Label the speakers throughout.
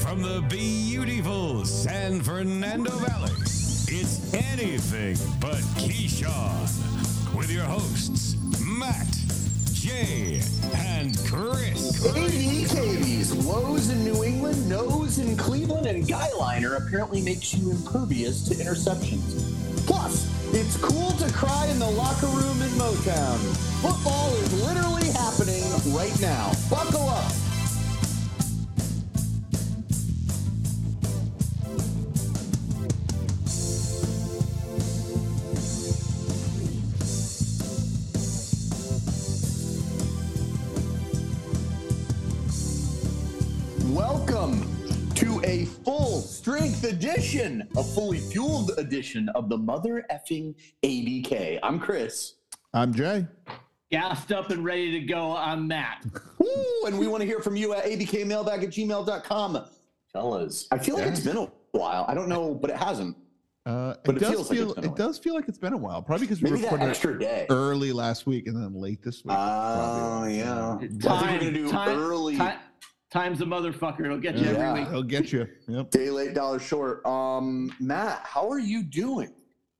Speaker 1: From the beautiful San Fernando Valley, it's anything but Keyshawn with your hosts, Matt, Jay, and Chris.
Speaker 2: 80 KBs, Lowe's in New England, Nose in Cleveland, and Guyliner apparently makes you impervious to interceptions. Plus, it's cool to cry in the locker room in Motown. Football is literally happening right now. Buckle up. Welcome to a full strength edition, a fully fueled edition of the mother effing ABK. I'm Chris.
Speaker 3: I'm Jay.
Speaker 4: gassed up and ready to go. I'm Matt.
Speaker 2: Woo! Oh, And we want to hear from you at abkmailbag at gmail.com. Fellas, I feel like
Speaker 3: Yeah.
Speaker 2: it's been a while. I don't know, but it hasn't.
Speaker 3: Uh,
Speaker 2: But
Speaker 3: it,
Speaker 2: it
Speaker 3: does
Speaker 2: feels like
Speaker 3: feel
Speaker 2: it's been a
Speaker 3: it
Speaker 2: while.
Speaker 3: does feel like it's been a while, probably because we
Speaker 2: Maybe that
Speaker 3: recorded it
Speaker 2: extra day.
Speaker 3: early last week and then late this week.
Speaker 2: Oh,
Speaker 3: probably.
Speaker 2: yeah. I think we're
Speaker 4: Time-
Speaker 2: going to do
Speaker 4: time-
Speaker 2: early,
Speaker 4: Ti- time's a motherfucker. It'll get you
Speaker 3: yeah,
Speaker 2: Yeah.
Speaker 4: every week.
Speaker 3: I'll get you. Yep.
Speaker 2: day late, dollar short. Um, Matt, how are you doing?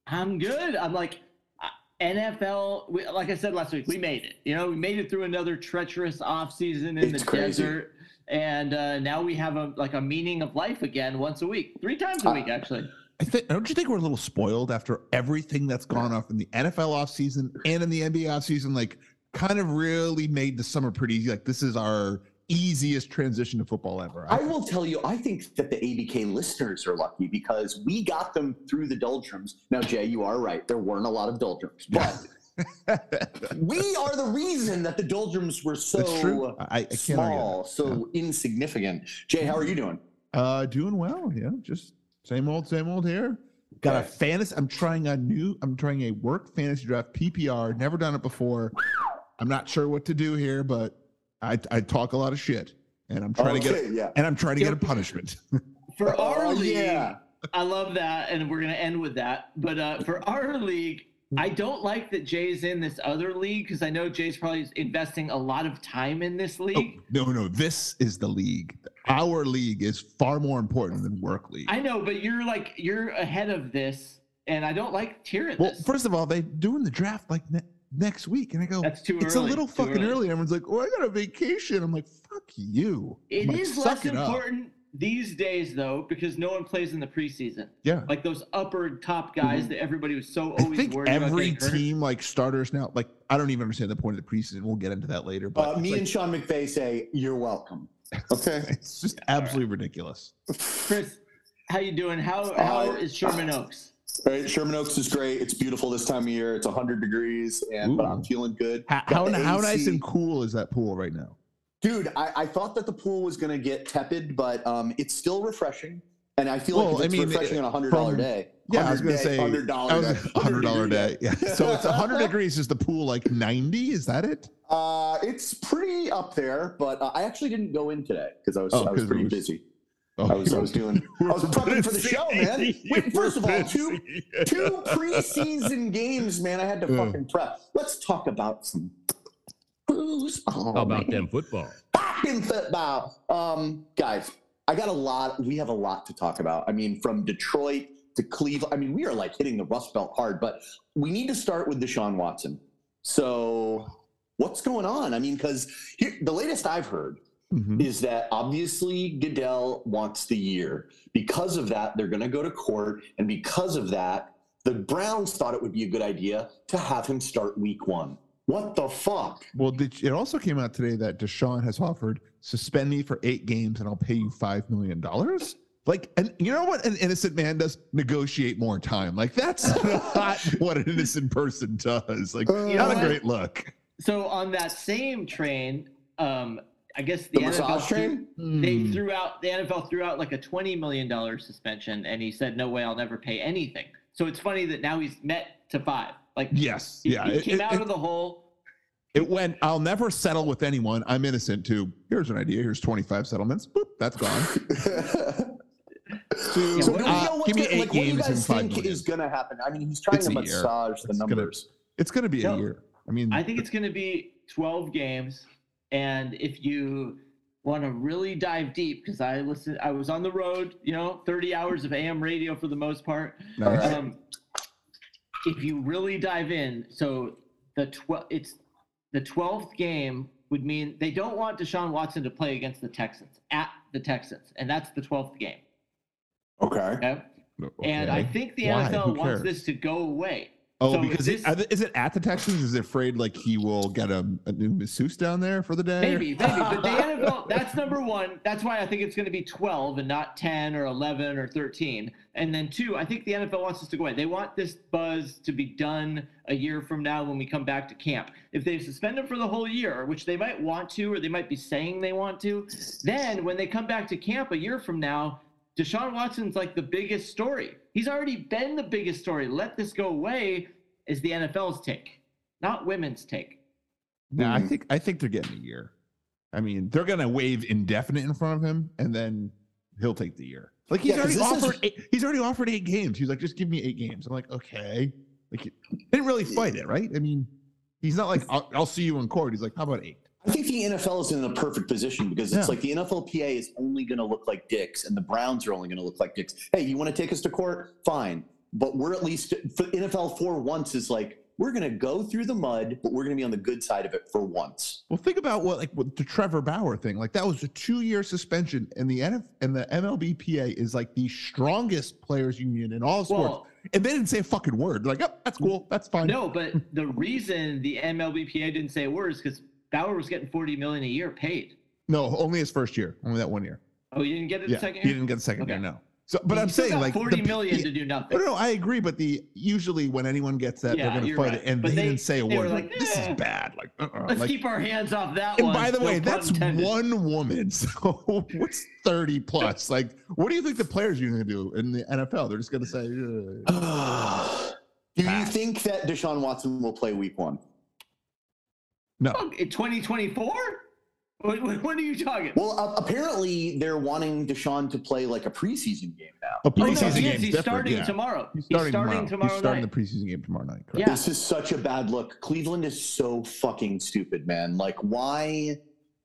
Speaker 4: I'm good. I'm like uh, NFL. We, like I said last week, we made it. You know, we made it through another treacherous offseason in
Speaker 2: It's
Speaker 4: the
Speaker 2: crazy.
Speaker 4: desert, and uh, now we have a like a meaning of life again once a week, three times a
Speaker 2: Uh,
Speaker 4: week actually.
Speaker 3: I think don't you think we're a little spoiled after everything that's gone off in the NFL offseason and in the NBA offseason? Like, kind of really made the summer pretty easy. Like, this is our easiest transition to football ever.
Speaker 2: I will tell you, I think that the ABK listeners are lucky because we got them through the doldrums. Now, Jay, you are right. There weren't a lot of doldrums, but we are the reason that the doldrums were so uh,
Speaker 3: that's true. I, I can't argue that.
Speaker 2: small, so insignificant. Jay, how are you doing?
Speaker 3: Uh, doing well. Yeah, just same old, same old here. Got a
Speaker 2: Okay.
Speaker 3: fantasy. I'm trying a new. I'm trying a work fantasy draft PPR. Never done it before. I'm not sure what to do here, but I I talk a lot of shit, and I'm trying to get
Speaker 2: Okay, yeah.
Speaker 3: and I'm trying to get a punishment.
Speaker 4: For our
Speaker 2: Oh,
Speaker 4: league,
Speaker 2: yeah.
Speaker 4: I love that, and we're gonna end with that. But uh, for our league, I
Speaker 3: Mm-hmm.
Speaker 4: don't like that Jay's in this other league because I know Jay's probably investing a lot of time in this
Speaker 3: Oh,
Speaker 4: league.
Speaker 3: no, no, this is the league. Our league is far more important than work league.
Speaker 4: I know, but you're like you're ahead of this, and I don't like hearing
Speaker 3: Well,
Speaker 4: this.
Speaker 3: first of all, they doing the draft like ne- next week, and I go,
Speaker 4: That's too
Speaker 3: it's
Speaker 4: early.
Speaker 3: a little
Speaker 4: too
Speaker 3: fucking early. Everyone's like, oh, I got a vacation. I'm like, fuck you.
Speaker 4: It
Speaker 3: I'm like,
Speaker 4: is
Speaker 3: "Suck
Speaker 4: less
Speaker 3: it up."
Speaker 4: important these days though because no one plays in the preseason.
Speaker 3: Yeah.
Speaker 4: Like those upper top guys that everybody was so
Speaker 3: Mm-hmm. I
Speaker 4: always
Speaker 3: think
Speaker 4: worried about.
Speaker 3: every
Speaker 4: getting hurt.
Speaker 3: team, like starters now, like I don't even understand the point of the preseason. We'll get into that later. But
Speaker 2: Uh, me
Speaker 3: it's,
Speaker 2: and Sean McVay say, You're welcome. Okay.
Speaker 3: like, it's just absolutely ridiculous.
Speaker 4: Chris, how you doing? How how
Speaker 2: Uh,
Speaker 4: is Sherman Oaks?
Speaker 2: All right, Sherman Oaks is great. It's beautiful this time of year. It's 100 degrees, and but
Speaker 3: Ooh.
Speaker 2: I'm feeling good.
Speaker 3: How,
Speaker 2: Got
Speaker 3: how,
Speaker 2: the
Speaker 3: how nice
Speaker 2: AC.
Speaker 3: and cool is that pool right now?
Speaker 2: dude. I, I thought that the pool was gonna get tepid, but um, it's still refreshing, and I feel
Speaker 3: Well,
Speaker 2: like if
Speaker 3: I
Speaker 2: it's
Speaker 3: mean,
Speaker 2: refreshing on a hundred
Speaker 3: from-
Speaker 2: dollar day.
Speaker 3: Yeah, I was
Speaker 2: 100
Speaker 3: gonna
Speaker 2: day,
Speaker 3: say
Speaker 2: hundred dollar
Speaker 3: that
Speaker 2: day.
Speaker 3: was a hundred dollar day. Yeah, so it's hundred degrees. Is the pool like ninety? Is that it?
Speaker 2: Uh, it's pretty up there, but uh, I actually didn't go in today because I was
Speaker 3: Oh,
Speaker 2: I
Speaker 3: 'cause
Speaker 2: was
Speaker 3: it
Speaker 2: pretty
Speaker 3: was-
Speaker 2: busy.
Speaker 3: Oh,
Speaker 2: I was I was doing I was prepping for the show, man. Wait, first of all, two
Speaker 3: two
Speaker 2: two preseason games, man. I had to
Speaker 3: Yeah.
Speaker 2: fucking prep. Let's talk about some booze. Oh,
Speaker 5: How about
Speaker 2: man.
Speaker 5: them football?
Speaker 2: fucking football. Um, guys, I got a lot. We have a lot to talk about. I mean, from Detroit to Cleveland. I mean, we are like hitting the Rust Belt hard, but we need to start with Deshaun Watson. So, what's going on? I mean, because the latest I've heard
Speaker 3: Mm-hmm.
Speaker 2: is that obviously Goodell wants the year. Because of that, they're going to go to court. And because of that, the Browns thought it would be a good idea to have him start week one. What the fuck?
Speaker 3: Well, did, it also came out today that Deshaun has offered suspend me for eight games and I'll pay you five million dollars. Like, and you know what? An innocent man does negotiate more time. Like, that's not what an innocent person does. Like,
Speaker 4: Uh, You know
Speaker 3: not a
Speaker 4: what?
Speaker 3: great look.
Speaker 4: So on that same train, um, I guess the,
Speaker 2: The massage
Speaker 4: NFL
Speaker 2: train?
Speaker 4: They
Speaker 3: Hmm.
Speaker 4: threw out the NFL threw out like a twenty million dollar suspension, and he said, "No way, I'll never pay anything." So it's funny that now he's met to five. Like
Speaker 3: Yes.
Speaker 4: he,
Speaker 3: Yeah.
Speaker 4: he
Speaker 3: It,
Speaker 4: came
Speaker 3: it-
Speaker 4: out
Speaker 3: it-
Speaker 4: of the hole.
Speaker 3: it went, I'll never settle with anyone. I'm innocent too. Here's an idea. Here's 25 settlements. Boop. That's gone.
Speaker 2: So,
Speaker 4: So,
Speaker 2: do we
Speaker 4: uh,
Speaker 2: know what's
Speaker 3: give me
Speaker 2: gonna,
Speaker 3: eight
Speaker 2: like, what do you
Speaker 3: games and
Speaker 2: guys
Speaker 3: five
Speaker 2: think
Speaker 3: million.
Speaker 2: is going to happen? I mean, he's trying
Speaker 3: It's
Speaker 2: to
Speaker 3: a year.
Speaker 2: massage the
Speaker 3: It's gonna-
Speaker 2: numbers.
Speaker 3: It's going to be
Speaker 4: No.
Speaker 3: a year. I mean,
Speaker 4: I think it's going to be twelve games, and if you want to really dive deep because I listen. I was on the road, you know, 30 hours of AM radio for the most part.
Speaker 3: Nice.
Speaker 4: Um, if you really dive in, so the twelve, it's the 12th game would mean they don't want Deshaun Watson to play against the Texans at the Texans, and that's the 12th game.
Speaker 2: Okay.
Speaker 4: Okay? And I
Speaker 3: Okay.
Speaker 4: think the
Speaker 3: Why? Who
Speaker 4: NFL wants
Speaker 3: cares?
Speaker 4: this to go away.
Speaker 3: Oh,
Speaker 4: so
Speaker 3: because
Speaker 4: this-
Speaker 3: it- are the- is it at the Texans? Is it afraid like he will get a, a new masseuse down there for the day?
Speaker 4: Maybe, maybe. But the NFL, that's number one. That's why I think it's going to be 12 and not 10 or 11 or 13. And then two, I think the NFL wants us to go away. They want this buzz to be done a year from now when we come back to camp. If they suspend him for the whole year, which they might want to, or they might be saying they want to, then when they come back to camp a year from now, Deshaun Watson's like the biggest story. He's already been the biggest story. Let this go away is the NFL's take, not women's take.
Speaker 3: No, I
Speaker 2: Mhm.
Speaker 3: think I think they're getting a year. I mean, they're gonna wave indefinite in front of him, and then he'll take the year. Like he's
Speaker 2: Yeah, 'cause
Speaker 3: already
Speaker 2: this is-
Speaker 3: offered. Eight, he's already offered eight games. He's like, just give me eight games. I'm like, okay. Like, he didn't really fight it, right? I mean, he's not like, I'll, I'll see you in court. He's like, how about eight?
Speaker 2: I think the NFL is in a perfect position because it's
Speaker 3: Yeah.
Speaker 2: like the NFLPA is only going to look like dicks, and the Browns are only going to look like dicks. Hey, you want to take us to court? Fine, but we're at least for NFL for once is like we're going to go through the mud, but we're going to be on the good side of it for once.
Speaker 3: Well, think about what like what the Trevor Bauer thing. Like that was a two-year suspension, and the NF and the MLBPA is like the strongest players union in all sports.
Speaker 4: Well,
Speaker 3: and they didn't say a fucking word. They're like, oh, that's cool, that's fine.
Speaker 4: No, but the reason the MLBPA didn't say a word is because Bauer was getting forty million a year paid.
Speaker 3: no, only his first year, only that one year.
Speaker 4: Oh, you didn't get it
Speaker 3: yeah,
Speaker 4: the second
Speaker 3: he
Speaker 4: year.
Speaker 3: didn't get the second year.
Speaker 4: Okay.
Speaker 3: No. So, but
Speaker 4: You
Speaker 3: I'm
Speaker 4: still
Speaker 3: saying
Speaker 4: got
Speaker 3: like
Speaker 4: forty
Speaker 3: the-
Speaker 4: million
Speaker 3: the-
Speaker 4: to do
Speaker 3: No,
Speaker 4: nothing.
Speaker 3: no, I agree, but the usually when anyone gets that,
Speaker 4: Yeah,
Speaker 3: they're going to
Speaker 4: you're
Speaker 3: fight
Speaker 4: right.
Speaker 3: it, and
Speaker 4: But
Speaker 3: they,
Speaker 4: they-
Speaker 3: didn't say a
Speaker 4: they were
Speaker 3: word.
Speaker 4: like,
Speaker 3: this is
Speaker 4: "Eh,
Speaker 3: bad. Like, uh-uh.
Speaker 4: Let's
Speaker 3: like
Speaker 4: keep our hands off that
Speaker 3: and
Speaker 4: one.
Speaker 3: by the
Speaker 4: No
Speaker 3: way,
Speaker 4: pun
Speaker 3: that's
Speaker 4: intended.
Speaker 3: one woman. So what's thirty plus? Like, what do you think the players are going to do in the NFL? They're just going to say, uh,
Speaker 2: Do you think that Deshaun Watson will play Week One?
Speaker 3: no.
Speaker 4: Fuck, in twenty twenty four. What, what, what are you talking?
Speaker 2: Well, uh, apparently they're wanting Deshaun to play like a preseason game now.
Speaker 3: A
Speaker 4: Oh, no,
Speaker 3: preseason
Speaker 4: he
Speaker 3: game
Speaker 4: is. He's starting tomorrow.
Speaker 3: He's starting, tomorrow.
Speaker 4: tomorrow,
Speaker 3: He's starting
Speaker 4: night.
Speaker 3: the preseason game tomorrow night. Correct?
Speaker 4: Yeah.
Speaker 2: This is such a bad look. Cleveland is so fucking stupid, man. Like, why,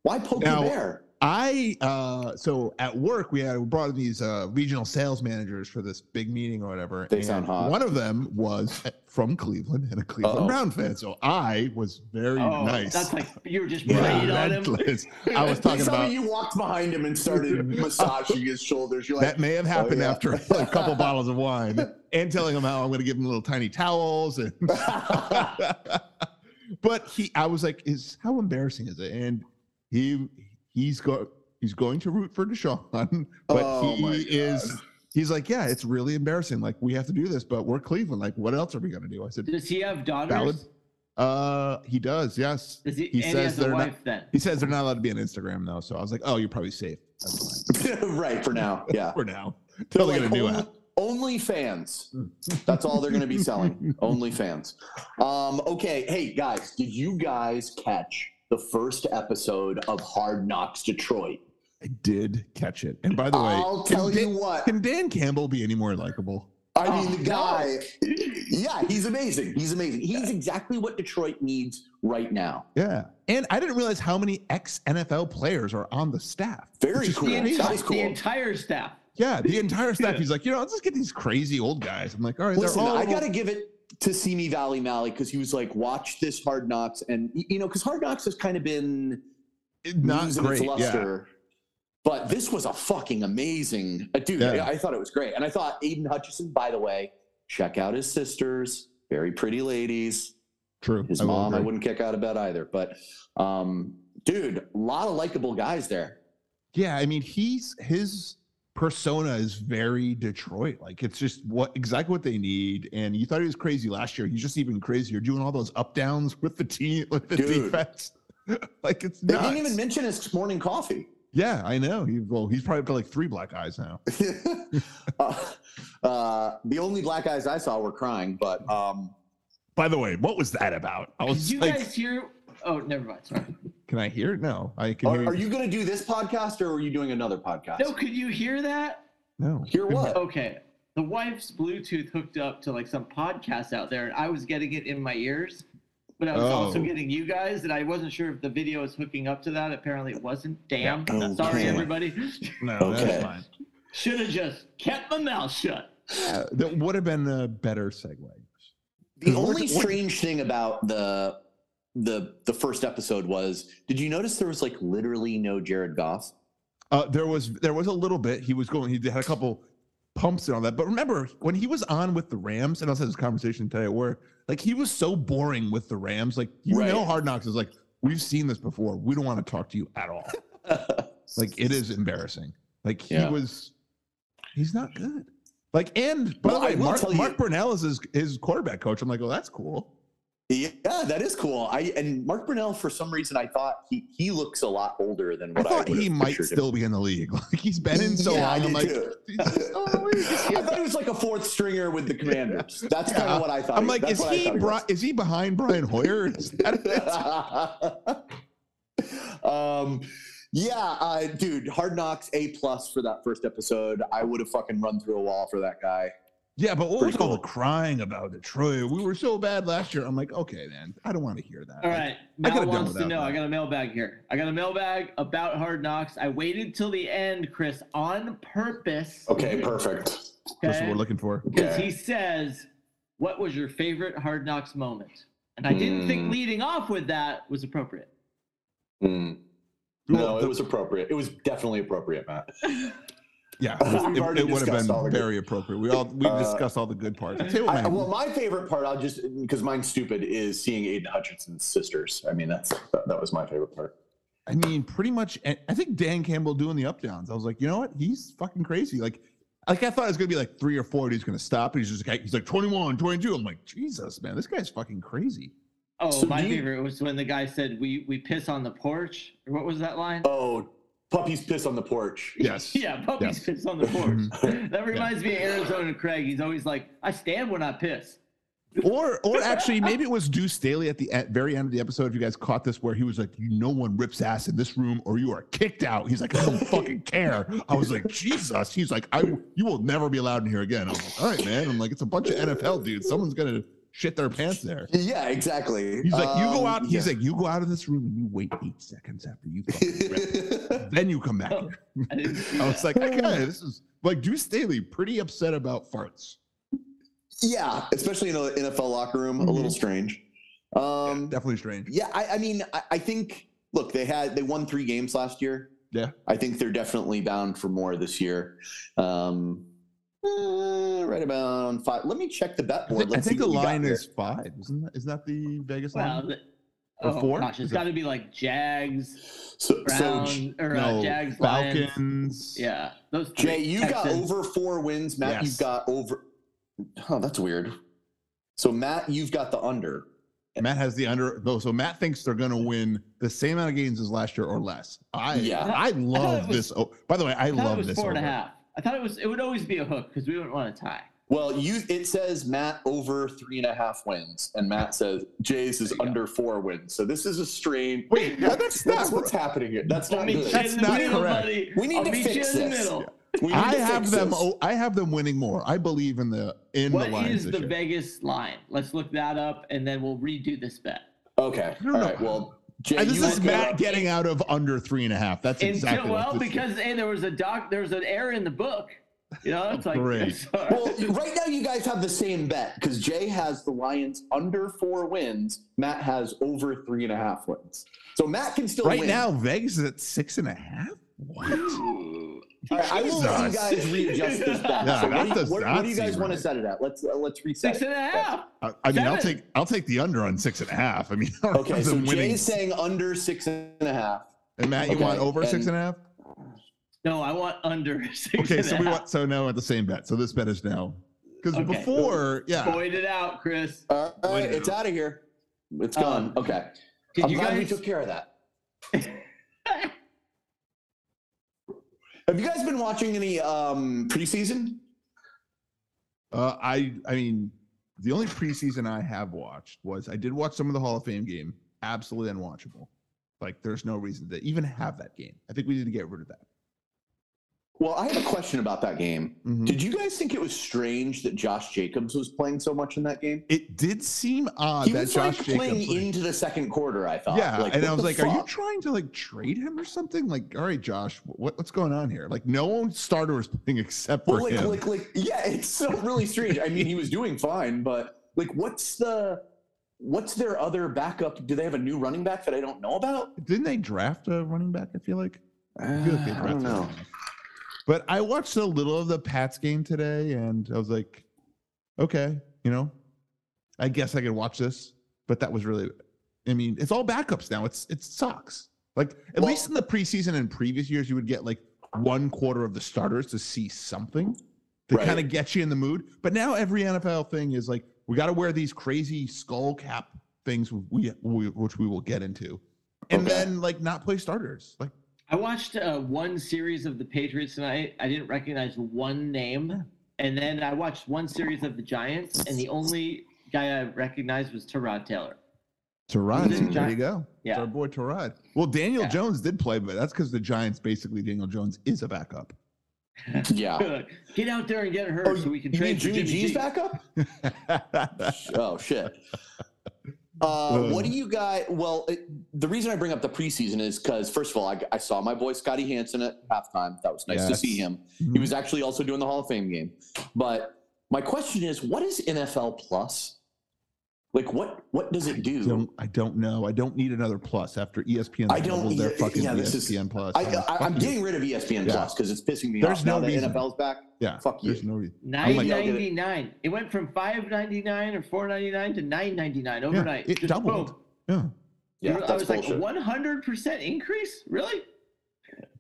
Speaker 2: why poke
Speaker 3: Now-
Speaker 2: the bear?
Speaker 3: I uh so at work we had we brought in these uh regional sales managers for this big meeting or whatever.
Speaker 2: They
Speaker 3: and
Speaker 2: sound hot.
Speaker 3: One of them was from Cleveland and a Cleveland
Speaker 2: Uh-oh.
Speaker 3: Brown fan, so I was very
Speaker 4: oh,
Speaker 3: nice.
Speaker 4: That's like you were just
Speaker 3: Yeah,
Speaker 4: praying on him.
Speaker 3: relentless. I was talking
Speaker 2: Please tell me
Speaker 3: about
Speaker 2: you walked behind him and started massaging his shoulders. You're like, oh,
Speaker 3: that may have happened
Speaker 2: yeah.
Speaker 3: after a couple bottles of wine and telling him how I'm going to give him little tiny towels and but he i was like is how embarrassing is it and he he's go he's going to root for deshaun but
Speaker 2: Oh my
Speaker 3: he is
Speaker 2: God.
Speaker 3: he's like yeah it's really embarrassing like we have to do this but we're cleveland like what else are we going to do i said
Speaker 4: Does he have daughters?
Speaker 3: valid uh he does yes
Speaker 4: Does he,
Speaker 3: He
Speaker 4: and he
Speaker 3: says
Speaker 4: has a
Speaker 3: they're not-
Speaker 4: wife then.
Speaker 3: he says they're not allowed to be on instagram though so i was like oh you're probably safe That's fine.
Speaker 2: right for now, yeah.
Speaker 3: for now they're
Speaker 2: Like, oh.
Speaker 3: going to do
Speaker 2: only,
Speaker 3: it
Speaker 2: only fans. That's all they're going to be selling. Only fans. Um, okay, hey guys, did you guys catch the first episode of Hard Knocks Detroit?
Speaker 3: i did catch it and by the way
Speaker 2: I'll
Speaker 3: can
Speaker 2: tell
Speaker 3: Dan-
Speaker 2: you what.
Speaker 3: can dan campbell be any more likable
Speaker 2: I mean,
Speaker 4: Oh,
Speaker 2: the guy. Yeah, he's amazing. He's amazing. He's exactly what Detroit needs right now.
Speaker 3: Yeah. And I didn't realize how many ex NFL players are on the staff.
Speaker 2: Very
Speaker 3: which is
Speaker 2: cool.
Speaker 4: The,
Speaker 3: crazy.
Speaker 2: That
Speaker 4: entire,
Speaker 2: was cool.
Speaker 4: the entire staff.
Speaker 3: Yeah, the entire staff.
Speaker 4: Yeah.
Speaker 3: He's like, you know, let's just get these crazy old guys. I'm like, all right,
Speaker 2: Listen,
Speaker 3: they're all.
Speaker 2: I got to give it to Simi Valley Malley because he was like, watch this Hard Knocks. And, y- you know, because Hard Knocks has kind of been
Speaker 3: not
Speaker 2: losing
Speaker 3: great.
Speaker 2: its
Speaker 3: Yeah.
Speaker 2: luster. But this was a fucking amazing. uh, dude,
Speaker 3: Yeah.
Speaker 2: I, I thought it was great. And I thought Aiden Hutchinson, by the way, check out his sisters. Very pretty ladies.
Speaker 3: True.
Speaker 2: His
Speaker 3: I will
Speaker 2: mom, I
Speaker 3: agree.
Speaker 2: wouldn't kick out of bed either. But, um, dude, a lot of likable guys there.
Speaker 3: Yeah, I mean, he's his persona is very Detroit. Like it's just what exactly what they need. And you thought he was crazy last year. He's just even crazier, doing all those up downs with the team with the
Speaker 2: Dude.
Speaker 3: defense. like it's
Speaker 2: They
Speaker 3: nuts.
Speaker 2: didn't even mention his morning coffee.
Speaker 3: yeah, I know. He, well, he's probably got like three black eyes now.
Speaker 2: uh, uh, the only black eyes I saw were crying, but um,
Speaker 3: By the way, what was that about? I
Speaker 4: Did
Speaker 3: was
Speaker 4: you
Speaker 3: like,
Speaker 4: guys hear? Oh, never mind. Sorry.
Speaker 3: Can I hear it? No, I can
Speaker 2: are,
Speaker 3: hear
Speaker 2: are you going to do this podcast or are you doing another podcast?
Speaker 4: No, could you hear that?
Speaker 3: No.
Speaker 2: Hear what?
Speaker 4: Okay. The wife's Bluetooth hooked up to like some podcast out there, and I was getting it in my ears. but I was
Speaker 3: Oh.
Speaker 4: also getting you guys, and I wasn't sure if the video was hooking up to that. Apparently, it wasn't. Damn.
Speaker 6: Yeah.
Speaker 4: Sorry,
Speaker 6: Okay.
Speaker 4: everybody.
Speaker 2: No,
Speaker 6: Okay.
Speaker 2: that's fine.
Speaker 4: Should have just kept my mouth shut.
Speaker 3: Yeah, that would have been a better segue.
Speaker 6: The
Speaker 3: What-
Speaker 6: only
Speaker 3: what-
Speaker 6: strange thing about the the the first episode was, did you notice there was like literally no Jared Goff?
Speaker 3: Uh, there was there was a little bit. He was going. He had a couple pumps and all that. But remember when he was on with the Rams, and I was having this conversation today at work. Like he was so boring with the Rams. Like you
Speaker 6: Right.
Speaker 3: know, Hard Knocks is like we've seen this before. We don't want to talk to you at all. like it is embarrassing. Like he
Speaker 6: Yeah.
Speaker 3: was, he's not good. Like and by
Speaker 6: Well,
Speaker 3: the
Speaker 6: I
Speaker 3: way,
Speaker 6: will
Speaker 3: Mark,
Speaker 6: tell
Speaker 3: Mark
Speaker 6: you-
Speaker 3: Brunell is his, his quarterback coach. I'm like, oh, that's cool.
Speaker 6: yeah, that is cool. I and Mark Brunell for some reason I thought he he looks a lot older than
Speaker 3: I
Speaker 6: what I,
Speaker 3: thought
Speaker 6: would
Speaker 3: he
Speaker 6: have
Speaker 3: might
Speaker 6: pictured him.
Speaker 3: still be in the league. Like he's been in so
Speaker 6: Yeah, I
Speaker 3: long. I'm like,
Speaker 6: did too.
Speaker 3: "He's "Oh, still in the league."
Speaker 6: I thought he was like a fourth stringer with the Commanders. That's kind
Speaker 3: Yeah.
Speaker 6: of what I thought.
Speaker 3: I'm
Speaker 6: he-
Speaker 3: like,
Speaker 6: that's
Speaker 3: is
Speaker 6: what I
Speaker 3: he,
Speaker 6: thought was.
Speaker 3: Bri- is he behind Brian Hoyer? Is that-
Speaker 6: um, yeah, uh, dude, Hard Knocks A plus for that first episode. I would have fucking run through a wall for that guy.
Speaker 3: yeah, but what
Speaker 6: Pretty
Speaker 3: was all
Speaker 6: cool.
Speaker 3: the crying about Detroit? We were so bad last year. I'm like, okay, man, I don't want to hear that.
Speaker 4: All right.
Speaker 3: I could've
Speaker 4: Mal
Speaker 3: done
Speaker 4: wants to
Speaker 3: without
Speaker 4: know.
Speaker 3: that.
Speaker 4: I got a mailbag here. I got a mailbag about Hard Knocks. I waited till the end, Chris, on purpose.
Speaker 6: Okay, perfect.
Speaker 3: That's what
Speaker 4: okay?
Speaker 3: we're looking for.
Speaker 4: because he says, "What was your favorite Hard Knocks moment?" And I didn't think
Speaker 6: Mm.
Speaker 4: leading off with that was appropriate.
Speaker 6: Hmm. No, it was appropriate. It was definitely appropriate, Matt.
Speaker 3: Yeah,
Speaker 6: We've
Speaker 3: it,
Speaker 6: already
Speaker 3: it would have
Speaker 6: discussed all
Speaker 3: been
Speaker 6: the
Speaker 3: very appropriate. We all we
Speaker 6: Uh,
Speaker 3: discussed all the good parts. I'll tell you what,
Speaker 6: I,
Speaker 3: man,
Speaker 6: well, my favorite part, I'll just because mine's stupid, is seeing Aiden Hutchinson's sisters. I mean, that's that, that was my favorite part.
Speaker 3: I mean, pretty much. and I think Dan Campbell doing the up downs. I was like, you know what? He's fucking crazy. Like, like I thought it was gonna be like three or four. and He's gonna stop. And he's just like, he's like 21, 22. I'm like, Jesus, man, this guy's fucking crazy.
Speaker 4: Oh,
Speaker 6: So
Speaker 4: my
Speaker 6: do you-
Speaker 4: favorite was when the guy said, "We we piss on the porch." Or what was that line?
Speaker 6: Oh, puppies piss on the porch.
Speaker 3: Yes.
Speaker 4: Yeah, puppies piss on the porch. that reminds me of Arizona Craig. He's always like, "I stand when I piss."
Speaker 3: Or, or actually, maybe it was Deuce Staley at the at very end of the episode. If you guys caught this, where he was like, "You, no one rips ass in this room, or you are kicked out." He's like, "I don't fucking care." I was like, "Jesus." He's like, "I, you will never be allowed in here again." I'm like, "All right, man." I'm like, "It's a bunch of NFL dudes. Someone's gonna shit their pants there."
Speaker 6: Yeah, exactly.
Speaker 3: He's like, "You go
Speaker 6: Um,
Speaker 3: out."
Speaker 6: yeah.
Speaker 3: He's like, "You go out of this room and you wait eight seconds after you, fucking rip. then you come back."
Speaker 4: Oh,
Speaker 3: here."
Speaker 4: I didn't see
Speaker 3: I
Speaker 4: that.
Speaker 3: was like, "Okay, this is like Deuce Staley, pretty upset about farts."
Speaker 6: yeah, especially in an NFL locker room,
Speaker 3: Mm-hmm.
Speaker 6: a little strange. Um,
Speaker 3: Definitely strange.
Speaker 6: yeah, I, I mean, I, I think look, they had they won three games last year.
Speaker 3: Yeah.
Speaker 6: I think they're definitely bound for more this year. Um, uh, right about five. Let me check the bet
Speaker 3: I
Speaker 6: board.
Speaker 3: think, I
Speaker 6: Let's see
Speaker 3: think the
Speaker 6: what we got
Speaker 3: line
Speaker 6: here.
Speaker 3: is five. Isn't that, is that the Vegas
Speaker 4: Well,
Speaker 3: line?
Speaker 4: the-
Speaker 3: Or
Speaker 4: oh
Speaker 3: four?
Speaker 4: gosh, it's
Speaker 3: Is it-
Speaker 4: got to be like Jags,
Speaker 6: so, so, J-
Speaker 4: Brown, or uh, Jags, Lions.
Speaker 3: Falcons.
Speaker 4: Yeah, those.
Speaker 6: Jay,
Speaker 4: three.
Speaker 6: you got
Speaker 4: Texans.
Speaker 6: over four wins. Matt,
Speaker 3: Yes.
Speaker 6: you've got over. Oh, that's weird. So Matt, you've got the under.
Speaker 3: Matt has the under though, so Matt thinks they're going to win the same amount of games as last year or less. I
Speaker 6: Yeah.
Speaker 3: I love
Speaker 4: it was-
Speaker 3: this. Oh, by the way, I
Speaker 4: I thought it
Speaker 3: love
Speaker 4: was
Speaker 3: this.
Speaker 4: four and a
Speaker 3: over.
Speaker 4: half. I thought it was. It would always be a hook because we wouldn't want to tie.
Speaker 6: Well, you it says Matt over three and a half wins, and Matt says Jay's is
Speaker 3: There you go.
Speaker 6: under four wins. So this is a strain.
Speaker 3: Wait, no, that's
Speaker 6: that's
Speaker 3: not
Speaker 6: what's happening here. That's
Speaker 4: I'll
Speaker 6: not
Speaker 4: meet you
Speaker 6: good.
Speaker 3: That's
Speaker 4: in the
Speaker 3: not
Speaker 4: middle,
Speaker 3: correct.
Speaker 4: buddy.
Speaker 6: We need
Speaker 4: I'll
Speaker 6: to
Speaker 4: meet
Speaker 6: fix
Speaker 4: you in the
Speaker 6: this.
Speaker 4: middle.
Speaker 6: We need
Speaker 3: I
Speaker 6: to
Speaker 3: have
Speaker 6: fix
Speaker 3: them.
Speaker 6: this.
Speaker 3: Oh, I have them winning more. I believe in the in the
Speaker 4: What
Speaker 3: lines
Speaker 4: is
Speaker 3: this
Speaker 4: the
Speaker 3: year.
Speaker 4: Vegas line? Let's look that up and then we'll redo this bet.
Speaker 6: Okay.
Speaker 3: I
Speaker 6: All
Speaker 3: don't know.
Speaker 6: right. Well, Jay,
Speaker 3: And this
Speaker 6: you
Speaker 3: is
Speaker 6: look
Speaker 3: Matt
Speaker 6: it up.
Speaker 3: getting out of under three and a half. That's exactly
Speaker 4: Until, well,
Speaker 3: what this
Speaker 4: because hey, there was a doc, there was an error in the book. You know, it's like
Speaker 3: Great.
Speaker 4: sorry.
Speaker 6: Well, right now you guys have the same bet because Jay has the Lions under four wins. Matt has over three and a half wins. So Matt can still
Speaker 3: right
Speaker 6: win.
Speaker 3: now Vegas is at six and a half. What?
Speaker 6: All right, I will let you
Speaker 3: Jesus.
Speaker 6: guys readjust this bet.
Speaker 3: Yeah, that
Speaker 6: so what, do you,
Speaker 3: does
Speaker 6: what,
Speaker 3: not
Speaker 6: what do you guys
Speaker 3: seem
Speaker 6: want
Speaker 3: right.
Speaker 6: to set it at? Let's uh, let's reset.
Speaker 4: six
Speaker 6: it.
Speaker 4: and a half.
Speaker 3: I, I mean, I'll
Speaker 4: Seven.
Speaker 3: take I'll take the under on six and a half. I mean, I don't
Speaker 6: Okay,
Speaker 3: have
Speaker 6: so
Speaker 3: them winning.
Speaker 6: Jay's saying under six and a half.
Speaker 3: And Matt, you
Speaker 6: Okay,
Speaker 3: want over six and
Speaker 6: and-
Speaker 3: a half?
Speaker 4: No, I want under six.
Speaker 3: Okay,
Speaker 4: and
Speaker 3: so
Speaker 4: a
Speaker 3: we
Speaker 4: half.
Speaker 3: want so now we're at the same bet. So this bet is now because
Speaker 4: Okay.
Speaker 3: before, yeah,
Speaker 4: void it out, Chris.
Speaker 6: All right,
Speaker 2: Wait,
Speaker 6: it's out of here. It's
Speaker 4: Um,
Speaker 6: gone. okay.
Speaker 4: Did
Speaker 6: I'm
Speaker 4: you
Speaker 6: glad we
Speaker 4: guys?
Speaker 6: took care of that. Have you guys been watching any um, preseason?
Speaker 3: uh, I I mean the only preseason I have watched was I did watch some of the Hall of Fame game. Absolutely unwatchable. Like there's no reason to even have that game. I think we need to get rid of that.
Speaker 6: Well, I have a question about that game.
Speaker 3: Mhm.
Speaker 6: Did you guys think it was strange that Josh Jacobs was playing so much in that game?
Speaker 3: It did seem odd
Speaker 6: he
Speaker 3: Uh, that
Speaker 6: was
Speaker 3: Josh
Speaker 6: like
Speaker 3: Jacobs.
Speaker 6: playing
Speaker 3: was-
Speaker 6: into the second quarter. I thought.
Speaker 3: yeah,
Speaker 6: Like,
Speaker 3: and
Speaker 6: what
Speaker 3: I was
Speaker 6: the
Speaker 3: like, "Are you
Speaker 6: fuck?
Speaker 3: trying to like trade him or something?" Like, all right, Josh, what what's going on here? Like, no one starter was playing except for
Speaker 6: Well, like,
Speaker 3: him.
Speaker 6: like, like, yeah, it's so really strange. I mean, he was doing fine, but like, what's the, what's their other backup? Do they have a new running back that I don't know about?
Speaker 3: Didn't they draft a running back? I feel like. I, feel like they
Speaker 6: Uh, I
Speaker 3: drafted
Speaker 6: don't
Speaker 3: a
Speaker 6: know.
Speaker 3: running back. But I watched a little of the Pats game today, and I was like, okay, you know, I guess I could watch this. But that was really, I mean, it's all backups now. It's it sucks. Like at
Speaker 6: Well-
Speaker 3: least in the preseason and previous years, you would get like one quarter of the starters to see something to
Speaker 6: Right.
Speaker 3: kind of get you in the mood. But now every NFL thing is like we got to wear these crazy skull cap things, we, we which we will get into, and
Speaker 6: Okay.
Speaker 3: then like not play starters. Like
Speaker 4: I watched uh, one series of the Patriots tonight. I didn't recognize one name, and then I watched one series of the Giants, and the only guy I recognized was Tyrod Taylor.
Speaker 3: Tarad,
Speaker 4: Mhm.
Speaker 3: there you go.
Speaker 4: Yeah.
Speaker 3: It's our boy Tarad. Well, Daniel
Speaker 4: Yeah.
Speaker 3: Jones did play, but that's because the Giants basically Daniel Jones is a backup.
Speaker 6: Yeah.
Speaker 4: get out there and get hurt
Speaker 6: Oh,
Speaker 4: so we can
Speaker 6: You mean
Speaker 4: trade for
Speaker 6: Jimmy G's
Speaker 4: G.
Speaker 6: backup? oh shit. Uh, what do you guys? Well, it, the reason I bring up the preseason is because first of all, I, I saw my boy Scotty Hansen at halftime. That was nice to
Speaker 3: Yes. Hmm.
Speaker 6: see him. He
Speaker 3: Mm,
Speaker 6: was actually also doing the Hall of Fame game. But my question is, what is NFL Plus? Like, what what does it
Speaker 3: I
Speaker 6: do?
Speaker 3: don't, I don't know. I don't need another plus after E ESPN.
Speaker 6: I don't
Speaker 3: doubled their
Speaker 6: either-
Speaker 3: fucking E
Speaker 6: yeah, this is-
Speaker 3: ESPN plus.
Speaker 6: I,
Speaker 3: I'm like,
Speaker 6: I, I'm
Speaker 3: fuck you.
Speaker 6: getting rid of E ESPN
Speaker 3: Yeah.
Speaker 6: Plus because it's pissing me
Speaker 3: There's
Speaker 6: off
Speaker 3: no
Speaker 6: now
Speaker 3: reason.
Speaker 6: that NFL's back.
Speaker 3: yeah.
Speaker 6: fuck you.
Speaker 3: There's no reason.
Speaker 4: Nine
Speaker 6: like-
Speaker 4: ninety nine. It went from five ninety nine or four ninety nine to nine ninety nine overnight.
Speaker 3: it
Speaker 4: Just
Speaker 3: doubled.
Speaker 4: boom.
Speaker 3: Yeah.
Speaker 6: Yeah,
Speaker 4: I
Speaker 6: that's
Speaker 4: was
Speaker 6: bullshit.
Speaker 4: like one hundred percent increase. Really?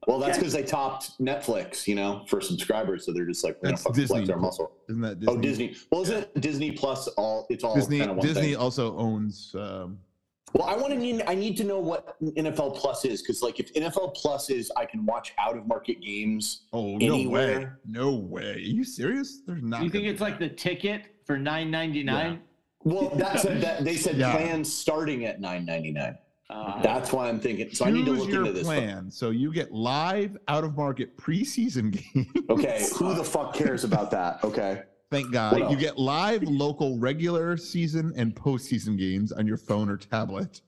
Speaker 6: well, that's because they topped Netflix, you know, for subscribers. So they're just like, we're gonna
Speaker 3: That's
Speaker 6: fucking flex
Speaker 3: Disney.
Speaker 6: our muscle.
Speaker 3: Isn't that Disney?
Speaker 6: Oh, Disney. Well, isn't it Disney Plus? All it's all
Speaker 3: Disney,
Speaker 6: kind of one
Speaker 3: Disney
Speaker 6: thing.
Speaker 3: also owns. Um,
Speaker 6: Well, I want to need I need to know what NFL Plus is because like if NFL Plus is, I can watch out of market games.
Speaker 3: oh no way!
Speaker 6: Anywhere.
Speaker 3: No way! Are you serious? There's not.
Speaker 4: you think
Speaker 3: gonna
Speaker 4: it's
Speaker 3: be
Speaker 4: like the ticket for nine ninety nine?
Speaker 6: Well, that said that they said
Speaker 3: Yeah.
Speaker 6: plans starting at nine ninety nine.
Speaker 4: Uh,
Speaker 6: That's why I'm thinking. So I need to
Speaker 3: Choose
Speaker 6: look
Speaker 3: your
Speaker 6: into this.
Speaker 3: plan. So you get live out of market preseason games.
Speaker 6: Okay, who the fuck cares about that? Okay,
Speaker 3: Thank God.
Speaker 6: Well-
Speaker 3: You get live local regular season and postseason games on your phone or tablet.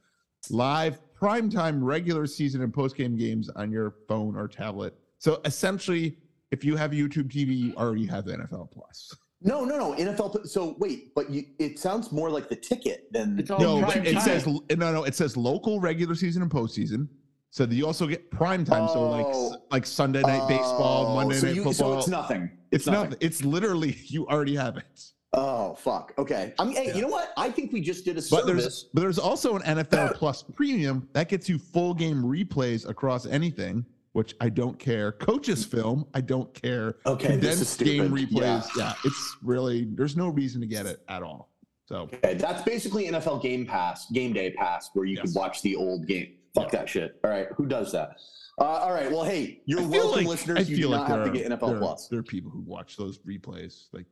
Speaker 3: Live primetime regular season and postgame games on your phone or tablet. So essentially, if you have YouTube TV, you already have NFL Plus.
Speaker 6: no, no, no. NFL. Pl- So wait, but you, it sounds more like the ticket than
Speaker 4: it's all
Speaker 3: No,
Speaker 4: prime
Speaker 3: but it
Speaker 4: time.
Speaker 3: says no, no. It says local regular season and postseason. So that you also get primetime. so like
Speaker 6: Oh.
Speaker 3: like Sunday night baseball,
Speaker 6: Oh,
Speaker 3: Monday
Speaker 6: so
Speaker 3: night
Speaker 6: you-
Speaker 3: football.
Speaker 6: So it's nothing.
Speaker 3: It's nothing. It's literally you already have it.
Speaker 6: Oh fuck. Okay. I mean, hey, you know what? I think we just did a
Speaker 3: But there's
Speaker 6: service.
Speaker 3: but there's also an NFL Plus Premium that gets you full game replays across anything, which I don't care. Coaches film, I don't care.
Speaker 6: Okay, this is
Speaker 3: Condensed game
Speaker 6: stupid.
Speaker 3: replays, yeah.
Speaker 6: Yeah.
Speaker 3: it's really there's no reason to get it at all. So
Speaker 6: Okay, that's basically NFL Game Pass, Game Day Pass, where you
Speaker 3: Yes.
Speaker 6: can watch the old game. Fuck that shit. All right, who does that? Uh, all right. Well, hey, you're
Speaker 3: I feel
Speaker 6: welcome,
Speaker 3: like-
Speaker 6: listeners.
Speaker 3: I
Speaker 6: you do
Speaker 3: feel
Speaker 6: not
Speaker 3: there
Speaker 6: have to
Speaker 3: are-
Speaker 6: get NFL
Speaker 3: there are-
Speaker 6: Plus.
Speaker 3: There are people who watch those replays, like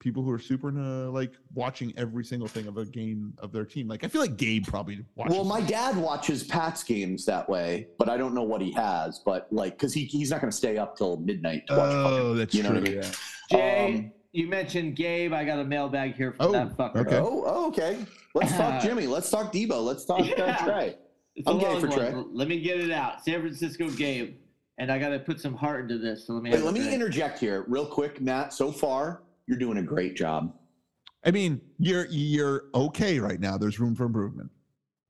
Speaker 3: people who are super uh, like watching every single thing of a game of their team. Like I feel like Gabe probably watches.
Speaker 6: Well, my dad watches Pats games that way, but I don't know what he has. But like, because he he's not going to stay up till midnight to watch. fucking-
Speaker 3: oh, that's
Speaker 6: you know
Speaker 3: true.
Speaker 6: what I
Speaker 3: yeah.
Speaker 4: Jay,
Speaker 6: Um,
Speaker 4: you mentioned Gabe. I got a mailbag here from
Speaker 3: Oh,
Speaker 4: that fucker.
Speaker 3: okay.
Speaker 6: Oh, oh, okay. Let's talk Jimmy. Let's talk Debo. Let's talk
Speaker 4: Yeah.
Speaker 6: uh, Trey.
Speaker 4: It's a
Speaker 6: I'm Gabe
Speaker 4: long
Speaker 6: for
Speaker 4: one.
Speaker 6: Trey.
Speaker 4: L- Let me get it out. San Francisco Gabe, and I got to put some heart into this. So let me.
Speaker 6: Wait,
Speaker 4: have
Speaker 6: let
Speaker 4: a
Speaker 6: me
Speaker 4: drink.
Speaker 6: interject here, real quick, Matt. So far, you're doing a great job.
Speaker 3: I mean, you're you're okay right now. There's room for improvement.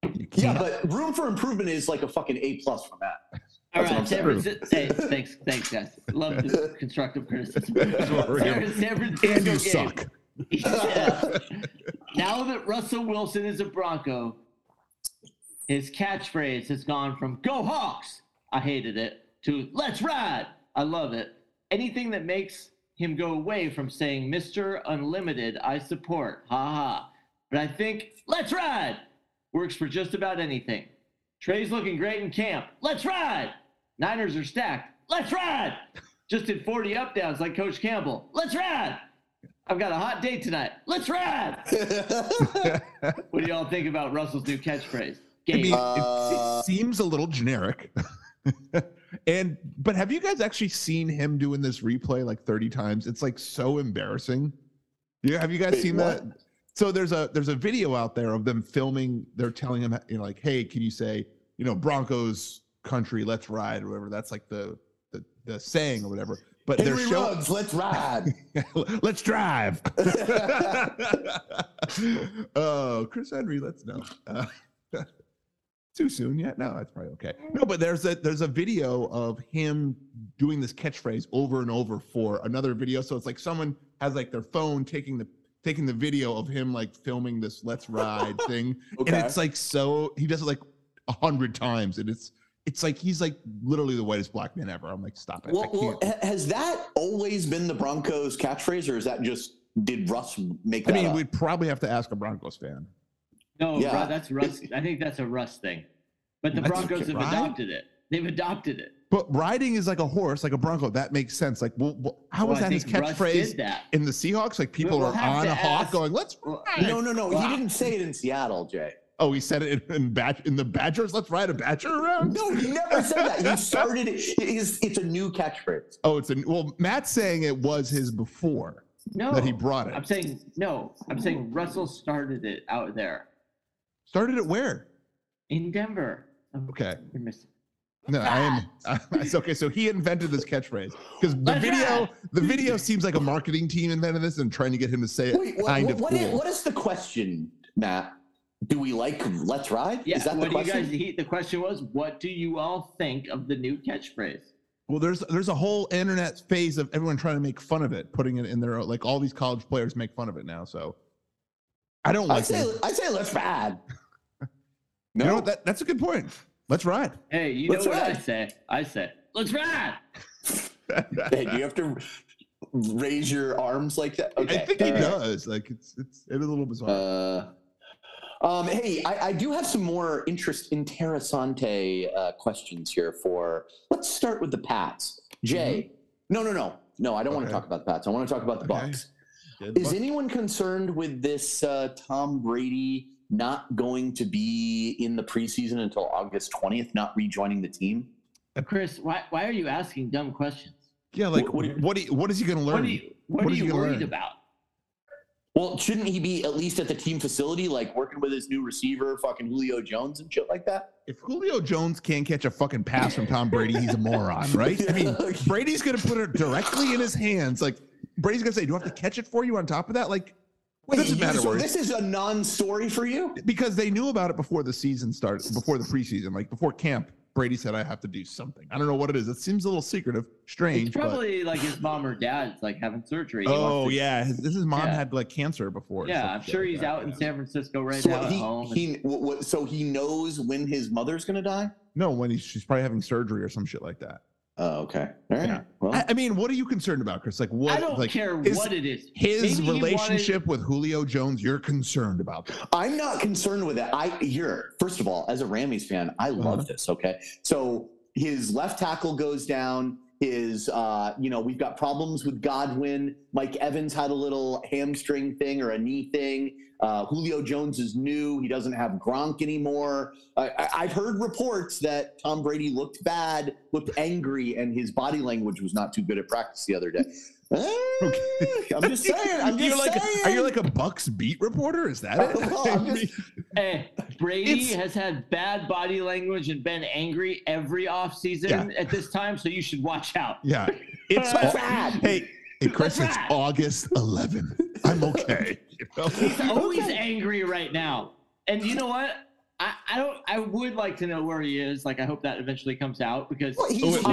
Speaker 3: You can't-
Speaker 6: Yeah, but room for improvement is like a fucking A plus from Matt.
Speaker 4: All
Speaker 6: That's what
Speaker 4: right,
Speaker 6: I'm
Speaker 4: San
Speaker 6: saying.
Speaker 4: Francisco. Hey, thanks, thanks, guys. Love this constructive criticism. San, San Francisco
Speaker 3: and you
Speaker 4: Gabe.
Speaker 3: suck.
Speaker 4: Yeah. now that Russell Wilson is a Bronco, his catchphrase has gone from "Go Hawks," I hated it, to "Let's ride," I love it. Anything that makes him go away from saying "Mr. Unlimited," I support. Ha ha. But I think "Let's ride" works for just about anything. Trey's looking great in camp. Let's ride. Niners are stacked. Let's ride. Just did 40 up downs like Coach Campbell. Let's ride. I've got a hot date tonight. Let's ride. What do y'all think about Russell's new catchphrase?
Speaker 3: I mean,
Speaker 4: Game.
Speaker 3: it- it,
Speaker 6: Uh,
Speaker 3: seems a little generic. And but have you guys actually seen him doing this replay like 30 times? It's like so embarrassing. Yeah, have you guys
Speaker 6: Wait,
Speaker 3: seen
Speaker 6: what?
Speaker 3: that? So there's a there's a video out there of them filming. They're telling him you know, like, hey, can you say you know Broncos country, let's ride or whatever. That's like the the, the saying or whatever. But
Speaker 6: Henry
Speaker 3: they're showing
Speaker 6: Ruggs, let's ride.
Speaker 3: let's drive. oh, Chris Henry, let's know. Uh, too soon yet? No, that's probably okay. No, but there's a there's a video of him doing this catchphrase over and over for another video. So it's like someone has like their phone taking the taking the video of him like filming this let's ride thing.
Speaker 6: Okay.
Speaker 3: And it's uh, like so he does it like a hundred times and it's it's like he's like literally the whitest black man ever. I'm like, stop it. I
Speaker 6: well,
Speaker 3: can't.
Speaker 6: well, ha- has that always been the Broncos catchphrase, or is that just did Russ make
Speaker 3: I
Speaker 6: that
Speaker 3: mean,
Speaker 6: up?
Speaker 3: we'd probably have to ask a Broncos fan.
Speaker 4: No,
Speaker 6: Yeah.
Speaker 4: Ru- that's Russ. I think that's a Russ thing. But the
Speaker 3: That's
Speaker 4: Broncos
Speaker 3: okay,
Speaker 4: have
Speaker 3: right?
Speaker 4: adopted it. They've adopted it.
Speaker 3: But riding is like a horse, like a bronco. That makes sense. Like, well, well, how was
Speaker 4: Well, I
Speaker 3: that his
Speaker 4: think Russ did
Speaker 3: catchphrase
Speaker 4: that.
Speaker 3: in the Seahawks? Like, people
Speaker 4: We'll
Speaker 3: are
Speaker 4: have
Speaker 3: on
Speaker 4: to
Speaker 3: a hawk
Speaker 4: ask-
Speaker 3: going, "Let's."
Speaker 4: Well,
Speaker 3: ride."
Speaker 6: no, no, no.
Speaker 4: Wow.
Speaker 6: He didn't say it in Seattle, Jay.
Speaker 3: Oh, he said it in, in bat in the Badgers. Let's ride a Badger around.
Speaker 6: No, he never said that. He started it. It's, it's a new catchphrase.
Speaker 3: Oh, it's a well. Matt's saying it was his before
Speaker 4: No,
Speaker 3: that he brought it.
Speaker 4: Oh, I'm saying no. I'm saying Russell started it out there
Speaker 3: Started it where?
Speaker 4: in Denver. Oh,
Speaker 3: Okay.
Speaker 4: you're missing.
Speaker 3: No, I am. it's okay, so he invented this catchphrase because the
Speaker 4: Let's
Speaker 3: video,
Speaker 4: ride.
Speaker 3: the video seems like a marketing team invented this and trying to get him to say it.
Speaker 6: Wait, what,
Speaker 3: kind
Speaker 6: what,
Speaker 3: of
Speaker 6: what
Speaker 3: cool.
Speaker 6: is, what is the question, Matt? Do we like Let's Ride?
Speaker 4: Yeah.
Speaker 6: is that the
Speaker 4: what do you
Speaker 6: question?
Speaker 4: guys? He, the question was, what do you all think of the new catchphrase?
Speaker 3: Well, there's there's a whole internet phase of everyone trying to make fun of it, putting it in their like all these college players make fun of it now. So I don't
Speaker 6: I
Speaker 3: like
Speaker 6: say,
Speaker 3: it.
Speaker 6: I say Let's Ride.
Speaker 3: You
Speaker 6: No,
Speaker 3: know what? That, that's a good point. Let's ride.
Speaker 4: Hey, you
Speaker 6: Let's
Speaker 4: know what I
Speaker 6: ride.
Speaker 4: say? I say, let's ride.
Speaker 6: Hey, do you have to raise your arms like that?
Speaker 3: I
Speaker 6: Okay.
Speaker 3: think he
Speaker 6: all right.
Speaker 3: does. Like it's it's it's a little bizarre.
Speaker 6: Uh, um, hey, I, I do have some more interest interessante uh, questions here. For let's start with the Pats. Jay, no, no, no, no. I don't want to
Speaker 3: Mm-hmm. Okay.
Speaker 6: talk about the Pats. I want to talk about the
Speaker 3: Okay.
Speaker 6: Bucks.
Speaker 3: Yeah,
Speaker 6: Is
Speaker 3: but-
Speaker 6: anyone concerned with this uh, Tom Brady not going to be in the preseason until August twentieth? Not rejoining the team.
Speaker 4: Chris, why why are you asking dumb questions?
Speaker 3: yeah, like
Speaker 6: what do you-
Speaker 3: what do you- what is he going to
Speaker 4: What
Speaker 3: learn?
Speaker 4: are you what,
Speaker 3: What
Speaker 4: are
Speaker 3: is he
Speaker 4: you
Speaker 3: gonna
Speaker 4: worried
Speaker 3: learn?
Speaker 4: about?
Speaker 6: Well, shouldn't he be at least at the team facility, like working with his new receiver, fucking Julio Jones and shit like that?
Speaker 3: if Julio Jones can't catch a fucking pass from Tom Brady, he's a moron, right? I mean, Brady's going to put it directly in his hands. Like Brady's going to say, "Do I have to catch it for you?" On top of that, like
Speaker 6: Wait,
Speaker 3: doesn't matter
Speaker 6: so
Speaker 3: where-
Speaker 6: this is a non-story for you?
Speaker 3: because they knew about it before the season started, before the preseason, like before camp. Brady said, "I have to do something." I don't know what it is. It seems a little secretive, strange.
Speaker 4: It's
Speaker 3: but-
Speaker 4: probably like his mom or dad's like having surgery. He wants
Speaker 3: oh
Speaker 4: to-
Speaker 3: yeah, his, this his mom
Speaker 4: Yeah.
Speaker 3: had like cancer before. or
Speaker 4: Yeah,
Speaker 3: some
Speaker 4: I'm
Speaker 3: shit
Speaker 4: sure
Speaker 3: like
Speaker 4: he's
Speaker 3: that,
Speaker 4: out in
Speaker 3: yeah.
Speaker 4: San Francisco right
Speaker 6: so
Speaker 4: now at
Speaker 6: he,
Speaker 4: home.
Speaker 6: he what, what, so he knows when his mother's gonna die.
Speaker 3: No, when he's she's probably having surgery or some shit like that.
Speaker 6: Oh, okay. All right.
Speaker 3: Yeah.
Speaker 6: Well,
Speaker 3: I, I mean, what are you concerned about, Chris? Like what?
Speaker 4: I don't
Speaker 3: like,
Speaker 4: care
Speaker 3: his-
Speaker 4: what it is.
Speaker 3: His
Speaker 4: Maybe he
Speaker 3: relationship with Julio Jones, you're concerned about. That.
Speaker 6: I'm not concerned with that. I here, first of all, as a Rammies fan, I love
Speaker 3: Uh-huh.
Speaker 6: this. Okay, so his left tackle goes down. His, uh, you know, we've got problems with Godwin. Mike Evans had a little hamstring thing or a knee thing. Uh, Julio Jones is new. He doesn't have Gronk anymore. I, I, I've heard reports that Tom Brady looked bad, looked angry, and his body language was not too good at practice the other day. Eh,
Speaker 3: Okay.
Speaker 6: I'm just saying. I'm
Speaker 3: you're
Speaker 6: just
Speaker 3: like,
Speaker 6: saying.
Speaker 3: are you like a Bucks beat reporter? Is that it?
Speaker 6: Well, I'm just-
Speaker 4: Hey, Eh, Brady
Speaker 3: It's-
Speaker 4: has had bad body language and been angry every offseason
Speaker 3: Yeah.
Speaker 4: at this time, so you should watch out.
Speaker 3: yeah, it's
Speaker 6: Let's
Speaker 3: all-
Speaker 6: ride.
Speaker 3: Hey, hey, Chris,
Speaker 4: Let's
Speaker 3: it's
Speaker 4: ride.
Speaker 3: August 11th. I'm okay. you know?
Speaker 4: He's always angry right now. And you know what? I, I don't I would like to know where he is. Like I hope that eventually comes out because
Speaker 6: Well, he's
Speaker 3: Oh, it will.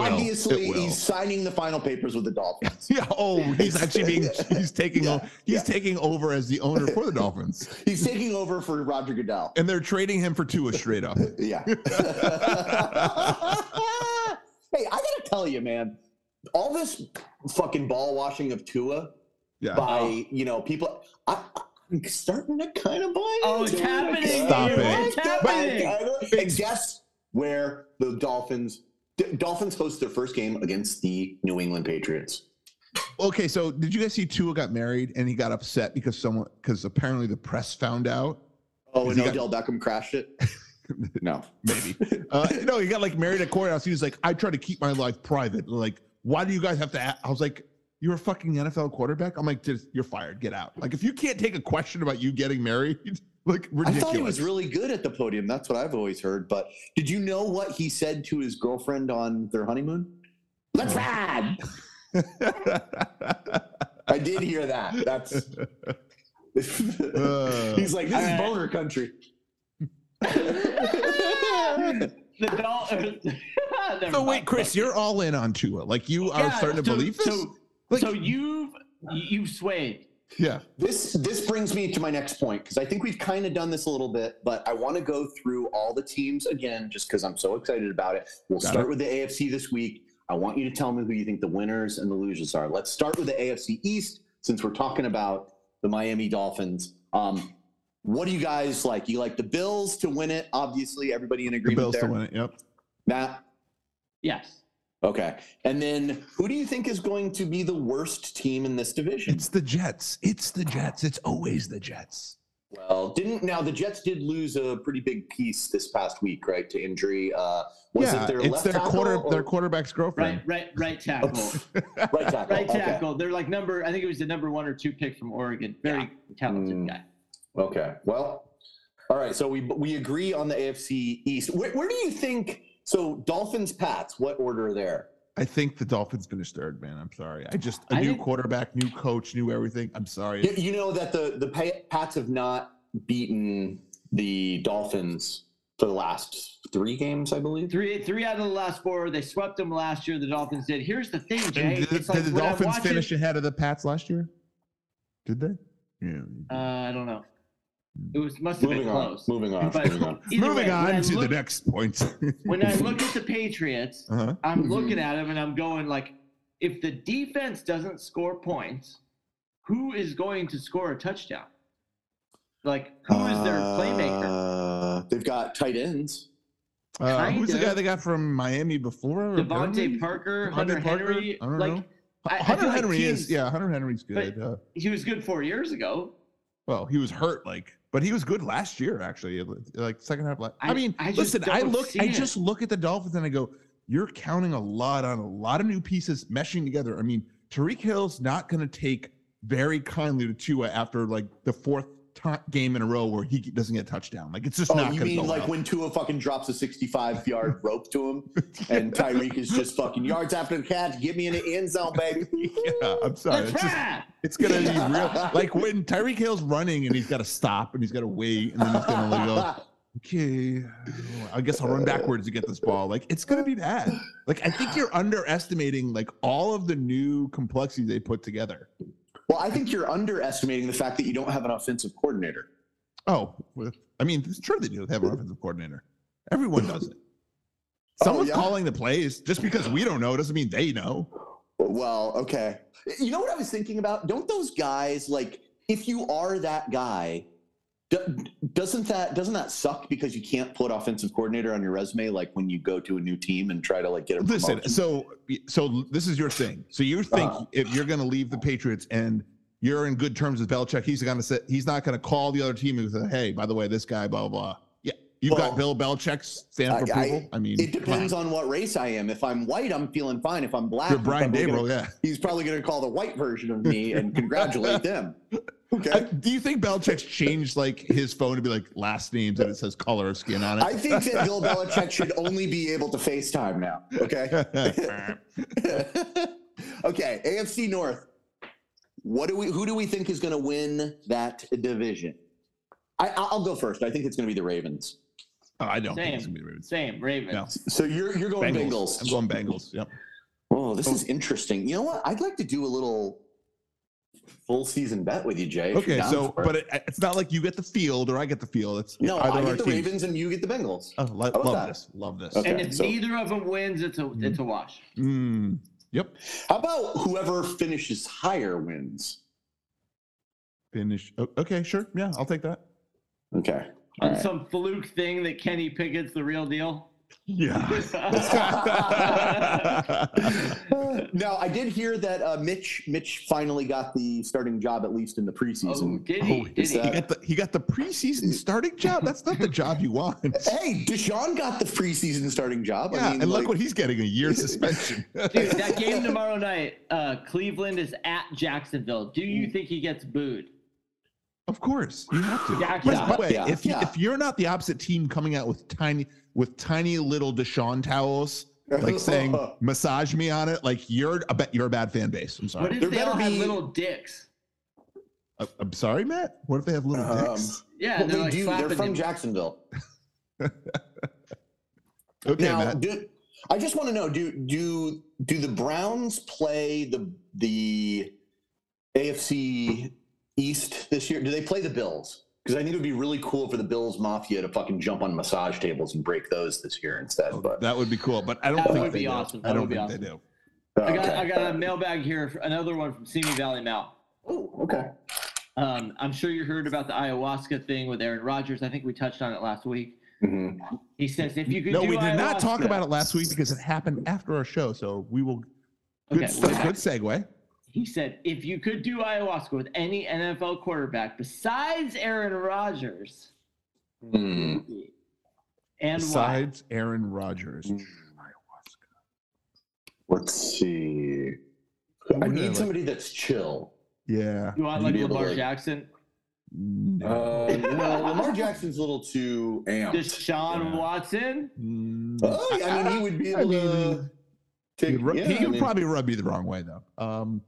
Speaker 3: It
Speaker 6: obviously
Speaker 3: will.
Speaker 6: he's signing the final papers with the Dolphins.
Speaker 3: Yeah. Oh, he's actually being he's taking
Speaker 6: Yeah,
Speaker 3: o- he's
Speaker 6: yeah.
Speaker 3: taking over as the owner for the Dolphins,
Speaker 6: he's taking over for Roger Goodell.
Speaker 3: and they're trading him for Tua straight up.
Speaker 6: Yeah. hey, I gotta tell you, man, all this fucking ball washing of Tua
Speaker 3: Yeah.
Speaker 6: by
Speaker 4: Oh.
Speaker 6: you know people. I, I'm starting to kind of buy.
Speaker 4: Oh,
Speaker 6: into
Speaker 4: it's happening,
Speaker 3: Stop dude. it.
Speaker 4: It's
Speaker 6: I don't-
Speaker 4: happening.
Speaker 6: I don't- And guess where the Dolphins? D- Dolphins host their first game against the New England Patriots.
Speaker 3: Okay. So did you guys see Tua got married and he got upset because someone because apparently the press found out.
Speaker 6: Oh,
Speaker 3: Has
Speaker 6: and
Speaker 3: he got-
Speaker 6: Odell Beckham crashed it. No.
Speaker 3: maybe. Uh, no, he got like married at courthouse. He was like, I try to keep my life private. Like, why do you guys have to? a-" I was like, you're a fucking NFL quarterback. I'm like, "Just- you're fired. Get out. Like, if you can't take a question about you getting married, like
Speaker 6: I
Speaker 3: ridiculous.
Speaker 6: thought he was really good at the podium. That's what I've always heard. But did you know what he said to his girlfriend on their honeymoon? Let's ride. I did hear that. That's.
Speaker 3: Uh,
Speaker 6: He's like, this is
Speaker 4: Alright.
Speaker 6: boner country.
Speaker 4: The doll. Never
Speaker 3: so wait,
Speaker 4: mind.
Speaker 3: Chris, you're all in on Tua. Like, you are
Speaker 4: Yeah,
Speaker 3: starting to
Speaker 4: so-
Speaker 3: believe this.
Speaker 4: So,
Speaker 3: Like-
Speaker 4: so you've you've swayed.
Speaker 3: yeah.
Speaker 6: This this brings me to my next point because I think we've kind of done this a little bit, but I want to go through all the teams again just because I'm so excited about it. We'll
Speaker 3: Got
Speaker 6: start
Speaker 3: it.
Speaker 6: with the AFC this week. I want you to tell me who you think the winners and the losers are. Let's start with the AFC East since we're talking about the Miami Dolphins. Um, what do you guys like? You like the Bills to win it? Obviously, everybody in
Speaker 3: The
Speaker 6: agreement
Speaker 3: Bills
Speaker 6: there.
Speaker 3: to win it. Yep.
Speaker 6: Matt,
Speaker 4: Yes.
Speaker 6: okay. And then who do you think is going to be the worst team in this division?
Speaker 3: It's the Jets. It's the Jets. It's always the Jets.
Speaker 6: Well, didn't now the Jets did lose a pretty big piece this past week, right? To injury. Uh, was
Speaker 3: yeah,
Speaker 6: it their
Speaker 3: it's
Speaker 6: left
Speaker 3: their
Speaker 6: tackle
Speaker 3: quarter,
Speaker 6: or-
Speaker 3: their quarterback's
Speaker 4: Right,
Speaker 3: girlfriend.
Speaker 4: right, right
Speaker 3: Oh,
Speaker 4: tackle.
Speaker 6: right tackle.
Speaker 4: right
Speaker 6: okay.
Speaker 4: tackle. They're like number. I think it was the number one or two pick from Oregon. Very talented
Speaker 3: Hmm.
Speaker 6: Mm.
Speaker 4: guy.
Speaker 6: Okay. Well, all right. So we we agree on the AFC East. Where, where do you think? So Dolphins, Pats. What order there?
Speaker 3: I think the Dolphins finished third, man. I'm sorry. I just a
Speaker 4: I
Speaker 3: new
Speaker 4: think-
Speaker 3: quarterback, new coach, new everything. I'm sorry.
Speaker 6: You, you know that the the Pa- Pats have not beaten the Dolphins for the last three games, I believe.
Speaker 4: Three, three out of the last four. They swept them last year. The Dolphins did. Here's the thing,
Speaker 3: And
Speaker 4: Jay.
Speaker 3: did,
Speaker 4: it's like
Speaker 3: did the
Speaker 4: when I'm
Speaker 3: Dolphins
Speaker 4: watching-
Speaker 3: finish ahead of the Pats last year? Did they? Yeah.
Speaker 4: Uh, I don't know. It was must have
Speaker 6: Moving
Speaker 4: been
Speaker 6: on.
Speaker 4: close.
Speaker 6: Moving on.
Speaker 4: But-
Speaker 6: Moving on.
Speaker 4: Either
Speaker 3: Moving
Speaker 4: way, when I
Speaker 3: on to
Speaker 4: look-
Speaker 3: the next point.
Speaker 4: When I look at the Patriots,
Speaker 3: uh-huh.
Speaker 4: I'm
Speaker 6: Mhm.
Speaker 4: looking at him and I'm going like, if the defense doesn't score points, who is going to score a touchdown? Like, who is their playmaker?
Speaker 6: Uh, they've got tight ends.
Speaker 3: Uh, who's the
Speaker 4: Kinda.
Speaker 3: guy they got from Miami before? or
Speaker 4: Devontae
Speaker 3: Perryman?
Speaker 4: Parker,
Speaker 3: Hmm. Devontae
Speaker 4: Hunter
Speaker 3: Parker?
Speaker 4: Henry.
Speaker 3: I don't
Speaker 4: like,
Speaker 3: know.
Speaker 4: I- I
Speaker 3: Hunter
Speaker 4: feel like
Speaker 3: Henry is
Speaker 4: teams-
Speaker 3: yeah. Hunter Henry's good. uh,
Speaker 4: he was good four years ago.
Speaker 3: Well, he was hurt, like, but he was good last year, actually, like second half. Last, I,
Speaker 4: I-
Speaker 3: mean,
Speaker 4: I just
Speaker 3: listen, I
Speaker 4: don't
Speaker 3: look,
Speaker 4: see
Speaker 3: I
Speaker 4: it.
Speaker 3: just look at the Dolphins and I go, you're counting a lot on a lot of new pieces meshing together. I mean, Tariq Hill's not going to take very kindly to Tua after like the fourth ti- game in a row where he doesn't get a touchdown. Like, it's just
Speaker 6: Oh,
Speaker 3: not
Speaker 6: you
Speaker 3: going to go
Speaker 6: mean like
Speaker 3: well.
Speaker 6: when Tua fucking drops a 65 yard rope to him and Tyreek is just fucking yards after the catch? Give me an end zone, baby.
Speaker 3: Yeah, I'm sorry.
Speaker 4: Let's
Speaker 3: It's, just,
Speaker 4: ride!
Speaker 3: it's gonna be real. Like when Tyreek Hill's running and he's got to stop and he's got to wait and then he's gonna like go, okay, I guess I'll
Speaker 6: Uh.
Speaker 3: run backwards to get this ball. Like it's gonna be bad. Like I think you're underestimating like all of the new complexity they put together.
Speaker 6: well, I think you're underestimating the fact that you don't have an offensive coordinator.
Speaker 3: Oh, with- I mean, sure they do have an offensive coordinator. Everyone does it.
Speaker 6: Oh,
Speaker 3: Someone's
Speaker 6: yeah?
Speaker 3: calling the plays. Just because we don't know doesn't mean they know.
Speaker 6: Well, okay. You know what I was thinking about? Don't those guys like if you are that guy, do- doesn't that doesn't that suck because you can't put offensive coordinator on your resume like when you go to a new team and try to like get a
Speaker 3: Listen,
Speaker 6: promotion?
Speaker 3: so so this is your thing. So you think
Speaker 6: Uh-huh.
Speaker 3: if you're going to leave the Patriots and you're in good terms with Belichick, he's going to say he's not going to call the other team and say, "Hey, by the way, this guy, blah blah." blah. Yeah, you've got Bill
Speaker 6: Well,
Speaker 3: Belichick's stamp
Speaker 6: I-
Speaker 3: for
Speaker 6: I-
Speaker 3: approval. I, mean,
Speaker 6: It depends on what race I am. If I'm white, I'm feeling fine. If I'm black,
Speaker 3: You're
Speaker 6: I'm
Speaker 3: Brian
Speaker 6: probably gonna-
Speaker 3: Dable, yeah.
Speaker 6: he's probably going to call the white version of me and congratulate them.
Speaker 3: I-
Speaker 6: Okay.
Speaker 3: do you think Belichick's changed like his phone to be like last names and it says color of skin on it?
Speaker 6: I think that Bill Belichick should only be able to FaceTime now. Okay. okay. AFC North. What do we? Who do we think is going to win that division? I, I- I'll go first. I think it's going to be the Ravens.
Speaker 3: Oh, I don't think
Speaker 4: Same.
Speaker 3: it's gonna be Ravens.
Speaker 4: Same, Ravens.
Speaker 3: No.
Speaker 6: So you're you're going
Speaker 3: Bengals.
Speaker 6: Bengals.
Speaker 3: I'm going Bengals. Yep.
Speaker 6: Oh, this is interesting. You know what? I'd like to do a little full season bet with you, Jay. if
Speaker 3: Okay,
Speaker 6: you're down
Speaker 3: so
Speaker 6: for it.
Speaker 3: but it, it's not like you get the field or I get the field. It's
Speaker 6: no,
Speaker 3: either
Speaker 6: I
Speaker 3: of
Speaker 6: get
Speaker 3: our
Speaker 6: the
Speaker 3: teams.
Speaker 6: Ravens and you get the Bengals.
Speaker 3: Oh, lo-
Speaker 6: about
Speaker 3: love
Speaker 6: that?
Speaker 3: this. Love this.
Speaker 6: Okay.
Speaker 4: and if
Speaker 6: so-
Speaker 4: neither of them wins, it's a
Speaker 3: Mm-hmm.
Speaker 4: it's a wash.
Speaker 3: Mm, yep.
Speaker 6: How about whoever finishes higher wins?
Speaker 3: Finish. o- Okay, sure. Yeah, I'll take that.
Speaker 6: Okay.
Speaker 4: On
Speaker 6: All right.
Speaker 4: some fluke thing that Kenny Pickett's the real deal.
Speaker 3: Yeah.
Speaker 6: now I did hear that uh, Mitch Mitch finally got the starting job at least in the
Speaker 4: oh,
Speaker 6: preseason.
Speaker 4: did he?
Speaker 3: Oh,
Speaker 4: did he?
Speaker 3: he got the he got the preseason starting job. That's not the job you want.
Speaker 6: Hey, Deshaun got the preseason starting job.
Speaker 3: Yeah,
Speaker 6: I mean,
Speaker 3: and
Speaker 6: like-
Speaker 3: look what he's getting—a year suspension.
Speaker 4: Dude, that game tomorrow night, uh, Cleveland is at Jacksonville. Do you think he gets booed?
Speaker 3: Of course, you have to.
Speaker 4: Yeah,
Speaker 3: By
Speaker 6: yeah,
Speaker 3: the way,
Speaker 6: yeah,
Speaker 3: if,
Speaker 6: yeah.
Speaker 3: if you're not the opposite team coming out with tiny with tiny little Deshaun towels, like saying massage me on it, like you're a bet you're a bad fan base. I'm
Speaker 4: What
Speaker 3: sorry.
Speaker 4: if
Speaker 6: There
Speaker 4: they
Speaker 6: better
Speaker 4: all had
Speaker 6: be-
Speaker 4: little dicks?
Speaker 3: I- I'm sorry, Matt. What if they have little
Speaker 6: Um,
Speaker 3: dicks?
Speaker 4: Yeah,
Speaker 6: well,
Speaker 4: they're
Speaker 6: they
Speaker 4: like
Speaker 6: do. They're
Speaker 4: slapping
Speaker 6: from
Speaker 4: him.
Speaker 6: Jacksonville.
Speaker 3: Okay,
Speaker 6: now,
Speaker 3: Matt.
Speaker 6: do, I just want to know do do do the Browns play the the AFC East this year? Do they play the Bills? Because I think it would be really cool for the Bills Mafia to fucking jump on massage tables and break those this year instead.
Speaker 4: Oh,
Speaker 6: But
Speaker 3: That would be cool, but I don't
Speaker 4: That
Speaker 3: think
Speaker 4: would
Speaker 3: they
Speaker 4: be
Speaker 3: do.
Speaker 4: awesome.
Speaker 3: I
Speaker 4: That
Speaker 3: don't
Speaker 4: would be
Speaker 3: think
Speaker 4: awesome.
Speaker 3: they do.
Speaker 4: I got
Speaker 6: okay.
Speaker 4: I got a mailbag here, for another one from Simi Valley Mal.
Speaker 6: Oh, okay.
Speaker 4: Um, I'm sure you heard about the ayahuasca thing with Aaron Rodgers. I think we touched on it last week.
Speaker 6: Mhm.
Speaker 4: He says if you uh, could
Speaker 3: No,
Speaker 4: do
Speaker 3: we did not
Speaker 4: ayahuasca-
Speaker 3: talk about it last week because it happened after our show. So we will. Good,
Speaker 4: Okay,
Speaker 3: se-
Speaker 4: we're back.
Speaker 3: good segue.
Speaker 4: He said if you could do ayahuasca with any NFL quarterback besides Aaron Rodgers,
Speaker 6: Hmm.
Speaker 4: and why?
Speaker 3: Besides Aaron Rodgers,
Speaker 6: Mm. Let's see.
Speaker 3: Who
Speaker 6: I
Speaker 3: would
Speaker 6: need
Speaker 3: like-
Speaker 6: somebody that's chill.
Speaker 3: Yeah.
Speaker 4: You want
Speaker 6: You'd
Speaker 4: like
Speaker 6: be able to,
Speaker 4: Lamar
Speaker 6: like-
Speaker 4: Jackson,
Speaker 3: No.
Speaker 6: Uh, no, Lamar Jackson's a little too amped.
Speaker 4: Deshaun
Speaker 3: Yeah.
Speaker 4: Watson?
Speaker 3: Mm,
Speaker 6: Oh, yeah, I mean, he would be able to.
Speaker 3: he
Speaker 6: Take,
Speaker 3: could, rub,
Speaker 6: yeah,
Speaker 3: he could
Speaker 6: I mean-
Speaker 3: probably rub you the wrong way though. Um,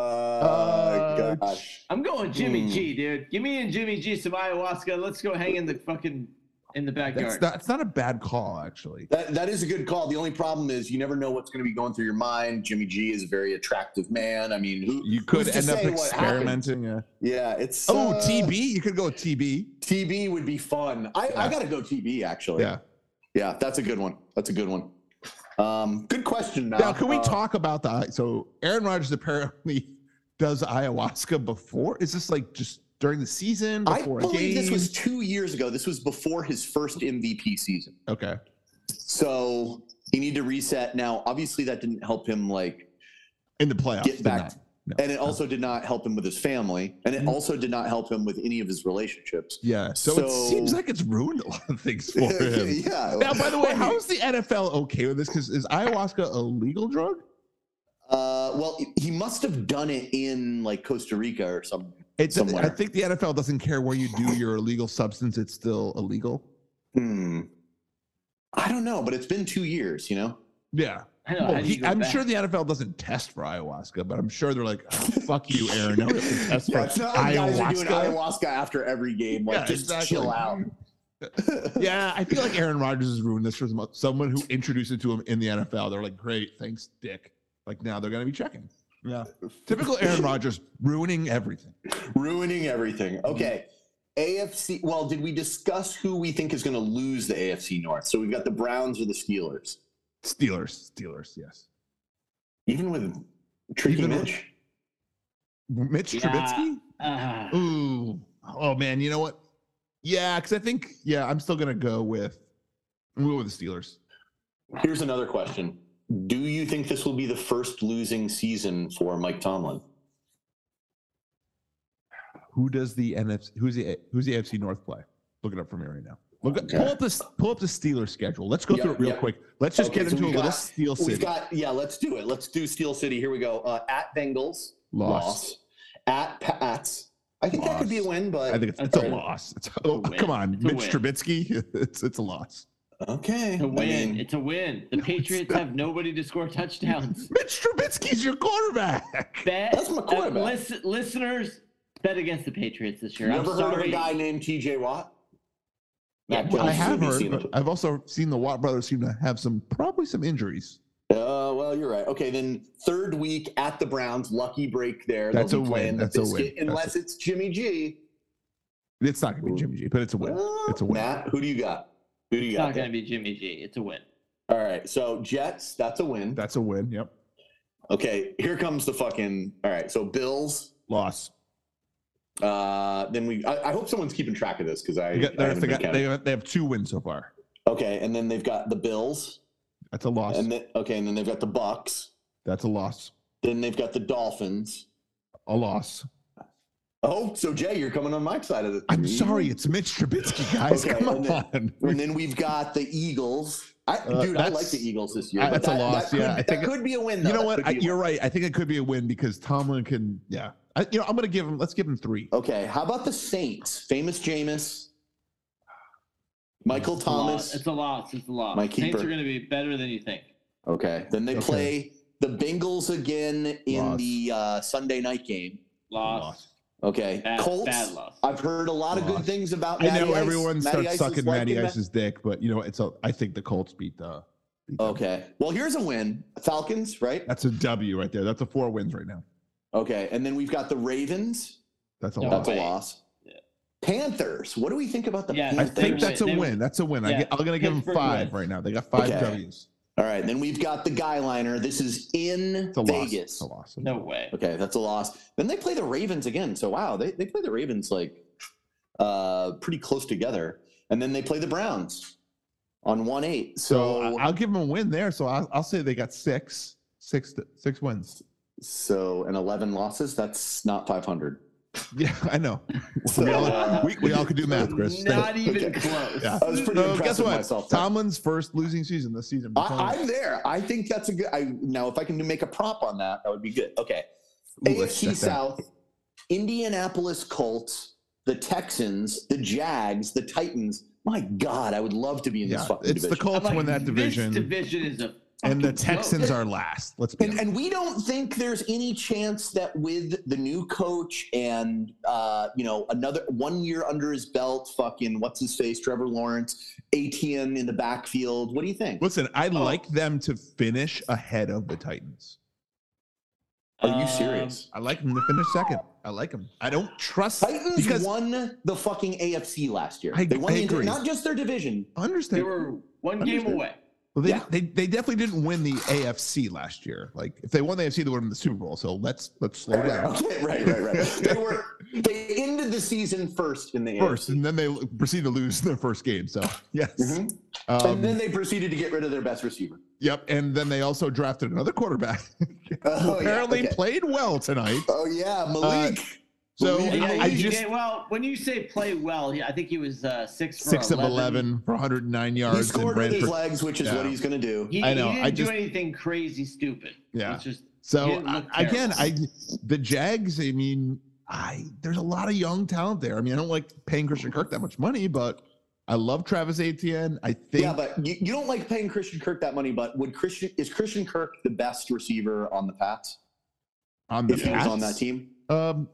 Speaker 6: uh, gosh.
Speaker 4: I'm going Jimmy
Speaker 6: Hmm.
Speaker 4: G, dude. Give me and Jimmy G some ayahuasca. Let's go hang in the fucking in the
Speaker 3: that's
Speaker 4: backyard.
Speaker 3: not, it's not a bad call actually.
Speaker 6: That, that is a good call. The only problem is you never know what's going to be going through your mind. Jimmy G is a very attractive man. I mean, who,
Speaker 3: You could
Speaker 6: who's
Speaker 3: end
Speaker 6: to
Speaker 3: up
Speaker 6: say what happened?
Speaker 3: experimenting. Yeah.
Speaker 6: Yeah, it's
Speaker 3: Oh,
Speaker 6: uh,
Speaker 3: TB. You could go with TB.
Speaker 6: TB would be fun. I, I
Speaker 3: Yeah.
Speaker 6: got to go TB actually.
Speaker 3: Yeah.
Speaker 6: yeah, that's a good one. That's a good one. Um, good question. Now,
Speaker 3: Now, can we
Speaker 6: Uh,
Speaker 3: talk about the so Aaron Rodgers apparently does ayahuasca before? Is this like just during the season?
Speaker 6: Uh, I
Speaker 3: Before a
Speaker 6: believe this
Speaker 3: game?
Speaker 6: was two years ago. This was before his first MVP season.
Speaker 3: okay.
Speaker 6: So he need to reset now. Obviously, that didn't help him like
Speaker 3: In the playoffs.
Speaker 6: get
Speaker 3: did
Speaker 6: back,
Speaker 3: not. No.
Speaker 6: and it also did not help him with his family, and it
Speaker 3: Mhm.
Speaker 6: also did not help him with any of his relationships.
Speaker 3: Yeah. So, it
Speaker 6: So-
Speaker 3: seems like it's ruined a lot of things for him.
Speaker 6: yeah.
Speaker 3: Now, by the way,
Speaker 6: Wait,
Speaker 3: how is the NFL okay with this? Because is ayahuasca a legal drug?
Speaker 6: Uh, well, he must have done it in like Costa Rica or something.
Speaker 3: It's.
Speaker 6: Somewhere.
Speaker 3: I think the NFL doesn't care where you do your illegal substance; it's still illegal.
Speaker 6: Hmm. I don't know, but it's been two years. You know.
Speaker 3: Yeah,
Speaker 4: I know,
Speaker 3: Well,
Speaker 4: how do
Speaker 3: he-
Speaker 4: you go
Speaker 3: I'm
Speaker 4: back?
Speaker 3: sure the NFL doesn't test for ayahuasca, but I'm sure they're like, "Oh, "Fuck you, Aaron." Now we have to test
Speaker 6: Yeah,
Speaker 3: for
Speaker 6: it's not like guys are doing
Speaker 3: ayahuasca.
Speaker 6: ayahuasca after every game. Like,
Speaker 3: Yeah,
Speaker 6: just
Speaker 3: exactly.
Speaker 6: chill out.
Speaker 3: Yeah, I feel like Aaron Rodgers has ruined this for some- someone who introduced it to him in the NFL. They're like, "Great, thanks, Dick." Like now they're gonna be checking. Yeah, typical Aaron Rodgers ruining everything.
Speaker 6: ruining
Speaker 3: Mm-hmm.
Speaker 6: everything. Okay. AFC. Well, did we discuss who we think is going to lose the AFC North? So we've got the Browns or the Steelers.
Speaker 3: Steelers, Steelers, yes.
Speaker 6: Even with Tricky
Speaker 3: Even with-
Speaker 6: Mitch.
Speaker 3: Mitch
Speaker 4: Yeah.
Speaker 3: Trubisky.
Speaker 4: Ah.
Speaker 3: Ooh. Oh man, you know what? Yeah, because I think yeah, I'm still gonna go with I'm going with the Steelers.
Speaker 6: Here's another question. Do you think this will be the first losing season for Mike Tomlin?
Speaker 3: Who does the NFC? Who's the who's the AFC North play? Look it up for me right now. Look,
Speaker 6: Okay.
Speaker 3: pull up this pull up the Steelers schedule. Let's go
Speaker 6: Yeah,
Speaker 3: through it real
Speaker 6: yeah.
Speaker 3: quick. Let's just
Speaker 6: Okay,
Speaker 3: get
Speaker 6: so
Speaker 3: into a
Speaker 6: we
Speaker 3: little
Speaker 6: got-
Speaker 3: Steel
Speaker 6: We've
Speaker 3: City
Speaker 6: got, yeah, let's do it. Let's do Steel City. Here we go. Uh, at Bengals,
Speaker 3: loss.
Speaker 6: loss. At Pats. I think that could be a
Speaker 3: Loss.
Speaker 6: win, but
Speaker 3: I think it's,
Speaker 4: That's
Speaker 3: it's a
Speaker 4: a win.
Speaker 3: loss. It's,
Speaker 4: a
Speaker 3: oh,
Speaker 4: win.
Speaker 3: come on,
Speaker 4: It's a
Speaker 3: Mitch
Speaker 4: win.
Speaker 3: Trubisky. It's it's a loss.
Speaker 6: okay.
Speaker 4: It's a
Speaker 6: I
Speaker 4: win.
Speaker 6: mean,
Speaker 4: it's a win. The Patriots have nobody to score touchdowns.
Speaker 3: Mitch Trubisky's your quarterback.
Speaker 4: Bet,
Speaker 6: That's my
Speaker 4: uh,
Speaker 6: quarterback.
Speaker 4: listen- listeners, bet against the Patriots this
Speaker 6: you
Speaker 4: year. I'm
Speaker 6: ever heard of a
Speaker 4: sorry.
Speaker 6: guy named TJ Watt?
Speaker 4: Yeah,
Speaker 6: Mac
Speaker 4: well,
Speaker 6: Jones
Speaker 3: I
Speaker 6: is
Speaker 3: have
Speaker 6: gonna be
Speaker 3: heard.
Speaker 6: seeing
Speaker 3: But I've also seen the Watt brothers seem to have some probably some injuries.
Speaker 6: Uh, well, you're right. Okay, then third week at the Browns, lucky break there.
Speaker 3: That's
Speaker 6: They'll
Speaker 3: a
Speaker 6: be
Speaker 3: win.
Speaker 6: playing the
Speaker 3: That's a win.
Speaker 6: biscuit,
Speaker 3: That's
Speaker 6: Unless it's Jimmy G.
Speaker 3: It's not gonna be Jimmy G, but it's a win.
Speaker 6: Well,
Speaker 3: It's a win.
Speaker 6: Matt, who do you got? Who do you
Speaker 4: It's
Speaker 6: got?
Speaker 4: not
Speaker 6: there?
Speaker 4: going to be Jimmy G. It's a win.
Speaker 6: All right, so Jets, that's a win.
Speaker 3: That's a win. Yep.
Speaker 6: Okay, here comes the fucking. All right, so Bills.
Speaker 3: Loss.
Speaker 6: Uh, then we. I, I hope someone's keeping track of this because I.
Speaker 3: They, got,
Speaker 6: I
Speaker 3: they, they,
Speaker 6: haven't been
Speaker 3: got,
Speaker 6: counting.
Speaker 3: they, have, they have two wins so far.
Speaker 6: Okay, and then they've got the Bills,
Speaker 3: That's a loss.
Speaker 6: and then okay, and then they've got the Bucks.
Speaker 3: That's a loss.
Speaker 6: Then they've got the Dolphins.
Speaker 3: A loss.
Speaker 6: Oh, so Jay, you're coming on my side of the.
Speaker 3: I'm sorry, it's Mitch Trubisky, guys.
Speaker 6: Okay,
Speaker 3: Come
Speaker 6: and then-
Speaker 3: on.
Speaker 6: And then we've got the Eagles. I,
Speaker 3: Uh,
Speaker 6: dude, I
Speaker 3: that's-
Speaker 6: like the Eagles this year.
Speaker 3: I-
Speaker 6: but
Speaker 3: that's a
Speaker 6: that-
Speaker 3: loss,
Speaker 6: That could,
Speaker 3: yeah. I
Speaker 6: that
Speaker 3: think-
Speaker 6: could be a win. Though.
Speaker 3: You know
Speaker 6: That
Speaker 3: what?
Speaker 6: could
Speaker 3: I,
Speaker 6: be a win.
Speaker 3: you're right. I think it could be a win because Tomlin can. Yeah. I, you know, I'm gonna give him. Let's give him three.
Speaker 6: Okay, how about the Saints? Famous Jameis, Michael
Speaker 4: It's a lot.
Speaker 6: Thomas.
Speaker 4: It's a loss. It's a loss.
Speaker 6: My
Speaker 4: Saints
Speaker 6: keeper.
Speaker 4: are going to be better than you think.
Speaker 6: Okay, then they
Speaker 3: Okay.
Speaker 6: play the Bengals again in
Speaker 3: Loss.
Speaker 6: the uh, Sunday night game.
Speaker 4: Loss.
Speaker 6: Okay,
Speaker 4: Bad,
Speaker 6: Colts.
Speaker 4: bad loss.
Speaker 6: I've heard a lot of
Speaker 3: Loss.
Speaker 6: good things about.
Speaker 3: I
Speaker 6: Matty
Speaker 3: know
Speaker 6: Ice.
Speaker 3: everyone
Speaker 6: Matty
Speaker 3: starts
Speaker 6: Ice is
Speaker 3: sucking
Speaker 6: liking
Speaker 3: Matty
Speaker 6: that-
Speaker 3: Ice's dick, but you know it's a. I think the Colts beat the. beat them.
Speaker 6: Okay, well here's a win. Falcons, right?
Speaker 3: That's a W right there. That's a four wins right now.
Speaker 6: Okay, and then we've got the Ravens.
Speaker 3: That's a
Speaker 4: No,
Speaker 3: loss.
Speaker 6: That's a
Speaker 4: way.
Speaker 6: loss. Panthers. What do we think about the
Speaker 4: Yeah,
Speaker 3: I
Speaker 6: Panthers?
Speaker 3: think
Speaker 4: They-
Speaker 3: that's a
Speaker 4: they-
Speaker 3: win. That's a win. I
Speaker 4: yeah.
Speaker 3: get, I'm gonna give them
Speaker 4: Pittsburgh
Speaker 3: five
Speaker 4: wins.
Speaker 3: right now. They got five
Speaker 6: Okay.
Speaker 3: W's.
Speaker 6: All right, then we've got the guy liner. This is in
Speaker 3: It's a loss. It's
Speaker 6: Vegas.
Speaker 3: a loss.
Speaker 4: No way.
Speaker 6: Okay, that's a loss. Then they play the Ravens again. So wow, they, they play the Ravens like uh pretty close together. And then they play the Browns on one eight.
Speaker 3: So
Speaker 6: So
Speaker 3: I- I'll give them a win there. So I'll, I'll say they got six, six, six wins.
Speaker 6: so and eleven losses, that's not five hundred.
Speaker 3: Yeah, I know.
Speaker 6: So,
Speaker 3: we, all,
Speaker 6: uh,
Speaker 3: we, we all could do math, Chris.
Speaker 4: Not even
Speaker 6: Okay.
Speaker 4: close.
Speaker 3: Yeah.
Speaker 6: I was pretty
Speaker 3: So
Speaker 6: impressed
Speaker 3: guess
Speaker 6: with
Speaker 3: what?
Speaker 6: myself. there.
Speaker 3: Tomlin's first losing season this season.
Speaker 6: I, I'm there. I think that's a good I now if I can make a prop on that, that would be good. Okay.
Speaker 3: Ooh, let's
Speaker 6: AFC
Speaker 3: check that.
Speaker 6: South, Indianapolis Colts, the Texans, the Jags, the Titans. My God, I would love to be in
Speaker 3: yeah,
Speaker 6: this fucking
Speaker 3: it's the
Speaker 6: division.
Speaker 3: Colts
Speaker 4: I'm
Speaker 3: win
Speaker 4: like,
Speaker 3: that division,
Speaker 4: This division is a
Speaker 3: and the
Speaker 4: fucking
Speaker 3: Texans
Speaker 4: joke.
Speaker 3: are last. Let's be
Speaker 6: and,
Speaker 3: honest.
Speaker 6: and we don't think there's any chance that with the new coach and uh, you know another one year under his belt, fucking what's his face, Trevor Lawrence, ATN in the backfield. What do you think?
Speaker 3: Listen, I like them to finish ahead of the Titans.
Speaker 6: Are you
Speaker 4: Um,
Speaker 6: serious?
Speaker 3: I like them to finish second. I like them. I don't trust
Speaker 6: Titans
Speaker 3: because
Speaker 6: won the fucking AFC last year.
Speaker 3: I-
Speaker 6: they won
Speaker 3: I
Speaker 6: the inter-
Speaker 3: agree.
Speaker 6: not just their division.
Speaker 3: I
Speaker 4: They
Speaker 3: understand.
Speaker 4: were one game
Speaker 3: Understood.
Speaker 4: away.
Speaker 3: Well, they,
Speaker 6: Yeah.
Speaker 3: they they definitely didn't win the AFC last year. Like if they won the AFC, they would have won the Super Bowl. So let's let's slow down
Speaker 6: Okay, right, right, right. they were they ended the season first in the AFC.
Speaker 3: first, and then they l- proceed to lose their first game. So yes,
Speaker 6: Mhm.
Speaker 3: um,
Speaker 6: and then they proceeded to get rid of their best receiver.
Speaker 3: yep. And then they also drafted another quarterback.
Speaker 6: Oh,
Speaker 3: Apparently Uh,
Speaker 6: yeah, okay.
Speaker 3: played well tonight.
Speaker 6: Oh yeah, Malik.
Speaker 3: So
Speaker 6: Yeah,
Speaker 4: Yeah,
Speaker 3: I
Speaker 4: he
Speaker 3: just
Speaker 4: did- well, when you say play well, yeah, I think he was uh, six for
Speaker 3: six of eleven for 109 yards.
Speaker 6: he scored
Speaker 3: and
Speaker 6: with
Speaker 3: ran
Speaker 6: his
Speaker 3: for-
Speaker 6: legs, which is
Speaker 3: Yeah.
Speaker 6: what he's going to do.
Speaker 4: He,
Speaker 3: I
Speaker 4: I
Speaker 3: know,
Speaker 4: He didn't
Speaker 3: I
Speaker 4: do
Speaker 3: just-
Speaker 4: anything crazy stupid.
Speaker 3: Yeah.
Speaker 4: It's just He
Speaker 3: So
Speaker 4: didn't
Speaker 3: I,
Speaker 4: look
Speaker 3: again, I
Speaker 4: terrible.
Speaker 3: the Jags. I mean, I there's a lot of young talent there. I mean, I don't like paying Christian Kirk that much money, but I love Travis Etienne. I think
Speaker 6: yeah, but you, you don't like paying Christian Kirk that money. But would Christian is Christian Kirk the best receiver on the Pats?
Speaker 3: on the
Speaker 6: If he was on that
Speaker 3: Pats,
Speaker 6: team,
Speaker 3: Um,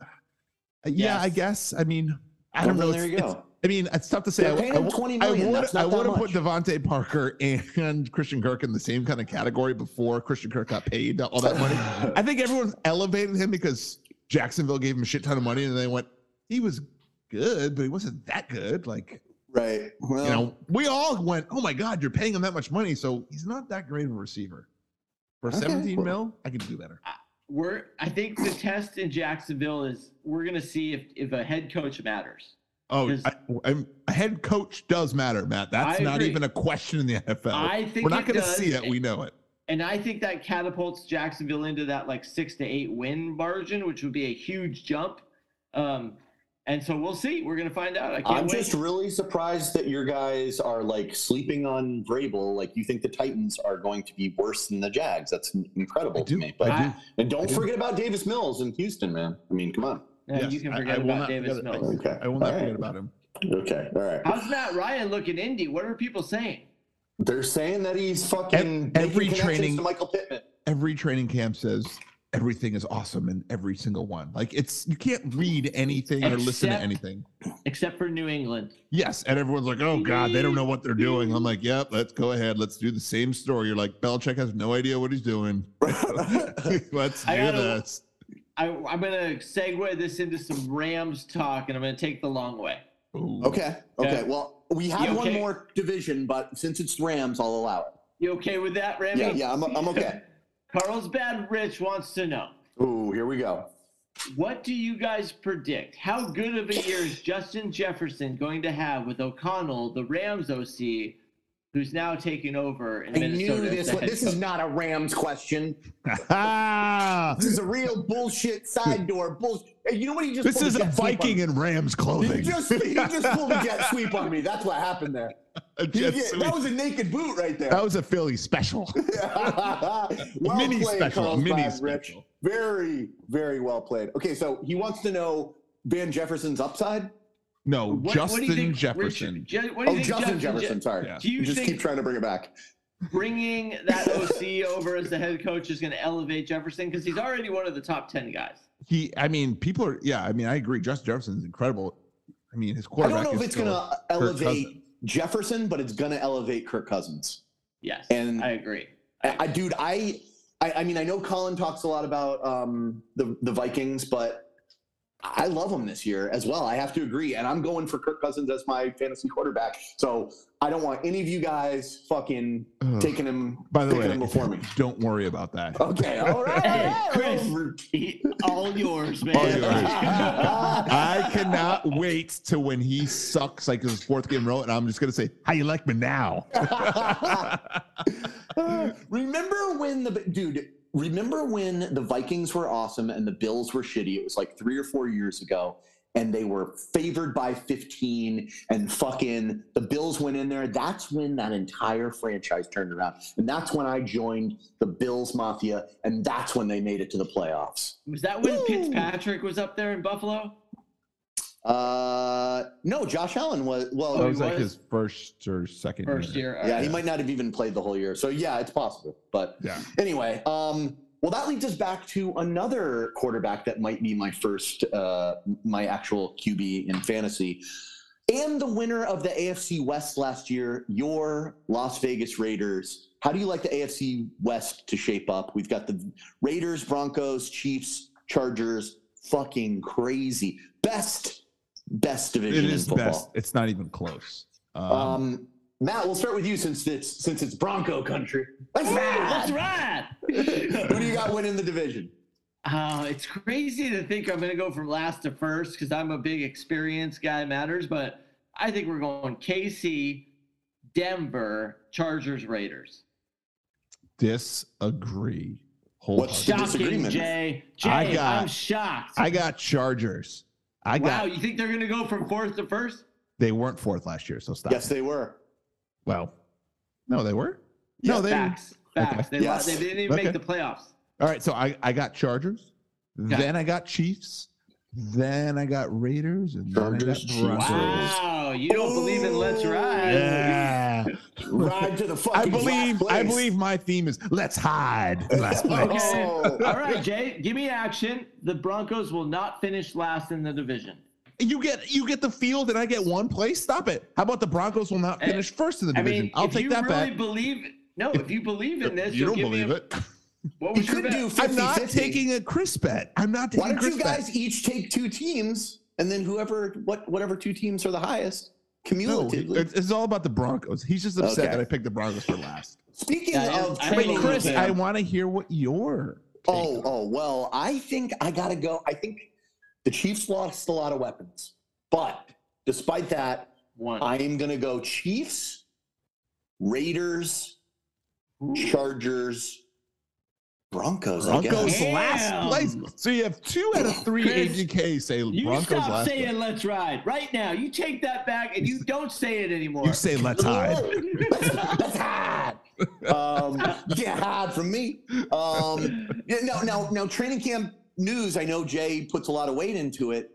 Speaker 3: yeah,
Speaker 4: Yes.
Speaker 3: I guess. I mean, I don't
Speaker 6: Well,
Speaker 3: know.
Speaker 6: There
Speaker 3: It's-
Speaker 6: you
Speaker 3: it's-
Speaker 6: go.
Speaker 3: I mean, it's tough to say.
Speaker 6: They're
Speaker 3: I-
Speaker 6: paying
Speaker 3: I
Speaker 6: him
Speaker 3: w-
Speaker 6: 20
Speaker 3: I
Speaker 6: million.
Speaker 3: would-
Speaker 6: That's
Speaker 3: I
Speaker 6: not that
Speaker 3: would have put
Speaker 6: much.
Speaker 3: Devonte Parker and Christian Kirk in the same kind of category before Christian Kirk got paid all that money. I think everyone's elevated him because Jacksonville gave him a shit ton of money, and they went, he was good, but he wasn't that good. Like,
Speaker 6: Right. Well,
Speaker 3: you know, we all went, oh my God, you're paying him that much money, so he's not that great of a receiver. For
Speaker 6: Okay,
Speaker 3: 17
Speaker 6: well-
Speaker 3: mil, I could do better.
Speaker 4: we're I think the test in Jacksonville is we're gonna see if, if a head coach matters.
Speaker 3: Oh,
Speaker 4: Is-
Speaker 3: I, I'm, a head coach does matter, Matt. That's
Speaker 4: I
Speaker 3: not
Speaker 4: agree.
Speaker 3: even a question in the NFL.
Speaker 4: I think
Speaker 3: We're not
Speaker 4: it
Speaker 3: going to
Speaker 4: does,
Speaker 3: see it. We know it.
Speaker 4: And I think that catapults Jacksonville into that like six to eight win margin, which would be a huge jump. Um, and so we'll see. We're gonna find out. I can't
Speaker 6: I'm
Speaker 4: wait.
Speaker 6: just really surprised that your guys are like sleeping on Vrabel. Like you think the Titans are going to be worse than the Jags. That's n- incredible
Speaker 3: I
Speaker 6: to
Speaker 3: do.
Speaker 6: me. But
Speaker 3: I do.
Speaker 4: I-
Speaker 6: and don't
Speaker 3: I do.
Speaker 6: forget about Davis Mills in Houston, man. I mean, come on.
Speaker 4: No,
Speaker 3: Yes,
Speaker 4: you can
Speaker 3: I-
Speaker 4: forget
Speaker 3: I will
Speaker 4: about
Speaker 3: not
Speaker 4: Davis
Speaker 3: forget it.
Speaker 4: Mills.
Speaker 6: Okay.
Speaker 3: I will not
Speaker 6: All right.
Speaker 3: forget about him.
Speaker 6: Okay. All right.
Speaker 4: How's Matt Ryan looking indie? What are people saying?
Speaker 6: They're saying that he's fucking
Speaker 3: Ev- every
Speaker 6: making connections
Speaker 3: training-
Speaker 6: to Michael Pittman.
Speaker 3: Every training camp says everything is awesome in every single one. Like it's you can't read anything or listen to
Speaker 4: Except-
Speaker 3: anything.
Speaker 4: Except for New England.
Speaker 3: Yes, and everyone's like, "Oh God, they don't know what they're doing." I'm like, "Yep, let's go ahead. Let's do the same story." You're like, "Belichick has no idea what he's doing. let's do
Speaker 4: I gotta-
Speaker 3: this."
Speaker 4: I, I'm gonna segue this into some Rams talk, and I'm gonna take the long way.
Speaker 3: Ooh.
Speaker 6: Okay. Okay.
Speaker 4: Yeah.
Speaker 6: Well, we have
Speaker 4: You
Speaker 6: one
Speaker 4: okay?
Speaker 6: more division, but since it's Rams, I'll allow it.
Speaker 4: You okay with that, Remy?
Speaker 6: Yeah. Yeah. I'm, I'm okay.
Speaker 4: Carlsbad Rich wants to know
Speaker 6: Ooh, here we go.
Speaker 4: what do you guys predict? How good of a year is Justin Jefferson going to have with O'Connell, the Rams OC, who's now taking over in
Speaker 6: I
Speaker 4: Minnesota.
Speaker 6: knew this.
Speaker 4: as the
Speaker 6: one-
Speaker 4: head
Speaker 6: This is
Speaker 4: coach.
Speaker 6: not a Rams question.
Speaker 3: Ah,
Speaker 6: This is a real bullshit side door bullshit. You know what he just?
Speaker 3: this
Speaker 6: pulled
Speaker 3: is
Speaker 6: a
Speaker 3: a
Speaker 6: jet sweep on
Speaker 3: Viking
Speaker 6: me?
Speaker 3: in Rams
Speaker 6: He
Speaker 3: clothing.
Speaker 6: just, he just pulled a jet sweep on me. That's what happened there.
Speaker 3: A
Speaker 6: He
Speaker 3: jet
Speaker 6: get-
Speaker 3: sweep.
Speaker 6: that was a naked boot right there.
Speaker 3: That was a Philly special.
Speaker 6: well
Speaker 3: mini
Speaker 6: played,
Speaker 3: special. a
Speaker 6: Carlsbad,
Speaker 3: Mini
Speaker 6: Rich.
Speaker 3: special.
Speaker 6: Very, very well played. Okay, so he wants to know Van Jefferson's upside.
Speaker 3: No,
Speaker 4: What- what do
Speaker 3: Justin
Speaker 4: you think,
Speaker 3: Jefferson.
Speaker 4: Richard, Je- what do
Speaker 6: Oh,
Speaker 4: you think
Speaker 6: Justin
Speaker 4: Je-
Speaker 6: Jefferson. Sorry,
Speaker 3: Yeah.
Speaker 4: Do you
Speaker 6: you just
Speaker 4: think-
Speaker 6: keep trying to bring it back.
Speaker 4: bringing that OC over as the head coach is going to elevate Jefferson because he's already one of the top ten guys.
Speaker 3: He, I mean, people are. Yeah, I mean, I agree. Justin Jefferson is incredible. I mean, his
Speaker 6: I
Speaker 3: quarterback.
Speaker 6: don't know if
Speaker 3: is
Speaker 6: it's
Speaker 3: still-
Speaker 6: going to elevate
Speaker 3: Cousins.
Speaker 6: Jefferson, but it's going to elevate Kirk Cousins.
Speaker 4: Yes,
Speaker 6: And-
Speaker 4: I agree.
Speaker 6: I, I dude, I, I, I mean, I know Colin talks a lot about um, the the Vikings, but I love them this year as well. I have to agree, and I'm going for Kirk Cousins as my fantasy quarterback. So I don't want any of you guys fucking
Speaker 3: Ugh.
Speaker 6: taking him.
Speaker 3: By the
Speaker 6: taking
Speaker 3: way,
Speaker 6: him before me.
Speaker 3: don't worry about that.
Speaker 6: Okay, all right, all
Speaker 4: Hey,
Speaker 6: right,
Speaker 4: Chris.
Speaker 6: well,
Speaker 4: All yours, man.
Speaker 3: All yours.
Speaker 6: we're-
Speaker 3: I cannot wait to when he sucks like his fourth game in a row, and I'm just gonna say, "How you like me now?"
Speaker 6: remember when the dude? Remember when the Vikings were awesome and the Bills were shitty? It was like three or four years ago, and they were favored by fifteen. And fucking the Bills went in there. That's when that entire franchise turned around, and that's when I joined the Bills Mafia, and that's when they made it to the playoffs.
Speaker 4: Was that when
Speaker 6: Woo.
Speaker 4: Fitzpatrick was up there in Buffalo?
Speaker 6: Uh, no, Josh Allen was well.
Speaker 3: That
Speaker 4: Oh,
Speaker 3: was
Speaker 4: he
Speaker 3: like
Speaker 4: was?
Speaker 3: his first or second
Speaker 4: First year. all
Speaker 6: Yeah,
Speaker 4: right.
Speaker 6: he might not have even played the whole year. So yeah, it's possible. But
Speaker 3: Yeah.
Speaker 6: anyway, um, well, that leads us back to another quarterback that might be my first, uh, my actual QB in fantasy, and the winner of the AFC West last year, your Las Vegas Raiders. How do you like the AFC West to shape up? We've got the Raiders, Broncos, Chiefs, Chargers. Fucking crazy. Best, best division
Speaker 3: It
Speaker 6: in
Speaker 3: is
Speaker 6: football.
Speaker 3: best. It's not even close. Um,
Speaker 6: Um, Matt, we'll start with you since it's since it's Bronco country. Let's
Speaker 4: Woo,
Speaker 6: ride.
Speaker 4: Let's ride.
Speaker 6: Who do you got winning the division?
Speaker 4: Oh, it's crazy to think I'm going to go from last to first because I'm a big experience guy matters, but I think we're going KC, Denver, Chargers, Raiders.
Speaker 3: disagree. wholeheartedly.
Speaker 6: What's the
Speaker 4: Shocking,
Speaker 6: disagreement?
Speaker 4: Jay. Jay,
Speaker 3: I got-
Speaker 4: I'm shocked.
Speaker 3: I got Chargers.
Speaker 4: wow,
Speaker 3: I got.
Speaker 4: you think they're going to go from fourth to first?
Speaker 3: They weren't fourth last year, so stop.
Speaker 6: Yes, they were.
Speaker 3: Well, no, they were. No, Oh, they.
Speaker 4: Facts. Facts. They, lost.
Speaker 6: Yes.
Speaker 4: they didn't even make
Speaker 3: Okay.
Speaker 4: the playoffs.
Speaker 3: All right, so I I got Chargers.
Speaker 4: Yeah.
Speaker 3: Then I got Chiefs. Then I got Raiders. And then I
Speaker 6: Chargers,
Speaker 3: got
Speaker 6: Chiefs,
Speaker 3: Broncos.
Speaker 6: Raiders.
Speaker 4: Wow, you don't believe in Let's
Speaker 6: Ooh.
Speaker 4: Ride.
Speaker 3: Yeah.
Speaker 6: Ride to the fucking.
Speaker 3: I believe
Speaker 6: last
Speaker 3: I
Speaker 6: place.
Speaker 3: believe my theme is let's hide. Last place.
Speaker 4: Okay.
Speaker 6: Oh.
Speaker 4: All right, Jay, give me action. The Broncos will not finish last in the division.
Speaker 3: You get you get the field and I get one place. Stop it. How about the Broncos will not
Speaker 4: Eh,
Speaker 3: finish first in the
Speaker 4: I
Speaker 3: division?
Speaker 4: mean,
Speaker 3: I'll
Speaker 4: if
Speaker 3: take
Speaker 4: you
Speaker 3: that
Speaker 4: really
Speaker 3: back.
Speaker 4: believe, no, if you believe in this,
Speaker 3: you
Speaker 4: you'll
Speaker 3: don't
Speaker 4: give me
Speaker 3: believe
Speaker 4: a-
Speaker 3: it.
Speaker 4: What
Speaker 6: You
Speaker 4: was your
Speaker 6: could
Speaker 4: bet?
Speaker 6: do 50
Speaker 3: I'm not taking a Chris bet. I'm not taking
Speaker 6: Why don't
Speaker 3: Chris
Speaker 6: you guys
Speaker 3: bet.
Speaker 6: each take two teams and then whoever what whatever two teams are the highest
Speaker 3: No,
Speaker 6: cumulatively?
Speaker 3: it's, it's all about the Broncos. He's just upset
Speaker 6: Okay.
Speaker 3: that I picked the Broncos for last.
Speaker 6: Speaking
Speaker 4: Yeah,
Speaker 6: of
Speaker 4: I- I
Speaker 3: Wait,
Speaker 4: believe
Speaker 3: Chris,
Speaker 4: him.
Speaker 3: I want to hear what your take
Speaker 6: Oh, oh, well, I think I got to go. I think the Chiefs lost a lot of weapons. But despite that,
Speaker 4: one.
Speaker 6: I am going to go Chiefs, Raiders,
Speaker 4: Ooh.
Speaker 6: Chargers, Broncos. I guess.
Speaker 3: Broncos
Speaker 4: guess.
Speaker 3: last
Speaker 4: Damn.
Speaker 3: place. So you have two out of three
Speaker 4: Chris,
Speaker 3: AGK say
Speaker 4: you
Speaker 3: Broncos
Speaker 4: stop
Speaker 3: last.
Speaker 4: saying
Speaker 3: place.
Speaker 4: "Let's Ride" right now. You take that back and you don't say it anymore.
Speaker 3: You say let's hide.
Speaker 6: That's hot. Um, get hot from me. Um, yeah, no, no, no. Training camp news. I know Jay puts a lot of weight into it.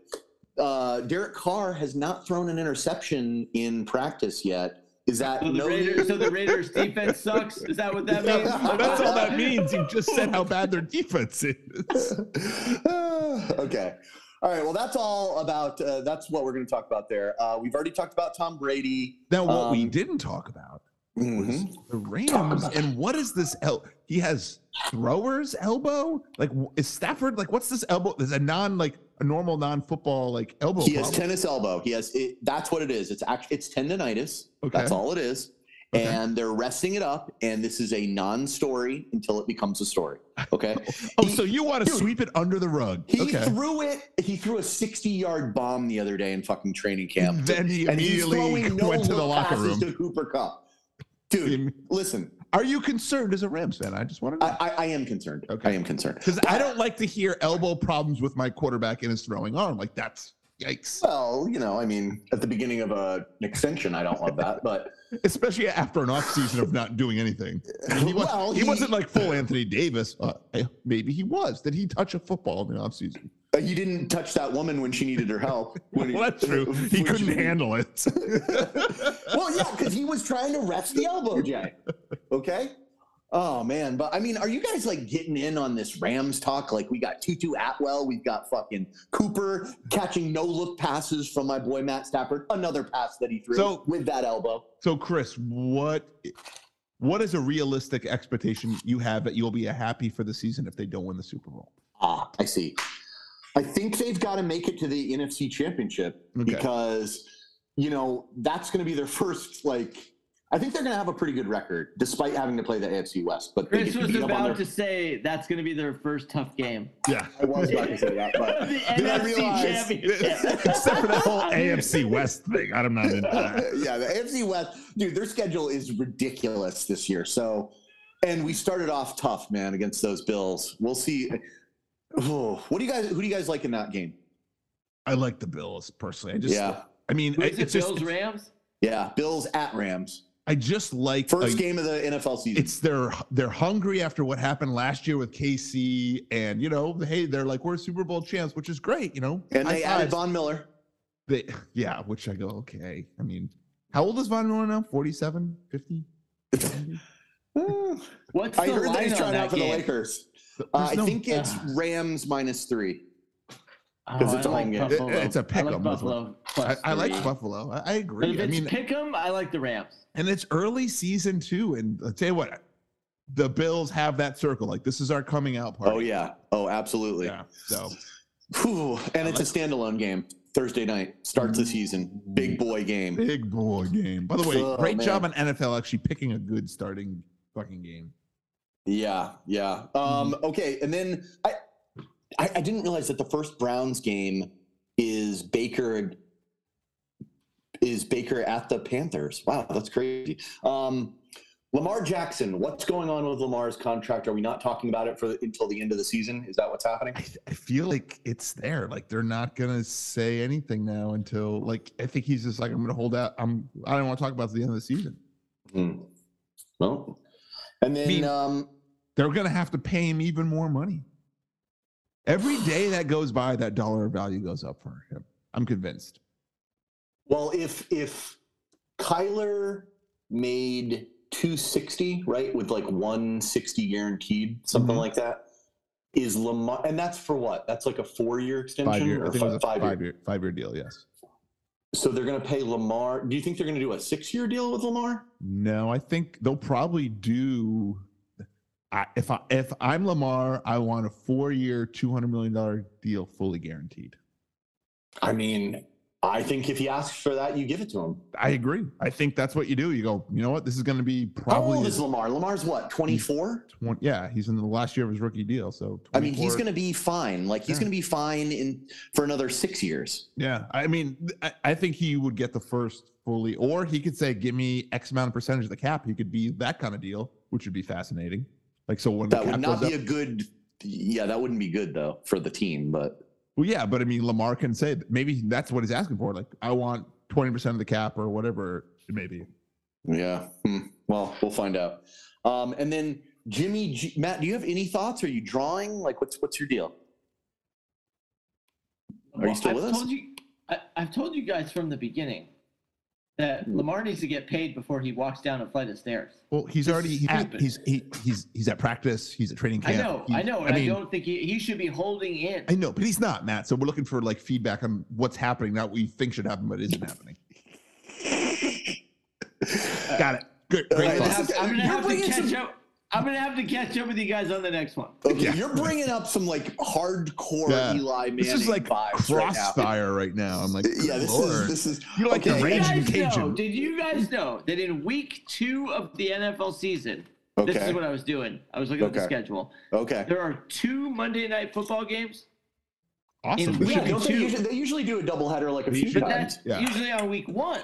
Speaker 6: Uh, Derek Carr has not thrown an interception in practice yet. Is that
Speaker 4: so, the
Speaker 6: no
Speaker 4: Raiders,
Speaker 6: news?
Speaker 4: so the Raiders' defense sucks. Is that what that means?
Speaker 3: That's all that means. You just said how bad their defense is.
Speaker 6: okay. All right. Well, that's all about. Uh, that's what we're going to talk about there. Uh, we've already talked about Tom Brady.
Speaker 3: Now, what we
Speaker 6: Um,
Speaker 3: didn't talk about was
Speaker 6: Mhm.
Speaker 3: the Rams and what is this? El- he has thrower's elbow. Like, wh- is Stafford like? What's this elbow? There's a non like a normal non football like elbow.
Speaker 6: He has
Speaker 3: problem.
Speaker 6: tennis elbow. He has it, that's what it is. It's actually it's tendonitis.
Speaker 3: Okay.
Speaker 6: That's all it is.
Speaker 3: Okay.
Speaker 6: And they're resting it up. And this is a non-story until it becomes a story. Okay.
Speaker 3: oh,
Speaker 6: he-
Speaker 3: so you want to
Speaker 6: dude,
Speaker 3: sweep it under the rug?
Speaker 6: He
Speaker 3: okay.
Speaker 6: threw it. He threw a 60-yard bomb the other day in fucking training camp.
Speaker 3: then he
Speaker 6: and he's
Speaker 3: immediately
Speaker 6: throwing no
Speaker 3: went to the
Speaker 6: look
Speaker 3: locker
Speaker 6: passes
Speaker 3: room.
Speaker 6: to Cooper Cup. Dude, listen,
Speaker 3: Are you concerned as a Rams fan? I just want to know.
Speaker 6: I, I, I am concerned.
Speaker 3: Okay.
Speaker 6: I am concerned.
Speaker 3: Because I don't like to hear elbow problems with my quarterback and his throwing arm. Like, that's yikes.
Speaker 6: Well, you know, I mean, at the beginning of a, an extension, I don't love that, but
Speaker 3: Especially after an offseason of not doing anything. I mean, he, was,
Speaker 6: Well,
Speaker 3: he
Speaker 6: he-
Speaker 3: wasn't like full Anthony Davis. Uh, I- maybe he was. Did he touch a football in the offseason?
Speaker 6: he didn't touch that woman when she needed her help. When he-
Speaker 3: Well, that's true. He
Speaker 6: when
Speaker 3: couldn't
Speaker 6: she-
Speaker 3: handle it.
Speaker 6: Well, yeah, because he was trying to rest the elbow, Jay. Okay. Oh man, but I mean, are you guys like getting in on this Rams talk? Like we got Tutu Atwell, we've got fucking Cooper catching no look passes from my boy Matt Stafford, another pass that he threw
Speaker 3: So-
Speaker 6: with that elbow.
Speaker 3: so, Chris, what what is a realistic expectation you have that you'll be happy for the season if they don't win the Super Bowl?
Speaker 6: Ah, I see. I think they've got to make it to the NFC Championship
Speaker 3: Okay.
Speaker 6: because you know that's going to be their first. Like, I think they're going to have a pretty good record despite having to play the AFC West. But they
Speaker 4: Chris
Speaker 6: get to
Speaker 4: was
Speaker 6: beat up on
Speaker 4: about to
Speaker 6: their.
Speaker 4: say that's going to be their first tough game.
Speaker 3: Yeah.
Speaker 6: I was about to say that, but
Speaker 4: The
Speaker 6: then I
Speaker 4: NFC
Speaker 6: realized.
Speaker 4: Championship.
Speaker 3: Except for that whole AFC West thing. I'm not into that.
Speaker 6: yeah, the AFC West, dude, their schedule is ridiculous this year. So, and we started off tough, man, against those Bills. We'll see. Oh, what do you guys? Who do you guys like in that game?
Speaker 3: I like the Bills personally. I just,
Speaker 6: yeah,
Speaker 3: I mean,
Speaker 4: Who
Speaker 3: I-
Speaker 4: is it,
Speaker 3: it's just,
Speaker 4: Bills Rams?
Speaker 6: yeah, Bills at Rams,
Speaker 3: I just like
Speaker 6: first
Speaker 3: like,
Speaker 6: game of the NFL season.
Speaker 3: It's they're they're hungry after what happened last year with KC, and you know, hey, they're like we're Super Bowl champs, which is great, you know.
Speaker 6: And
Speaker 3: High
Speaker 6: they added
Speaker 3: fives.
Speaker 6: Von Miller.
Speaker 3: They- yeah, which I go okay. I mean, how old is Von Miller now? 47, 50? Hmm,
Speaker 4: What's
Speaker 6: I
Speaker 4: the
Speaker 6: heard that
Speaker 4: line
Speaker 6: he's
Speaker 4: on
Speaker 6: trying out for the
Speaker 4: game?
Speaker 6: Lakers.
Speaker 3: There's
Speaker 6: Uh, I
Speaker 3: no-
Speaker 6: think it's
Speaker 4: Ah.
Speaker 6: Rams minus three.
Speaker 4: Oh,
Speaker 6: 'Cause it's
Speaker 4: I
Speaker 6: a home
Speaker 4: like
Speaker 6: game.
Speaker 4: Buffalo.
Speaker 3: It- it's a
Speaker 4: I
Speaker 3: pick 'em,
Speaker 4: like
Speaker 3: that's
Speaker 4: Buffalo.
Speaker 3: I,
Speaker 4: plus
Speaker 3: I like
Speaker 4: three.
Speaker 3: Buffalo. I, I
Speaker 4: But if
Speaker 3: agree. I
Speaker 4: it's
Speaker 3: mean,
Speaker 4: pick 'em, I like the Rams.
Speaker 3: and it's early season too. And I'll tell you what, the Bills have that circle. Like this is our coming out party.
Speaker 6: Oh yeah. Oh, absolutely.
Speaker 3: yeah. So
Speaker 6: Whew, and it's a standalone game. Thursday night
Speaker 3: Mm-hmm.
Speaker 6: starts the season. Big boy game.
Speaker 3: Big boy game. By the way,
Speaker 6: Oh,
Speaker 3: great
Speaker 6: man.
Speaker 3: job on NFL actually picking a good starting fucking game.
Speaker 6: Yeah, yeah. Um, okay, and then I, I I didn't realize that the first Browns game is Baker is Baker at the Panthers. Wow, that's crazy. Um, Lamar Jackson, what's going on with Lamar's contract? Are we not talking about it for until the end of the season? Is that what's happening?
Speaker 3: I, th- I feel like it's there. Like they're not gonna say anything now until like I think he's just like I'm gonna hold out. I'm I don't want to talk about it till the end of the season.
Speaker 6: Hmm. Well, and then
Speaker 3: mean-
Speaker 6: um,
Speaker 3: They're gonna have to pay him even more money. Every day that goes by, that dollar value goes up for him. I'm convinced.
Speaker 6: Well, if if Kyler made 260, right, with like 160 guaranteed, something
Speaker 3: Mhm.
Speaker 6: like that, is Lamar, and that's for what? That's like a four year extension
Speaker 3: Five year, I
Speaker 6: or
Speaker 3: think it
Speaker 6: fi-
Speaker 3: was a
Speaker 6: five,
Speaker 3: five
Speaker 6: year.
Speaker 3: year five year deal. Yes.
Speaker 6: So they're going to pay Lamar. Do you think they're going to do a six year deal with Lamar?
Speaker 3: No, I think they'll probably do. I, if I if I'm Lamar, I want a four year, two hundred million dollar deal, fully guaranteed.
Speaker 6: I mean, I think if he asks for that, you give it to him.
Speaker 3: I agree. I think that's what you do. You go. You know what? This is going to be
Speaker 6: How
Speaker 3: probably
Speaker 6: old
Speaker 3: his
Speaker 6: is Lamar? Lamar's what, 24?
Speaker 3: 20 yeah, he's in the last year of his rookie deal. So
Speaker 6: I mean, he's
Speaker 3: 24
Speaker 6: going to be fine. Like, he's
Speaker 3: Yeah.
Speaker 6: going to be fine in for another six years.
Speaker 3: Yeah, I mean, th- I, I think he would get the first fully, or he could say, "Give me X amount of percentage of the cap." He could be that kind of deal, which would be fascinating. Like so, when
Speaker 6: That
Speaker 3: the cap
Speaker 6: would not
Speaker 3: goes
Speaker 6: be
Speaker 3: up,
Speaker 6: a good, yeah, that wouldn't be good though for the team, but.
Speaker 3: well, yeah, but I mean, Lamar can say that- maybe that's what he's asking for. Like, I want twenty percent of the cap or whatever it may be.
Speaker 6: Yeah. Hmm. Well, we'll find out. Um, and then Jimmy, G- Matt, do you have any thoughts? Are you drawing? Like, what's what's your deal? Are you still
Speaker 4: I've
Speaker 6: with us?
Speaker 4: Told you, I, I've told you guys from the beginning that
Speaker 6: Hmm.
Speaker 4: Lamar needs to get paid before he walks down a flight of stairs.
Speaker 3: Well, he's
Speaker 4: This
Speaker 3: already
Speaker 4: is
Speaker 3: he's,
Speaker 4: stupid.
Speaker 3: he's he, he's he's at practice. He's at training camp.
Speaker 4: I know,
Speaker 3: He-
Speaker 4: I know, and I,
Speaker 3: I mean,
Speaker 4: don't think he, he should be holding in.
Speaker 3: I know, but he's not Matt. So we're looking for like feedback on what's happening, not what you think should happen, but isn't happening. Got it. Good.
Speaker 6: All
Speaker 3: Great
Speaker 6: right,
Speaker 4: I'm gonna
Speaker 3: thought.
Speaker 6: this
Speaker 4: have,
Speaker 6: is-
Speaker 4: I'm gonna
Speaker 6: you're
Speaker 4: have to
Speaker 6: bringing
Speaker 4: catch
Speaker 6: some-
Speaker 4: up. I'm gonna have to catch up with you guys on the next one.
Speaker 6: Okay,
Speaker 3: Oh, Yeah.
Speaker 6: you're bringing up some like hardcore
Speaker 3: Yeah.
Speaker 6: Eli Manning
Speaker 3: This is like
Speaker 6: vibes right now.
Speaker 3: crossfire right now. I'm like,
Speaker 6: yeah, this
Speaker 3: Lord.
Speaker 6: is this is
Speaker 3: You're like the
Speaker 4: Did
Speaker 6: okay,
Speaker 4: you
Speaker 3: Raging
Speaker 4: guys know?
Speaker 3: Cajun.
Speaker 4: Did you guys know that in week two of the NFL season,
Speaker 6: okay,
Speaker 4: this is what I was doing. I was looking at the
Speaker 6: Okay.
Speaker 4: schedule.
Speaker 6: okay.
Speaker 4: There are two Monday night football games.
Speaker 3: awesome.
Speaker 4: in-
Speaker 3: This
Speaker 4: yeah,
Speaker 3: should be-
Speaker 4: don't
Speaker 6: they,
Speaker 4: two.
Speaker 6: usually, they usually do a double header like a
Speaker 3: They
Speaker 6: few
Speaker 3: should.
Speaker 4: But
Speaker 6: times.
Speaker 4: that's
Speaker 3: Yeah.
Speaker 4: usually on week one.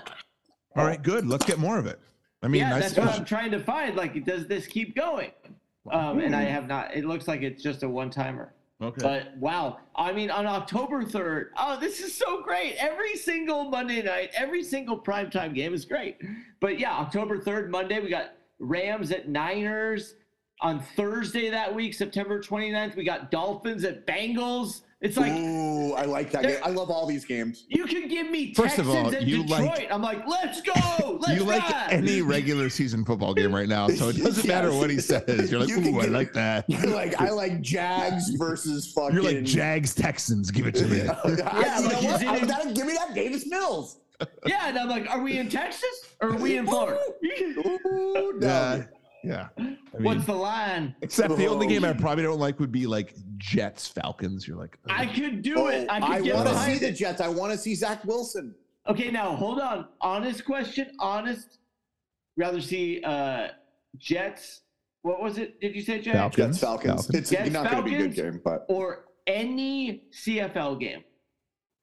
Speaker 3: all right, good. Let's get more of it. I mean,
Speaker 4: yeah,
Speaker 3: I
Speaker 4: that's
Speaker 3: suppose-
Speaker 4: what I'm trying to find. Like, does this keep going? Um, and I
Speaker 3: Hmm.
Speaker 4: have not. It looks like it's just a one timer.
Speaker 3: okay.
Speaker 4: But wow, I mean, on October 3rd, oh, this is so great. Every single Monday night, every single primetime game is great. But yeah, October 3rd, Monday, we got Rams at Niners. On Thursday that week, September 29th, we got Dolphins at Bengals. It's like,
Speaker 3: Mm.
Speaker 6: Ooh, I like that game. I love all these games.
Speaker 4: you can give me
Speaker 3: First of
Speaker 4: Texans
Speaker 3: all,
Speaker 4: at
Speaker 3: you
Speaker 4: Detroit.
Speaker 3: like-
Speaker 4: I'm like, let's go. Let's
Speaker 3: you like
Speaker 4: ride."
Speaker 3: any regular season football game right now, so it doesn't matter
Speaker 6: Yes.
Speaker 3: what he says. You're like,
Speaker 6: You can
Speaker 3: ooh, I
Speaker 6: get-
Speaker 3: like that.
Speaker 6: You're like, I like Jags versus fucking.
Speaker 3: You're like Jags Texans. Give it to me.
Speaker 6: I- you
Speaker 4: like,
Speaker 6: know
Speaker 4: is
Speaker 6: what?
Speaker 4: it
Speaker 6: I-
Speaker 4: in-
Speaker 6: that- give me that Davis Mills.
Speaker 4: Yeah, and I'm like, are we in Texas or are we in Florida?
Speaker 6: Ooh, no.
Speaker 3: Uh, yeah. I mean,
Speaker 4: What's the line?
Speaker 3: except the only
Speaker 6: Oh.
Speaker 3: game I probably don't like would be like Jets Falcons. You're like,
Speaker 4: I
Speaker 3: ugh.
Speaker 4: could do
Speaker 6: Oh,
Speaker 4: it. I could
Speaker 6: I
Speaker 4: get
Speaker 6: want to
Speaker 4: behind
Speaker 6: see
Speaker 4: it.
Speaker 6: the Jets. I want to see Zach Wilson.
Speaker 4: Okay, now hold on. Honest question. Honest. Rather see uh Jets. What was it? Did you say Jets
Speaker 3: Falcons.
Speaker 6: Jets Falcons.
Speaker 3: Falcons.
Speaker 6: It's
Speaker 4: Jets,
Speaker 6: not going to be a good
Speaker 4: Falcons.
Speaker 6: game, but
Speaker 4: or any CFL game?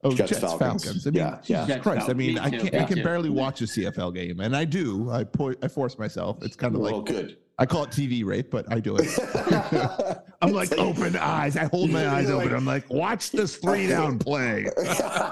Speaker 3: oh
Speaker 6: Jets
Speaker 3: Jets,
Speaker 6: Falcons.
Speaker 3: Falcons. I mean,
Speaker 6: Yeah, yeah.
Speaker 3: Jesus
Speaker 4: Jets
Speaker 3: Christ. I
Speaker 4: Falcons.
Speaker 3: mean,
Speaker 4: Me
Speaker 3: I
Speaker 4: too.
Speaker 3: can't.
Speaker 4: Me
Speaker 3: I can
Speaker 4: too.
Speaker 3: barely watch a CFL game, and I do. I po- I force myself. It's kind of
Speaker 6: well,
Speaker 3: like
Speaker 6: good.
Speaker 3: I call it TV rape, but I do it. I'm like
Speaker 6: It's like-
Speaker 3: open eyes. I hold my
Speaker 6: You're
Speaker 3: eyes
Speaker 6: like-
Speaker 3: open. I'm like, watch this three down play.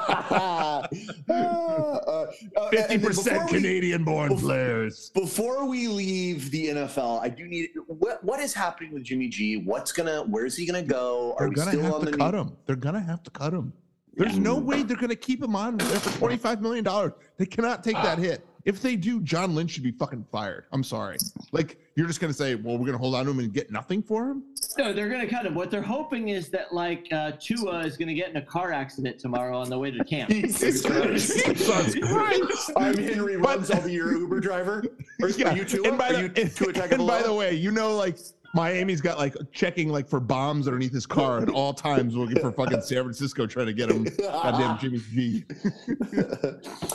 Speaker 6: Uh, uh, and then
Speaker 3: Fifty percent
Speaker 6: before we-
Speaker 3: Canadian born
Speaker 6: before-
Speaker 3: players.
Speaker 6: Before we leave the NFL, I do need what what is happening with Jimmy G? What's gonna where's he gonna go? Are
Speaker 3: They're
Speaker 6: we
Speaker 3: gonna
Speaker 6: still
Speaker 3: have
Speaker 6: on
Speaker 3: to
Speaker 6: the
Speaker 3: cut him. They're gonna have to cut him. There's
Speaker 6: Yeah.
Speaker 3: no way they're gonna keep him on there for 25 million dollars. They cannot take that hit. If they do, John Lynch should be fucking fired. I'm sorry. Like you're just gonna say, well, we're gonna hold on to him and get nothing for him.
Speaker 4: No, they're gonna cut him. What they're hoping is that like uh Tua is gonna get in a car accident tomorrow on the way to camp.
Speaker 6: Jesus
Speaker 3: Jesus Christ.
Speaker 6: I'm Henry
Speaker 3: But-
Speaker 6: Runs. I'll be your Uber driver. Or,
Speaker 3: Yeah,
Speaker 6: Are you two?
Speaker 3: and by
Speaker 6: Are
Speaker 3: the,
Speaker 6: you two
Speaker 3: and,
Speaker 6: attack of the
Speaker 3: by
Speaker 6: Low?
Speaker 3: the way, you know, like Miami's got like checking like for bombs underneath his car at all times, looking for fucking San Francisco trying to get him. Goddamn Jimmy G.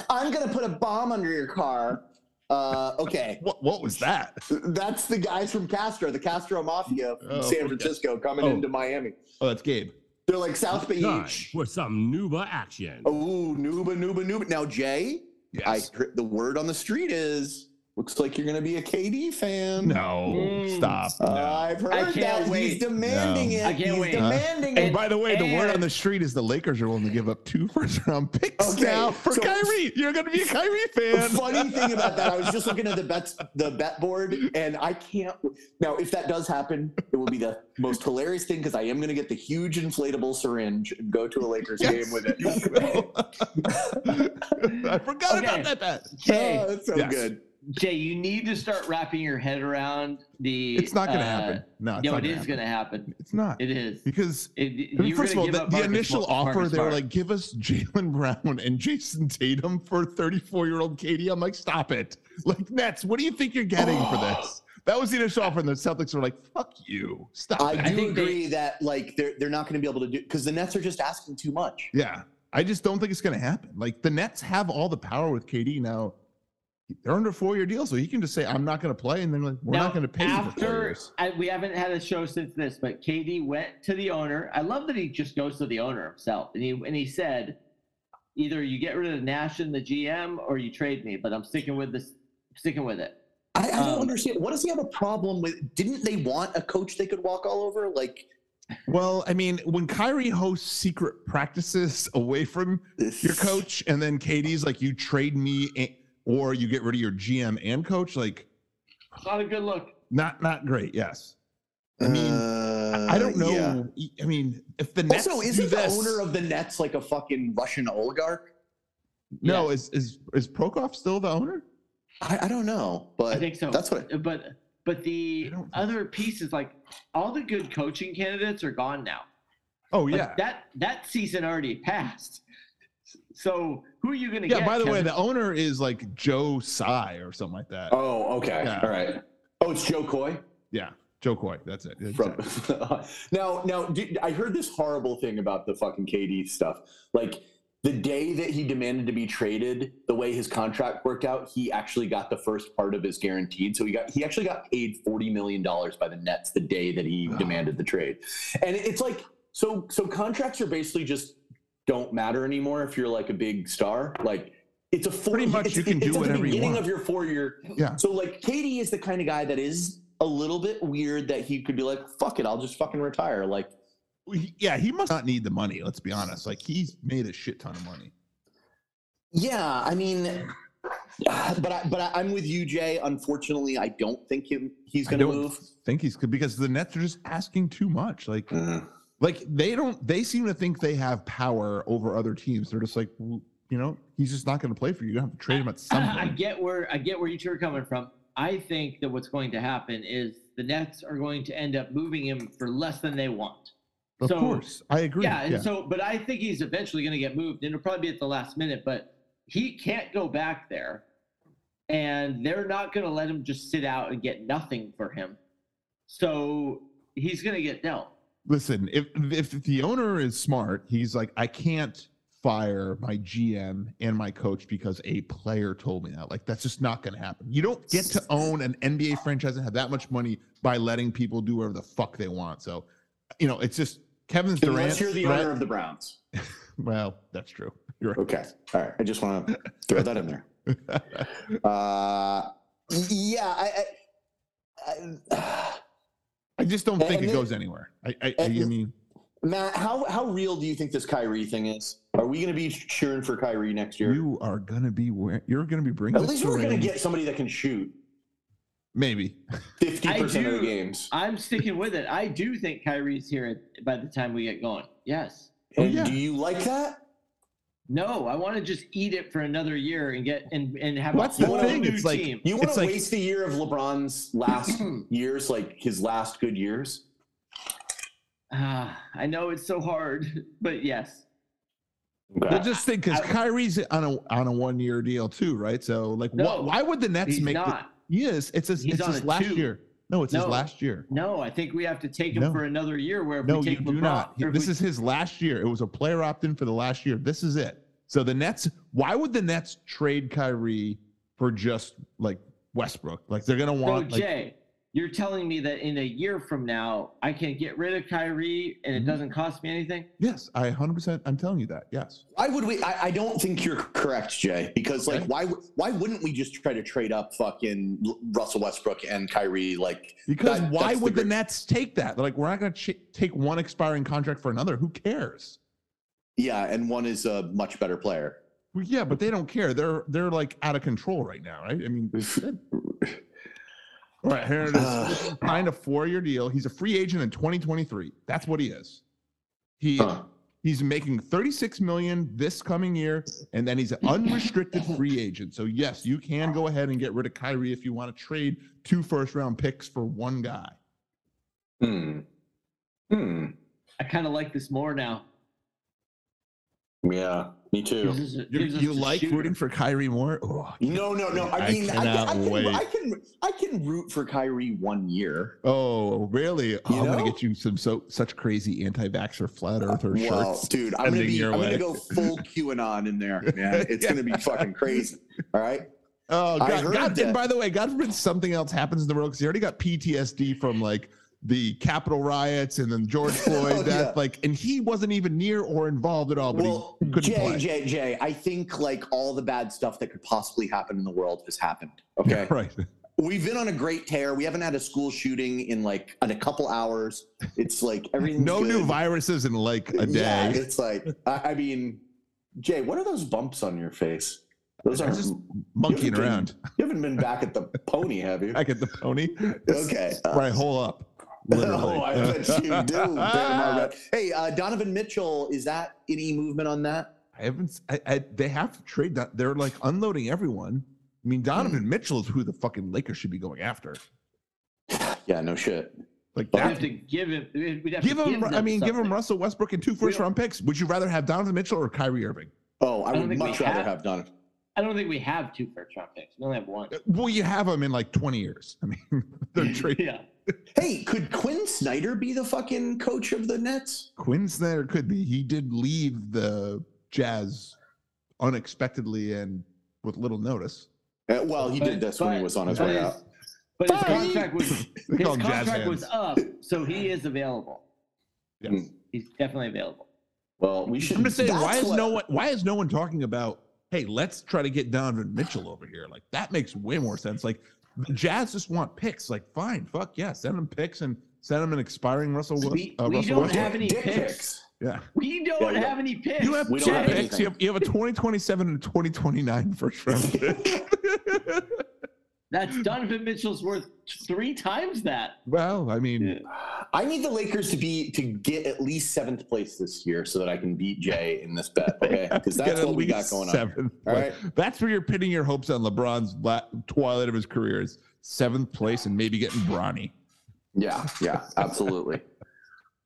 Speaker 6: I'm gonna put a bomb under your car. Uh, okay,
Speaker 3: What what was that?
Speaker 6: that's the guys from Castro, the Castro Mafia from
Speaker 3: Oh,
Speaker 6: San
Speaker 3: okay.
Speaker 6: Francisco, coming
Speaker 3: Oh.
Speaker 6: into Miami.
Speaker 3: Oh, that's Gabe.
Speaker 6: They're like South
Speaker 2: Time
Speaker 6: Beach.
Speaker 2: for some Nuba action.
Speaker 6: Oh, Nuba, Nuba, Nuba. Now, Jay,
Speaker 3: Yes.
Speaker 6: I heard the word on the street is looks like you're gonna be a KD fan.
Speaker 3: no.
Speaker 4: Mm.
Speaker 3: Stop. No.
Speaker 6: Uh, I've heard
Speaker 4: I can't
Speaker 6: that. He's
Speaker 4: wait.
Speaker 6: demanding
Speaker 3: No.
Speaker 6: it.
Speaker 4: I can't
Speaker 6: He's
Speaker 4: wait.
Speaker 6: demanding
Speaker 3: And
Speaker 6: it.
Speaker 3: by the way, the word
Speaker 4: and-
Speaker 3: on the street is the Lakers are willing to give up two first round picks
Speaker 6: Okay,
Speaker 3: now for
Speaker 6: so-
Speaker 3: Kyrie. You're going to be a Kyrie fan.
Speaker 6: funny thing about that, I was just looking at the bets, the bet board, and I can't. Now, if that does happen, it will be the most hilarious thing because I am going to get the huge inflatable syringe and go to a Lakers
Speaker 3: Yes,
Speaker 6: game with it.
Speaker 3: you will. I forgot
Speaker 4: Okay.
Speaker 3: about that bet.
Speaker 4: Jay,
Speaker 6: Oh, that's so
Speaker 3: Yes.
Speaker 6: good.
Speaker 4: Jay, you need to start wrapping your head around the
Speaker 3: It's not going to
Speaker 4: uh,
Speaker 3: happen. No, it's
Speaker 4: No,
Speaker 3: not
Speaker 4: it
Speaker 3: gonna
Speaker 4: is gonna happen.
Speaker 3: It's not.
Speaker 4: It is.
Speaker 3: because
Speaker 4: It,
Speaker 3: I mean,
Speaker 4: you're
Speaker 3: first of
Speaker 4: gonna
Speaker 3: all,
Speaker 4: give
Speaker 3: the,
Speaker 4: up
Speaker 3: the
Speaker 4: Marcus
Speaker 3: initial
Speaker 4: Mar-
Speaker 3: offer,
Speaker 4: Marcus
Speaker 3: they were
Speaker 4: Smart.
Speaker 3: like, give us Jalen Brown and Jason Tatum for 34 year old Katie. I'm like, stop it. Like, Nets, what do you think you're getting for this? That was the initial offer, and the Celtics were like, fuck you. Stop
Speaker 6: I
Speaker 3: it.
Speaker 6: do
Speaker 4: think they-
Speaker 6: agree that like they're they're not going to be able to do because the Nets are just asking too much.
Speaker 3: Yeah. I just don't think it's going to happen. Like the Nets have all the power with KD now. They're under a four-year deal, so he can just say, "I'm not going to play," and then like, we're
Speaker 4: Now,
Speaker 3: not going to pay you for four
Speaker 4: after
Speaker 3: years.
Speaker 4: I, we haven't had a show since this, but KD went to the owner. I love that he just goes to the owner himself, and he and he said, either you get rid of Nash and the GM, or you trade me. But I'm sticking with this, sticking with it.
Speaker 6: I, I don't
Speaker 4: Um,
Speaker 6: understand. What does he have a problem with? Didn't they want a coach they could walk all over? Like
Speaker 3: Well, I mean, when Kyrie hosts secret practices away from
Speaker 6: this.
Speaker 3: your coach, and then KD's like, "You trade me, a- or you get rid of your GM and coach," like
Speaker 4: It's not a good look.
Speaker 3: not not great. Yes, I mean,
Speaker 6: Uh,
Speaker 3: I don't know. E,
Speaker 6: yeah.
Speaker 3: I mean, if the Nets
Speaker 6: also,
Speaker 3: do
Speaker 6: isn't the
Speaker 3: this-
Speaker 6: owner of the Nets like a fucking Russian oligarch?
Speaker 3: no
Speaker 4: Yes.
Speaker 3: is is is Prokof still the owner?
Speaker 6: I, I don't know, but
Speaker 4: I think so.
Speaker 6: That's what. I,
Speaker 4: but but
Speaker 3: I
Speaker 4: the
Speaker 3: don't-
Speaker 4: other piece is like all the good coaching candidates are gone now.
Speaker 3: Oh
Speaker 4: Like,
Speaker 3: yeah,
Speaker 4: that that season already passed. So who are you gonna
Speaker 3: yeah.
Speaker 4: get?
Speaker 3: by the way,
Speaker 4: Kevin?
Speaker 3: the owner is like Joe Tsai or something like that.
Speaker 6: oh, okay,
Speaker 3: Yeah.
Speaker 6: all right. Oh, it's Joe Coy
Speaker 3: Yeah, Joe Coy. That's it. That's
Speaker 6: from.
Speaker 3: it.
Speaker 6: now, now, did, I heard this horrible thing about the fucking KD stuff. Like the day that he demanded to be traded, the way his contract worked out, he actually got the first part of his guaranteed. So he got he actually got paid forty million dollars by the Nets the day that he
Speaker 3: Wow.
Speaker 6: demanded the trade, and it's like so so contracts are basically just don't matter anymore if you're like a big star. Like It's a four.
Speaker 3: Pretty much
Speaker 6: it's-
Speaker 3: you can
Speaker 6: it's
Speaker 3: do
Speaker 6: at
Speaker 3: whatever
Speaker 6: the
Speaker 3: you
Speaker 6: beginning
Speaker 3: want.
Speaker 6: of your four year.
Speaker 3: Yeah.
Speaker 6: So like Katie is the kind of guy that is a little bit weird that he could be like, fuck it, I'll just fucking retire. Like
Speaker 3: He- yeah, he must not need the money. Let's be honest. Like he's made a shit ton of money.
Speaker 6: Yeah, I mean, but I, but I, I'm with you, Jay. Unfortunately, I don't think him, he's
Speaker 3: I
Speaker 6: going to
Speaker 3: don't-
Speaker 6: move.
Speaker 3: Think he's good because the Nets are just asking too much. Like, like they don't. They seem to think they have power over other teams. They're just like, w- you know, he's just not going to play for you. You have to trade him at some
Speaker 4: I
Speaker 3: point.
Speaker 4: get where I get where you two are coming from. I think that what's going to happen is the Nets are going to end up moving him for less than they want.
Speaker 3: Of
Speaker 4: so-
Speaker 3: course, I agree.
Speaker 4: Yeah, and so but I think he's eventually going to get moved, and it'll probably be at the last minute. But he can't go back there, and they're not going to let him just sit out and get nothing for him. So he's going to get dealt.
Speaker 3: Listen, if if the owner is smart, he's like, I can't fire my GM and my coach because a player told me that. Like, that's just not going to happen. You don't get to own an NBA franchise and have that much money by letting people do whatever the fuck they want. So, you know, it's just Kevin Durant.
Speaker 6: Unless you're the
Speaker 3: threat-
Speaker 6: owner of the Browns.
Speaker 3: well, that's true. You're right.
Speaker 6: Okay, all right. I just want to throw that in there. Uh, yeah, I. I, I
Speaker 3: I just don't think
Speaker 6: And
Speaker 3: it
Speaker 6: it-
Speaker 3: goes anywhere. I, I, I, I
Speaker 6: and-
Speaker 3: mean,
Speaker 6: Matt, how how real do you think this Kyrie thing is? Are we going to be cheering for Kyrie next year?
Speaker 3: you are gonna be where you're gonna be bringing.
Speaker 6: At
Speaker 3: this
Speaker 6: least we're going to
Speaker 3: terrain-
Speaker 6: get somebody that can shoot
Speaker 3: maybe.
Speaker 6: fifty percent
Speaker 4: I
Speaker 6: of the
Speaker 4: do.
Speaker 6: games.
Speaker 4: I'm sticking with it. I do think Kyrie's here at- by the time we get going. Yes.
Speaker 3: Oh,
Speaker 6: And
Speaker 3: yeah.
Speaker 6: do you like that?
Speaker 4: No, I want to just eat it for another year and get and and have
Speaker 3: Well, that's
Speaker 4: a
Speaker 3: the
Speaker 4: whole
Speaker 6: thing,
Speaker 4: new
Speaker 3: it's like-
Speaker 4: team.
Speaker 6: You want
Speaker 3: It's
Speaker 6: to
Speaker 3: like-
Speaker 6: waste the year of LeBron's last years, like his last good years?
Speaker 4: Ah, I know it's so hard, but yes.
Speaker 3: Well, just think because Kyrie's on a on a one year deal too, right? So like,
Speaker 4: No,
Speaker 3: why, why would the Nets
Speaker 4: He's
Speaker 3: make? The,
Speaker 4: not.
Speaker 3: yes, it's his,
Speaker 4: He's
Speaker 3: it's
Speaker 4: on
Speaker 3: his
Speaker 4: a
Speaker 3: last
Speaker 4: two.
Speaker 3: year. No, it's
Speaker 4: No.
Speaker 3: his last year.
Speaker 4: No, I think we have to take him
Speaker 3: No.
Speaker 4: for another year. Where if
Speaker 3: No,
Speaker 4: we
Speaker 3: you
Speaker 4: take
Speaker 3: do
Speaker 4: LeBron,
Speaker 3: not.
Speaker 4: or if
Speaker 3: This
Speaker 4: we-
Speaker 3: is his last year. It was a player opt in for the last year. This is it. So the Nets. Why would the Nets trade Kyrie for just like Westbrook? Like they're gonna
Speaker 4: so
Speaker 3: want. like,
Speaker 4: Jay. You're telling me that in a year from now, I can get rid of Kyrie and it
Speaker 3: Mhm.
Speaker 4: doesn't cost me anything?
Speaker 3: yes, I 100. percent I'm telling you that. Yes.
Speaker 6: Why would we? I, I don't think you're correct, Jay. Because like,
Speaker 3: Okay.
Speaker 6: why why why wouldn't we just try to trade up fucking L- Russell Westbrook and Kyrie? Like,
Speaker 3: Because
Speaker 6: That-
Speaker 3: why
Speaker 6: that's the
Speaker 3: would the,
Speaker 6: great-
Speaker 3: Nets take that? They're like, we're not going to ch- take one expiring contract for another. Who cares?
Speaker 6: yeah, and one is a much better player.
Speaker 3: Well, yeah, but they don't care. They're they're like out of control right now, right? I mean, all right, here it is.
Speaker 6: Ugh.
Speaker 3: Signed a four-year deal. He's a free agent in 2023. That's what he is. He
Speaker 6: Huh.
Speaker 3: he's making 36 million this coming year, and then he's an unrestricted free agent. So yes, you can go ahead and get rid of Kyrie if you want to trade two first-round picks for one guy.
Speaker 6: Hmm. Hmm.
Speaker 4: I kind of like this more now.
Speaker 6: Yeah. Me too.
Speaker 4: Gives us a-
Speaker 3: You're,
Speaker 4: gives us
Speaker 3: you
Speaker 4: a
Speaker 3: like
Speaker 4: shooter.
Speaker 3: rooting for Kyrie more? Oh,
Speaker 6: No, no, no. I
Speaker 3: I
Speaker 6: mean, I,
Speaker 3: cannot
Speaker 6: can, I,
Speaker 3: wait.
Speaker 6: can, I can I can root for Kyrie one year.
Speaker 3: Oh, really? Oh, I'm
Speaker 6: know? Uh,
Speaker 3: gonna get you some so such crazy anti-vaxxer flat earther
Speaker 6: Wow,
Speaker 3: shirts.
Speaker 6: dude, I'm gonna
Speaker 3: sending
Speaker 6: be
Speaker 3: your
Speaker 6: I'm
Speaker 3: way.
Speaker 6: gonna go full QAnon in there, man. It's gonna be fucking crazy. All right.
Speaker 3: Oh
Speaker 6: I
Speaker 3: god,
Speaker 6: heard
Speaker 3: god
Speaker 6: that.
Speaker 3: and by the way, God forbid something else happens in the world because he already got PTSD from like the Capitol riots and then George Floyd
Speaker 6: Oh,
Speaker 3: death,
Speaker 6: yeah.
Speaker 3: like and he wasn't even near or involved at all, but
Speaker 6: Well,
Speaker 3: he couldn't
Speaker 6: Jay,
Speaker 3: play.
Speaker 6: Jay, Jay, I think like all the bad stuff that could possibly happen in the world has happened. Okay.
Speaker 3: Right.
Speaker 6: We've been on a great tear. We haven't had a school shooting in like in a couple hours. It's like everything.
Speaker 3: No new viruses in like a day.
Speaker 6: Yeah, it's like I, I mean, Jay, what are those bumps on your face? Those
Speaker 3: I
Speaker 6: are
Speaker 3: just-
Speaker 6: just
Speaker 3: Monkeying
Speaker 6: been-
Speaker 3: around.
Speaker 6: you haven't been back at the pony, have you?
Speaker 3: Back at the pony.
Speaker 6: Okay.
Speaker 3: Where I hole up. Literally.
Speaker 6: Oh, I bet you do. Damn, I bet. Hey, uh, Donovan Mitchell, is that any movement on that?
Speaker 3: I haven't. s- I, I- they have to trade that. They're like unloading everyone. I mean, Donovan Mitchell is who the fucking Lakers should be going after.
Speaker 6: Yeah, no shit.
Speaker 3: Like
Speaker 4: We'd have
Speaker 3: that.
Speaker 4: to give him. We'd have
Speaker 3: Give
Speaker 4: to
Speaker 3: him. I
Speaker 4: them
Speaker 3: mean, give him
Speaker 4: something.
Speaker 3: Russell Westbrook and two first round picks. Would you rather have Donovan Mitchell or Kyrie Irving?
Speaker 6: Oh, I,
Speaker 4: don't
Speaker 6: would
Speaker 4: think we
Speaker 6: much rather
Speaker 4: have-
Speaker 6: have Donovan.
Speaker 4: I don't think we have two first round picks. We only have one.
Speaker 3: Uh, Well, you have them in like twenty years. I mean, they're trading.
Speaker 4: Yeah.
Speaker 6: Hey, could Quinn Snyder be the fucking coach of the Nets?
Speaker 3: Quinn Snyder could be. He did leave the Jazz unexpectedly and with little notice.
Speaker 6: Uh, well, he did
Speaker 4: But-
Speaker 6: this when he
Speaker 4: but-
Speaker 6: was on his
Speaker 4: but
Speaker 6: way
Speaker 4: his-
Speaker 6: out.
Speaker 4: But his
Speaker 3: Fine.
Speaker 4: contract was
Speaker 3: They
Speaker 4: his
Speaker 3: call him Jazz
Speaker 4: contract was
Speaker 3: hands.
Speaker 4: up, so he is available.
Speaker 3: Yes.
Speaker 4: He's definitely available.
Speaker 6: Well, we should.
Speaker 3: I'm just saying, why
Speaker 6: that's
Speaker 3: is
Speaker 6: what-
Speaker 3: no one? Why is no one talking about hey, let's try to get Donovan Mitchell over here. Like that makes way more sense. Like the Jazz just want picks. Like fine, fuck yeah, send them picks and send them an expiring Russell. Wil-
Speaker 4: We-
Speaker 3: uh,
Speaker 4: we
Speaker 3: Russell
Speaker 4: don't
Speaker 3: Westbrook.
Speaker 4: have any
Speaker 6: Dick
Speaker 4: picks.
Speaker 3: yeah.
Speaker 4: We don't
Speaker 6: Yeah, we
Speaker 4: have any picks.
Speaker 3: You have
Speaker 6: We don't
Speaker 3: two
Speaker 6: have
Speaker 3: picks.
Speaker 6: anything.
Speaker 3: You have, you have a 2027 and a 2029 first round pick.
Speaker 4: That's Donovan Mitchell's worth three times that.
Speaker 3: well, I mean,
Speaker 4: Yeah.
Speaker 6: I need the Lakers to be to get at least seventh place this year so that I can beat Jay in this bet. Okay, because
Speaker 3: you
Speaker 6: that's
Speaker 3: at
Speaker 6: what we got
Speaker 3: least
Speaker 6: going on.
Speaker 3: seventh
Speaker 6: All
Speaker 3: place. That's where you're pinning your hopes on LeBron's la- twilight of his career is seventh place and maybe getting Bronny.
Speaker 6: Yeah, yeah, absolutely.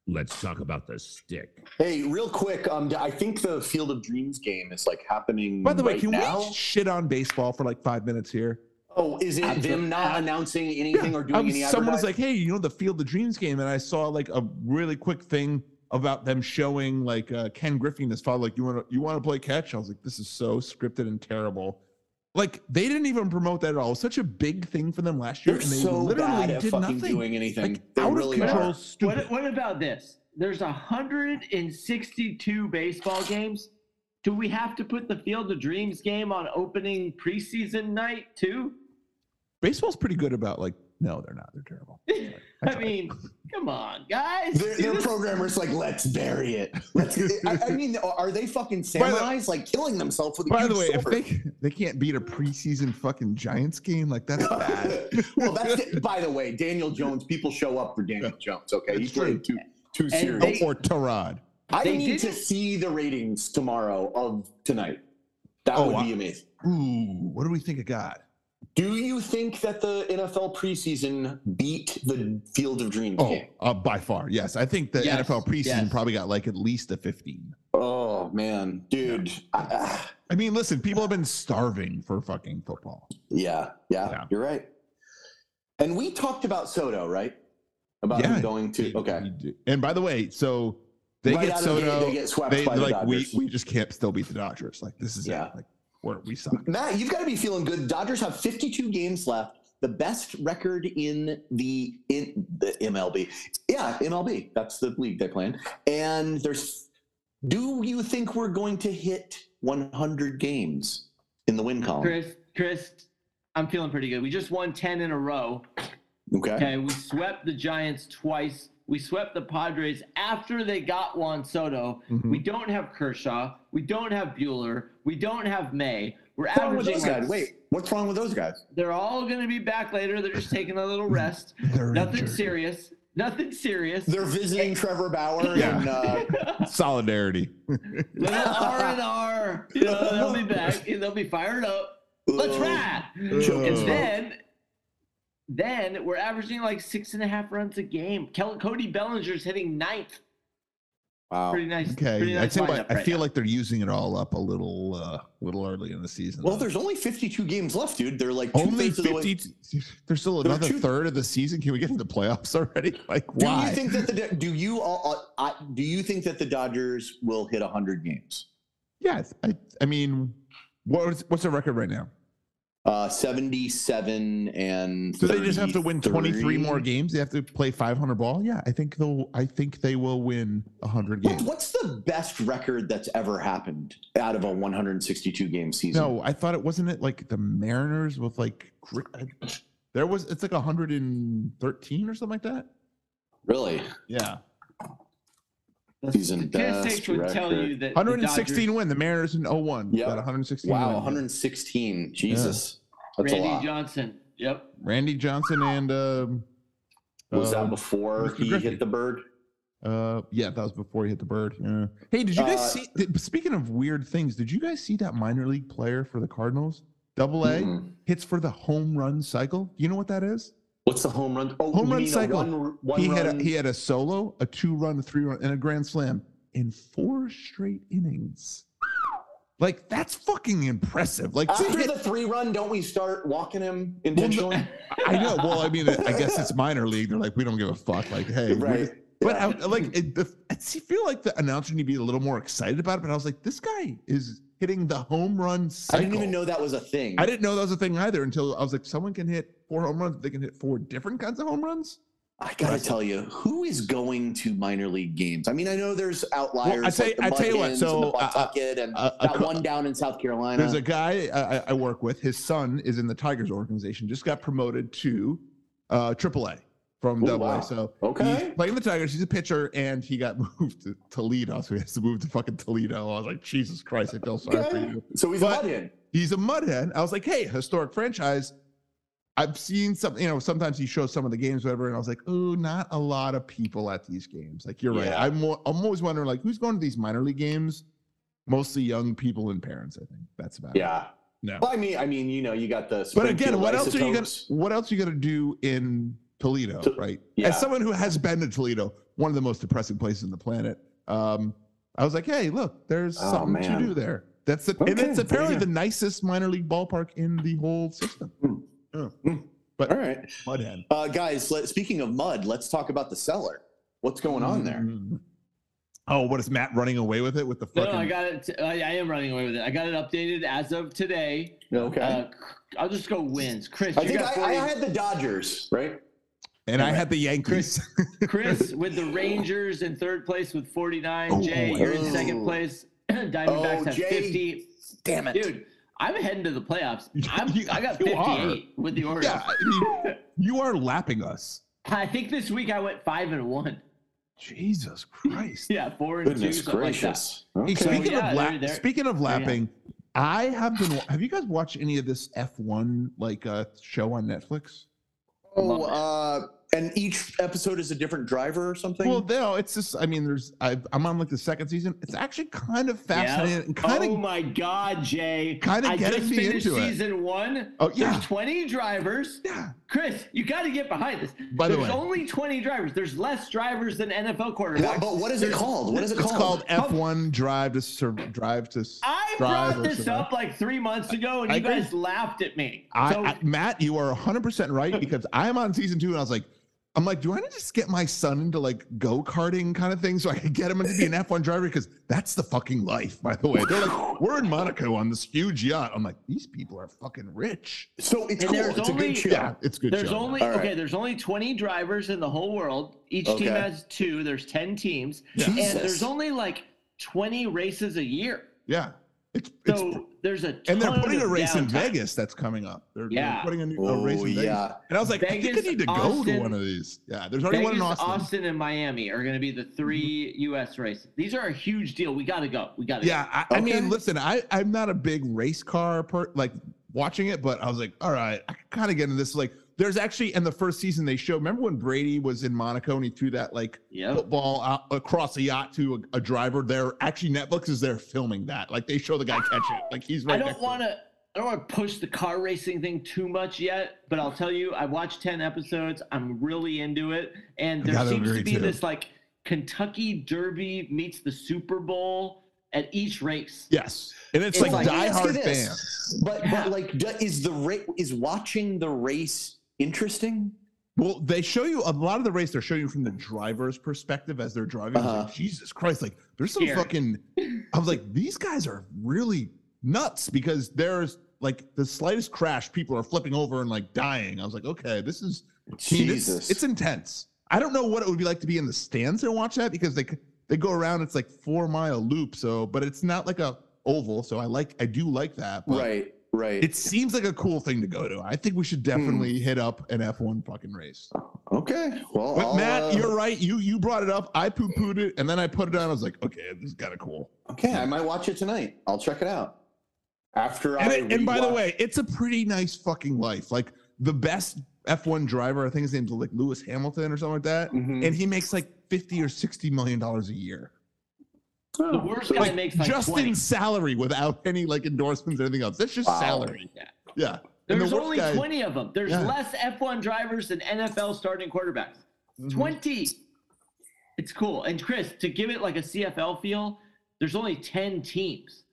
Speaker 2: Let's talk about the stick.
Speaker 6: hey, real quick, um, I think the Field of Dreams game is like happening.
Speaker 3: By the way,
Speaker 6: right
Speaker 3: can
Speaker 6: now?
Speaker 3: we shit on baseball for like five minutes here?
Speaker 6: Oh, is it them not announcing anything or doing
Speaker 3: Um,
Speaker 6: any?
Speaker 3: someone was
Speaker 6: advertising?
Speaker 3: like, "Hey, you know the Field of Dreams game?" And I saw like a really quick thing about them showing like uh, Ken Griffey and his father, like, "You want to you want to play catch?" I was like, "This is so scripted and terrible." Like they didn't even promote that at all. It was such a big thing for them last year,
Speaker 6: they're
Speaker 3: and they
Speaker 6: so bad
Speaker 3: literally
Speaker 6: at
Speaker 3: did
Speaker 6: fucking
Speaker 3: nothing.
Speaker 6: doing anything.
Speaker 3: Like,
Speaker 6: they
Speaker 3: out
Speaker 6: really
Speaker 3: of control,
Speaker 6: are.
Speaker 3: stupid.
Speaker 4: What, what about this? There's 162 baseball games. Do we have to put the Field of Dreams game on opening preseason night too?
Speaker 3: Baseball's pretty good about like, no, they're not. They're terrible.
Speaker 4: I mean, come on, guys.
Speaker 6: Their,
Speaker 4: Do
Speaker 6: their
Speaker 4: this-
Speaker 6: programmers like let's bury it. Let's. I, I mean, are they fucking
Speaker 3: By the-
Speaker 6: samurais like killing themselves with? A
Speaker 3: By
Speaker 6: huge
Speaker 3: the way, if
Speaker 6: sword?
Speaker 3: they they can't beat a preseason fucking Giants game, like that's bad.
Speaker 6: well, that's it. by the way, Daniel Jones. People show up for Daniel Jones. Okay, he
Speaker 3: That's true.
Speaker 6: played two two
Speaker 4: And
Speaker 6: series.
Speaker 4: they-
Speaker 3: or Tarad.
Speaker 6: I
Speaker 4: they
Speaker 6: need to
Speaker 4: didn't-
Speaker 6: see the ratings tomorrow of tonight. That
Speaker 3: Oh,
Speaker 6: would
Speaker 3: wow.
Speaker 6: be amazing.
Speaker 3: Ooh, what do we think of God?
Speaker 6: Do you think that the NFL preseason beat the Field of Dreams
Speaker 3: Oh,
Speaker 6: game?
Speaker 3: uh, by far, yes. I think the
Speaker 4: Yes,
Speaker 3: NFL preseason
Speaker 4: yes.
Speaker 3: probably got like at least a 15.
Speaker 6: Oh man, dude. I- ah.
Speaker 3: I mean, listen, people have been starving for fucking football.
Speaker 6: Yeah, yeah,
Speaker 3: Yeah.
Speaker 6: you're right. And we talked about Soto, right? About
Speaker 3: Yeah.
Speaker 6: him going to okay.
Speaker 3: And by the way, so they
Speaker 6: Right
Speaker 3: get
Speaker 6: out of the gate,
Speaker 3: Soto.
Speaker 6: they get swept
Speaker 3: they
Speaker 6: by the
Speaker 3: like we
Speaker 6: Dodgers.
Speaker 3: we just can't still beat the Dodgers. Like this is
Speaker 6: Yeah.
Speaker 3: it. Like we're, we suck.
Speaker 6: Matt, you've got to be feeling good. Dodgers have 52 games left, the best record in the in the MLB. Yeah, MLB. That's the league they play in. And there's. Do you think we're going to hit 100 games in the win column?
Speaker 4: Chris, Chris, I'm feeling pretty good. We just won 10 in a row.
Speaker 6: Okay.
Speaker 4: Okay, we swept the Giants twice. We swept the Padres after they got Juan Soto.
Speaker 6: Hmm.
Speaker 4: We don't have Kershaw. We don't have Bueller. We don't have May. We're
Speaker 6: What's wrong with
Speaker 4: averaging.
Speaker 6: those guys?
Speaker 4: like-
Speaker 6: Wait, what's wrong with those guys?
Speaker 4: They're all going to be back later. They're just taking a little rest.
Speaker 3: They're
Speaker 4: Nothing
Speaker 3: injured.
Speaker 4: serious. Nothing serious.
Speaker 6: They're visiting Trevor Bauer
Speaker 3: Yeah.
Speaker 6: and uh,
Speaker 3: Solidarity.
Speaker 4: little R and R. You know, they'll be back. They'll be fired up. Let's ride. And
Speaker 3: Oh.
Speaker 4: then, then we're averaging like six and a half runs a game. Kel- Cody Bellinger's hitting ninth.
Speaker 6: Wow.
Speaker 4: Pretty nice.
Speaker 3: Oh, Okay,
Speaker 4: Pretty
Speaker 3: I
Speaker 4: nice
Speaker 3: tell you
Speaker 4: lineup
Speaker 3: what, I
Speaker 4: right
Speaker 3: feel
Speaker 4: now.
Speaker 3: like they're using it all up a little, uh, little early in the season.
Speaker 6: Well,
Speaker 3: though.
Speaker 6: there's only 52 games left, dude. They're like
Speaker 3: only
Speaker 6: two-thirds of the way-
Speaker 3: fifty. there's still
Speaker 6: There were
Speaker 3: another
Speaker 6: two-
Speaker 3: third of the season. Can we get to the playoffs already? Like,
Speaker 6: Do
Speaker 3: why?
Speaker 6: you think that the do you all uh, I, do you think that the Dodgers will hit 100 games?
Speaker 3: Yes, I, I mean, what's what's their record right now?
Speaker 6: Uh, 77 and
Speaker 3: Do they just have to win 23
Speaker 6: 33?
Speaker 3: more games? They have to play 500 ball. Yeah, I think they'll. I think they will win 100
Speaker 6: What,
Speaker 3: games.
Speaker 6: what's the best record that's ever happened out of a 162 game season?
Speaker 3: No, I thought it wasn't it like the Mariners with like gri- I- there was it's like 113 or something like that.
Speaker 6: Really?
Speaker 3: Yeah,
Speaker 4: The
Speaker 6: Season best
Speaker 4: statistics would tell
Speaker 6: record.
Speaker 4: you that the
Speaker 3: 116
Speaker 4: Dodgers-
Speaker 3: win the Mariners in 01.
Speaker 6: Yep.
Speaker 3: Got 116.
Speaker 6: Wow,
Speaker 3: win.
Speaker 6: 116. Jesus. That's a lot.
Speaker 4: Randy Johnson. Yep.
Speaker 3: Randy Johnson and um,
Speaker 6: Was
Speaker 3: uh,
Speaker 6: that before
Speaker 3: Mr.
Speaker 6: he
Speaker 3: Griffey.
Speaker 6: hit the bird?
Speaker 3: Uh, yeah, that was before he hit the bird. Yeah. Hey, did you guys
Speaker 6: Uh,
Speaker 3: see? Did, speaking of weird things, did you guys see that minor league player for the Cardinals? Double A
Speaker 6: Mm-mm.
Speaker 3: hits for the home run cycle. Do you know what that is?
Speaker 6: What's the home run? Oh,
Speaker 3: Home
Speaker 6: you
Speaker 3: run
Speaker 6: mean a
Speaker 3: cycle.
Speaker 6: One, one
Speaker 3: he had
Speaker 6: run-
Speaker 3: a, he had a solo, a two run, a three run, and a grand slam in four straight innings. Like that's fucking impressive. Like to
Speaker 6: After
Speaker 3: hit-
Speaker 6: the three run, don't we start walking him intentionally?
Speaker 3: I know. Well, I mean, I guess it's minor league. They're like, we don't give a fuck. Like, hey, we're
Speaker 6: right.
Speaker 3: just- But I, like, it, the, I see- feel like the announcer need to be a little more excited about it. But I was like, this guy is hitting the home run
Speaker 6: I
Speaker 3: cycle.
Speaker 6: didn't even know that was a thing.
Speaker 3: I didn't know that was a thing either until I was like, someone can hit four home runs. They can hit four different kinds of home runs.
Speaker 6: I gotta tell you, who is going to minor league games? I mean, I know there's outliers.
Speaker 3: Well, I tell you-
Speaker 6: like the
Speaker 3: I tell you what,
Speaker 6: Mudhens
Speaker 3: so,
Speaker 6: and the
Speaker 3: uh, uh,
Speaker 6: Pawtucket and
Speaker 3: uh, a
Speaker 6: that
Speaker 3: cou-
Speaker 6: one down in South Carolina.
Speaker 3: There's a guy uh, I, I- I work with. His son is in the Tigers organization. Just got promoted to uh, AAA from
Speaker 6: Ooh,
Speaker 3: Double
Speaker 6: Oh, wow.
Speaker 3: A. So
Speaker 6: Okay.
Speaker 3: he's playing the Tigers. He's a pitcher, and he got moved to Toledo, so he has to move to fucking Toledo. I was like, Jesus Christ, I feel sorry for
Speaker 6: Okay.
Speaker 3: you.
Speaker 6: so he's
Speaker 3: but-
Speaker 6: not in.
Speaker 3: He's a mudhead. I was like, hey, historic franchise. I've seen some, you know, sometimes he shows some of the games, whatever, and I was like, oh, not a lot of people at these games. Like, you're right.
Speaker 6: Yeah.
Speaker 3: I'm, wa- I'm always wondering, like, who's going to these minor league games? Mostly young people and parents, I think. That's about it.
Speaker 6: Yeah.
Speaker 3: No.
Speaker 6: Well, I mean, I mean, you know, you got the.
Speaker 3: But again, what else are you gonna
Speaker 6: Isotopes.
Speaker 3: what else are you gonna do in Toledo,
Speaker 6: To-
Speaker 3: right?
Speaker 6: yeah.
Speaker 3: As someone who has been to Toledo, one of the most depressing places on the planet, um, I was like, hey, look, there's
Speaker 6: Oh,
Speaker 3: something
Speaker 6: man.
Speaker 3: to do there. That's the, and
Speaker 6: Okay,
Speaker 3: it's apparently
Speaker 6: there you
Speaker 3: the nicest minor league ballpark in the whole system.
Speaker 6: Hmm.
Speaker 3: Yeah.
Speaker 6: Hmm.
Speaker 3: But
Speaker 6: All right,
Speaker 3: mudhead
Speaker 6: uh, guys. Let, speaking of mud, let's talk about the cellar. What's going on there?
Speaker 3: Mm. Oh, what is Matt running away with it with the
Speaker 4: No,
Speaker 3: fucking?
Speaker 4: no, I got it. I, I am running away with it. I got it updated as of today.
Speaker 3: Mm.
Speaker 6: Okay.
Speaker 4: Uh, I'll just go wins. Chris,
Speaker 6: I
Speaker 4: you
Speaker 6: think
Speaker 4: got 40
Speaker 6: I, I had the Dodgers, right?
Speaker 3: and I had the Yankees.
Speaker 4: Chris with the Rangers in third place with 49.
Speaker 3: Oh,
Speaker 4: Jay,
Speaker 3: oh,
Speaker 4: you're in
Speaker 6: oh.
Speaker 4: second place. Diamondbacks
Speaker 6: Oh,
Speaker 4: have
Speaker 6: Jay.
Speaker 4: 50.
Speaker 6: Damn it.
Speaker 4: Dude, I'm heading to the playoffs. I'm,
Speaker 3: You-
Speaker 4: I got
Speaker 3: you are.
Speaker 4: 58 with the Orioles.
Speaker 3: yeah, I mean, you are lapping us.
Speaker 4: I think this week I went five and one.
Speaker 3: Jesus Christ.
Speaker 4: Yeah, four and
Speaker 6: Goodness
Speaker 4: two. something like that.
Speaker 6: gracious.
Speaker 3: Hey,
Speaker 6: Okay.
Speaker 3: speaking,
Speaker 4: yeah,
Speaker 3: of lap,
Speaker 4: they're- they're-
Speaker 3: speaking of
Speaker 4: yeah.
Speaker 3: lapping, I have been. Have you guys watched any of this F1 like uh, show on Netflix?
Speaker 6: Oh, uh, and each episode is a different driver or something.
Speaker 3: Well, no, it's just. I mean, there's. i I'm on like the second season. It's actually kind of fascinating. and Kind
Speaker 4: oh
Speaker 3: of.
Speaker 4: my God, Jay!
Speaker 3: Kinda
Speaker 4: I
Speaker 3: getting
Speaker 4: just
Speaker 3: me
Speaker 4: finished
Speaker 3: into it.
Speaker 4: season one.
Speaker 3: Oh, yeah.
Speaker 4: There's 20 drivers.
Speaker 3: Yeah.
Speaker 4: Chris, you got to get behind this.
Speaker 3: By the
Speaker 4: There's
Speaker 3: way-
Speaker 4: only 20 drivers. There's less drivers than NFL quarterbacks.
Speaker 6: What- but what is it called? What is it
Speaker 3: It's called
Speaker 6: called?
Speaker 3: F1 Drive to Survive. Drive to. S-
Speaker 4: I
Speaker 3: Drive
Speaker 4: brought
Speaker 3: or
Speaker 4: this
Speaker 3: survive.
Speaker 4: up like three months ago, and
Speaker 3: I
Speaker 4: you
Speaker 3: agree.
Speaker 4: guys laughed at me.
Speaker 3: I,
Speaker 4: so
Speaker 3: I, Matt, you are 100 percent right because I'm on season two, and I was like, I'm like, do I need to just get my son into like go karting kind of thing so I can get him to be an F1 driver? Because that's the fucking life, by the way. They're like, we're in Monaco on this huge yacht. I'm like, these people are fucking rich.
Speaker 6: So it's
Speaker 4: And
Speaker 6: cool.
Speaker 4: there's
Speaker 6: It's a
Speaker 4: only-
Speaker 6: good show.
Speaker 3: Yeah, it's good.
Speaker 4: there's
Speaker 3: show.
Speaker 4: only
Speaker 6: All right.
Speaker 4: okay. There's only 20 drivers in the whole world. Each team
Speaker 6: Okay.
Speaker 4: has two. There's 10 teams,
Speaker 6: Jesus.
Speaker 4: and there's only like 20 races a year.
Speaker 3: yeah, it's it's.
Speaker 4: So there's a
Speaker 3: and they're
Speaker 4: ton
Speaker 3: putting a
Speaker 4: of
Speaker 3: race in
Speaker 4: downtime.
Speaker 3: Vegas that's coming up. They're, they're
Speaker 4: Yeah.
Speaker 3: putting a, new, a
Speaker 6: Oh,
Speaker 3: race in Vegas.
Speaker 6: yeah.
Speaker 3: And I was like, I think I
Speaker 4: Vegas,
Speaker 3: need to go to
Speaker 4: Austin-
Speaker 3: one of these. Yeah, there's already
Speaker 4: Vegas,
Speaker 3: one in
Speaker 4: Austin.
Speaker 3: Austin. Mm-hmm.
Speaker 4: and Miami are going to be the 3 U.S. races. These are a huge deal. We got to go. We got to.
Speaker 3: Yeah, I, I
Speaker 6: Okay.
Speaker 3: mean, listen, I I'm not a big race car per like watching it, but I was like, all right, I can kind of get into this. Like, there's actually in the first season they show. Remember when Brady was in Monaco and he threw that like
Speaker 4: Yep.
Speaker 3: football out, across a yacht to a, a driver? There actually Netflix is there filming that. Like they show the guy catch it. Like he's right.
Speaker 4: I
Speaker 3: next
Speaker 4: don't
Speaker 3: to
Speaker 4: want
Speaker 3: it.
Speaker 4: to. I don't want to push the car racing thing too much yet, but I'll tell you, I've watched ten episodes. I'm really into it, and there
Speaker 3: Gotta
Speaker 4: seems to
Speaker 3: agree,
Speaker 4: be
Speaker 3: too.
Speaker 4: this like Kentucky Derby meets the Super Bowl at each race.
Speaker 3: Yes, and it's,
Speaker 4: It's
Speaker 3: like,
Speaker 4: like-
Speaker 6: let me ask you
Speaker 3: diehard
Speaker 6: this.
Speaker 3: fans.
Speaker 6: But but like, d- is the ra- is watching the race interesting?
Speaker 3: Well, they show you a lot of the race. They're showing you from the driver's perspective as they're driving. I was
Speaker 6: Uh-huh.
Speaker 3: Like, Jesus Christ! Like, there's some
Speaker 4: Scary.
Speaker 3: fucking. I was like, these guys are really nuts because there's like the slightest crash, people are flipping over and like dying. I was like, okay, this is I mean, it's-
Speaker 6: Jesus.
Speaker 3: It's, intense. I don't know what it would be like to be in the stands and watch that because they c- they go around. It's like four mile loop. So, but it's not like a oval. So I like I do like that. But
Speaker 6: right, right.
Speaker 3: It seems like a cool thing to go to. I think we
Speaker 6: Hmm.
Speaker 3: should definitely hit up an F1 fucking race.
Speaker 6: okay. Well,
Speaker 3: But
Speaker 6: I'll,
Speaker 3: Matt,
Speaker 6: uh,
Speaker 3: you're right. You you brought it up. I poo pooed it, and then I put it on. I was like, okay, this is kind of cool.
Speaker 6: uh, okay. I might watch it tonight. I'll check it out after
Speaker 3: And,
Speaker 6: I.
Speaker 3: it- and by the
Speaker 6: rewatch-
Speaker 3: way, it's a pretty nice fucking life. Like the best F1 driver, I think his name's like Lewis Hamilton or something like that,
Speaker 4: Mm-hmm.
Speaker 6: Mhm.
Speaker 3: and he makes like fifty or sixty million dollars a year.
Speaker 4: The worst guy
Speaker 3: Like,
Speaker 4: makes like
Speaker 3: just
Speaker 4: 20.
Speaker 3: in salary without any like endorsements or anything else. That's just
Speaker 6: Wow.
Speaker 3: salary.
Speaker 4: Yeah.
Speaker 3: Yeah. And the
Speaker 4: There's
Speaker 3: worst
Speaker 4: only
Speaker 3: guy-
Speaker 4: 20 of them. There's
Speaker 3: Yeah.
Speaker 4: less F1 drivers than NFL starting quarterbacks.
Speaker 3: Mhm.
Speaker 4: 20. It's cool. And Chris, to give it like a CFL feel, there's only 10 teams.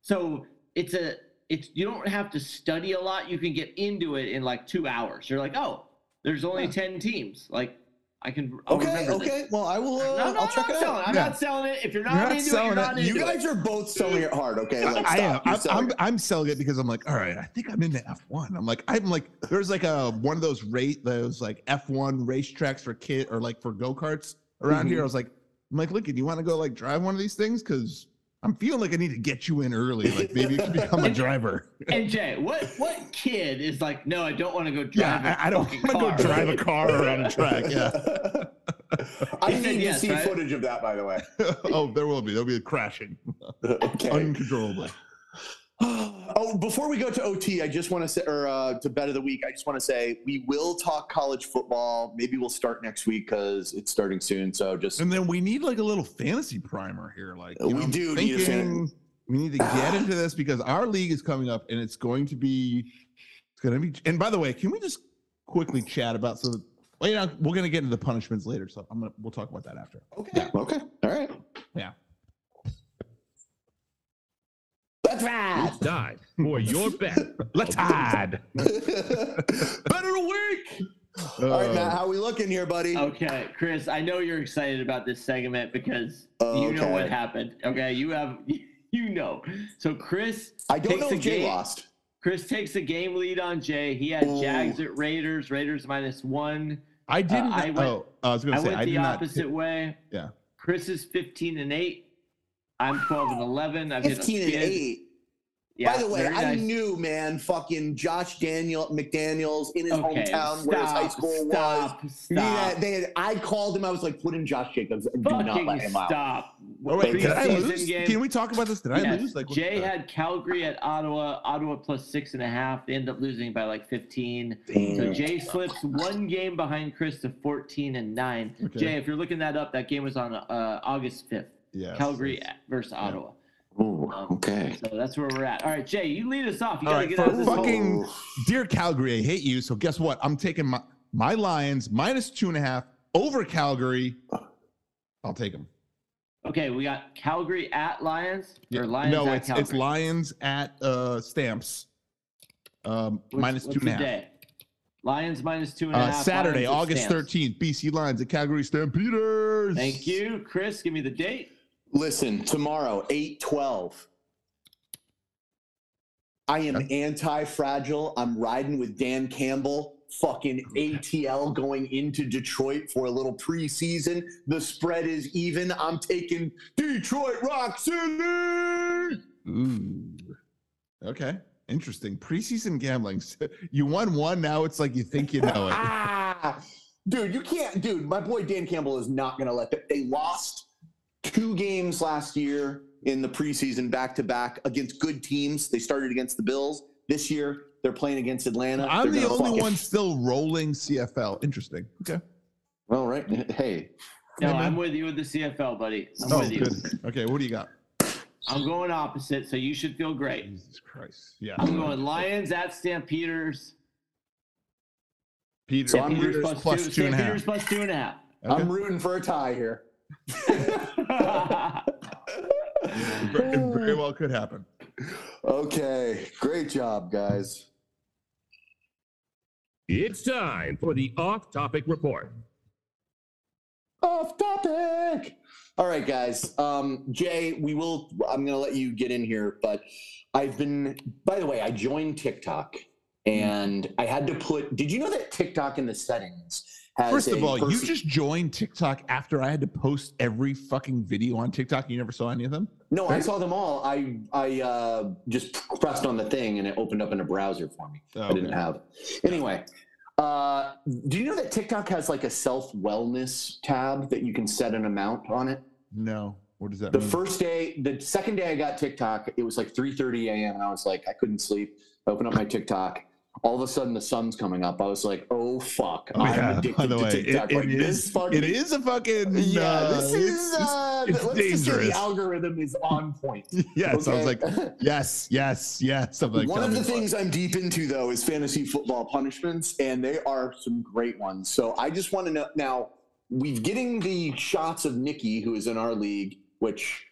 Speaker 4: So it's a it's you don't have to study a lot. You can get into it in like 2 hours. You're like, "Oh, there's only 10 teams." Like I can. I'll
Speaker 6: Okay,
Speaker 4: remember
Speaker 6: okay.
Speaker 4: This.
Speaker 6: Well, I will. Uh,
Speaker 4: No, no,
Speaker 6: I'll
Speaker 4: no,
Speaker 6: check
Speaker 4: I'm
Speaker 6: it
Speaker 4: selling.
Speaker 6: out.
Speaker 4: I'm
Speaker 3: Yeah.
Speaker 4: not selling it. If you're not,
Speaker 3: You're not
Speaker 4: into it,
Speaker 3: selling
Speaker 4: you're
Speaker 3: it.
Speaker 4: not
Speaker 6: You
Speaker 4: into it.
Speaker 6: guys are both selling it hard. Okay, like,
Speaker 3: I am.
Speaker 6: stop. You're
Speaker 3: I'm,
Speaker 6: selling
Speaker 3: I'm,
Speaker 6: it.
Speaker 3: I'm selling it because I'm like, all right, I think I'm into F1. I'm like, I'm like, there's like a one of those rate those like F1 racetracks for kid or like for go karts around
Speaker 6: Mm-hmm.
Speaker 3: here. I was like, I'm like, look, do you want to go like drive one of these things? Because I'm feeling like I need to get you in early. Like maybe you can become a driver.
Speaker 4: And Jay, what what kid is like? No, I don't want to go drive.
Speaker 3: Yeah,
Speaker 4: a
Speaker 3: I, I don't
Speaker 4: fucking
Speaker 3: want to go
Speaker 4: car."
Speaker 3: drive a car around a track. Yeah.
Speaker 6: I
Speaker 4: He said
Speaker 6: need
Speaker 4: yes,
Speaker 6: to see
Speaker 4: right?
Speaker 6: footage of that, by the way.
Speaker 3: oh, there will be. There'll be a crashing
Speaker 6: okay.
Speaker 3: uncontrollably.
Speaker 6: oh, before we go to OT, I just want to say, or uh, to bet of the week, I just want to say we will talk college football. Maybe we'll start next week because it's starting soon. So just
Speaker 3: And then we need like a little fantasy primer here. Like
Speaker 6: Uh,
Speaker 3: you know,
Speaker 6: we
Speaker 3: I'm
Speaker 6: do need a fan-
Speaker 3: we need to get into this because our league is coming up and it's going to be it's going to be. And by the way, can we just quickly chat about so? that- Well, you know, we're going to get into the punishments later, so I'm gonna we'll talk about that after.
Speaker 6: okay, okay, all right,
Speaker 3: Yeah.
Speaker 6: That's right.
Speaker 2: Die for your bet.
Speaker 3: Let's hide.
Speaker 6: Better week. All right, Matt, how we looking here, buddy?
Speaker 4: Okay, Chris, I know you're excited about this segment because
Speaker 6: Oh,
Speaker 4: you know what
Speaker 6: okay.
Speaker 4: happened. Okay, you have you know. So Chris
Speaker 6: I don't
Speaker 4: takes
Speaker 6: know
Speaker 4: a
Speaker 6: if Jay
Speaker 4: game-
Speaker 6: lost.
Speaker 4: Chris takes a game lead on Jay. He had
Speaker 6: Ooh.
Speaker 4: Jags at Raiders, Raiders minus one.
Speaker 3: I didn't.
Speaker 4: Uh, I went-
Speaker 3: oh, I was going
Speaker 4: I
Speaker 3: to say
Speaker 4: went
Speaker 3: I
Speaker 4: the
Speaker 3: did not.
Speaker 4: opposite way.
Speaker 3: Yeah.
Speaker 4: Chris is 15 and 8. I'm 12 and 11. I've hit a
Speaker 6: Fifteen and
Speaker 4: bid.
Speaker 6: eight.
Speaker 4: Yeah,
Speaker 6: By the way,
Speaker 4: very
Speaker 6: I
Speaker 4: nice.
Speaker 6: knew, man, fucking Josh Daniel McDaniels in his
Speaker 4: Okay,
Speaker 6: hometown where his high
Speaker 4: stop,
Speaker 6: school was.
Speaker 4: stop,
Speaker 6: Me and I-
Speaker 4: Stop.
Speaker 6: they had- I called him. I was like, put in Josh Jacobs and do not
Speaker 4: Fucking
Speaker 6: let him out.
Speaker 4: stop.
Speaker 3: Oh wait, did I
Speaker 4: Preseason
Speaker 3: lose?
Speaker 4: game.
Speaker 3: Can we talk about this? Did I
Speaker 4: Yes.
Speaker 3: lose? Like what
Speaker 4: Jay
Speaker 3: the-
Speaker 4: had Calgary at Ottawa, Ottawa plus six and a half. They end up losing by like 15. So Jay slips one game behind Chris to 14 and nine.
Speaker 3: Okay.
Speaker 4: Jay, if you're looking that up, that game was on uh, August 5th.
Speaker 3: Yes,
Speaker 4: Calgary
Speaker 3: yes.
Speaker 4: versus Ottawa.
Speaker 6: Ooh, okay.
Speaker 4: So that's where we're at. All right, Jay, you lead us off. You
Speaker 3: All
Speaker 4: gotta
Speaker 3: right,
Speaker 4: get out of this hole.
Speaker 3: fucking
Speaker 6: Oh,
Speaker 3: dear Calgary, I hate you. So guess what? I'm taking my my Lions minus two and a half over Calgary. I'll take them.
Speaker 4: Okay, we got Calgary at Lions or Lions
Speaker 3: no,
Speaker 4: at
Speaker 3: it's
Speaker 4: Calgary.
Speaker 3: it's Lions at uh Stamps. Um,
Speaker 4: What's-
Speaker 3: minus
Speaker 4: what's
Speaker 3: two and a
Speaker 4: the
Speaker 3: half.
Speaker 4: day? Lions minus two and a half.
Speaker 3: Uh, Saturday,
Speaker 4: Lions at
Speaker 3: August
Speaker 4: Stamps.
Speaker 3: thirteenth, BC Lions at Calgary Stampeders.
Speaker 4: Thank you, Chris. Give me the date.
Speaker 6: Listen, tomorrow, 8 12. I am anti fragile. I'm riding with Dan Campbell, fucking ATL going into Detroit for a little preseason. The spread is even. I'm taking Detroit Rock City.
Speaker 3: Ooh. Okay, interesting. Preseason gambling. You won one. Now it's like you think you know it.
Speaker 6: Ah, dude, you can't, dude. My boy Dan Campbell is not going to let them. They lost two games last year in the preseason back to back against good teams. They started against the Bills. This year, they're playing against Atlanta.
Speaker 3: I'm
Speaker 6: They're
Speaker 3: the
Speaker 6: gonna
Speaker 3: only
Speaker 6: fucking-
Speaker 3: one still rolling CFL. Interesting. Okay.
Speaker 6: Well, right. Hey,
Speaker 4: No,
Speaker 3: Hey, man.
Speaker 4: I'm with you with the CFL, buddy. I'm
Speaker 3: Oh,
Speaker 4: with you.
Speaker 3: good. Okay, what do you got?
Speaker 4: I'm going opposite, so you should feel great.
Speaker 3: Jesus Christ. Yeah.
Speaker 4: I'm going Lions at Stampeders.
Speaker 3: Peter,
Speaker 6: So I'm
Speaker 4: Stampeders
Speaker 3: Peters
Speaker 4: plus
Speaker 3: plus two and a
Speaker 4: Stampeders
Speaker 3: half.
Speaker 4: plus two and a half.
Speaker 6: I'm rooting for a tie here.
Speaker 3: Okay. It very well could happen.
Speaker 6: Okay. Great job, guys.
Speaker 2: It's time for the off-topic report.
Speaker 6: off topic. All right, guys. Um, Jay, we will. I'm going to let you get in here, but I've been. By the way, I joined TikTok, and I had to put. Did you know that TikTok in the settings has?
Speaker 3: First of
Speaker 6: a
Speaker 3: all, you
Speaker 6: person-
Speaker 3: just joined TikTok after I had to post every fucking video on TikTok. You never saw any of them?
Speaker 6: No, I saw them all. I I uh, just pressed on the thing, and it opened up in a browser for me.
Speaker 3: Oh,
Speaker 6: I didn't have. Anyway, uh, do you know that TikTok has like a self wellness tab that you can set an amount on it?
Speaker 3: No. What does that
Speaker 6: The
Speaker 3: mean?
Speaker 6: first day, the second day I got TikTok, it was like 3:30 a.m. and I was like, I couldn't sleep. I open up my TikTok. All of a sudden, the sun's coming up. I was like, "Oh fuck,
Speaker 3: Oh,
Speaker 6: I'm
Speaker 3: yeah.
Speaker 6: addicted
Speaker 3: By the
Speaker 6: to
Speaker 3: way,
Speaker 6: TikTok."
Speaker 3: it,
Speaker 6: like
Speaker 3: it
Speaker 6: this
Speaker 3: is,
Speaker 6: fucking,
Speaker 3: it is a fucking.
Speaker 6: yeah,
Speaker 3: uh,
Speaker 6: this
Speaker 3: it's-
Speaker 6: is. Uh,
Speaker 3: it's
Speaker 6: let's just say
Speaker 3: dangerous.
Speaker 6: the algorithm is on point.
Speaker 3: it's- yeah, it sounds
Speaker 6: okay?
Speaker 3: like yes, yes, yes. I'm like, um,
Speaker 6: One
Speaker 3: tell
Speaker 6: of
Speaker 3: me
Speaker 6: the
Speaker 3: more.
Speaker 6: things I'm deep into though is fantasy football punishments, and they are some great ones. So I just want to know now. We're getting the shots of Nikki, who is in our league, which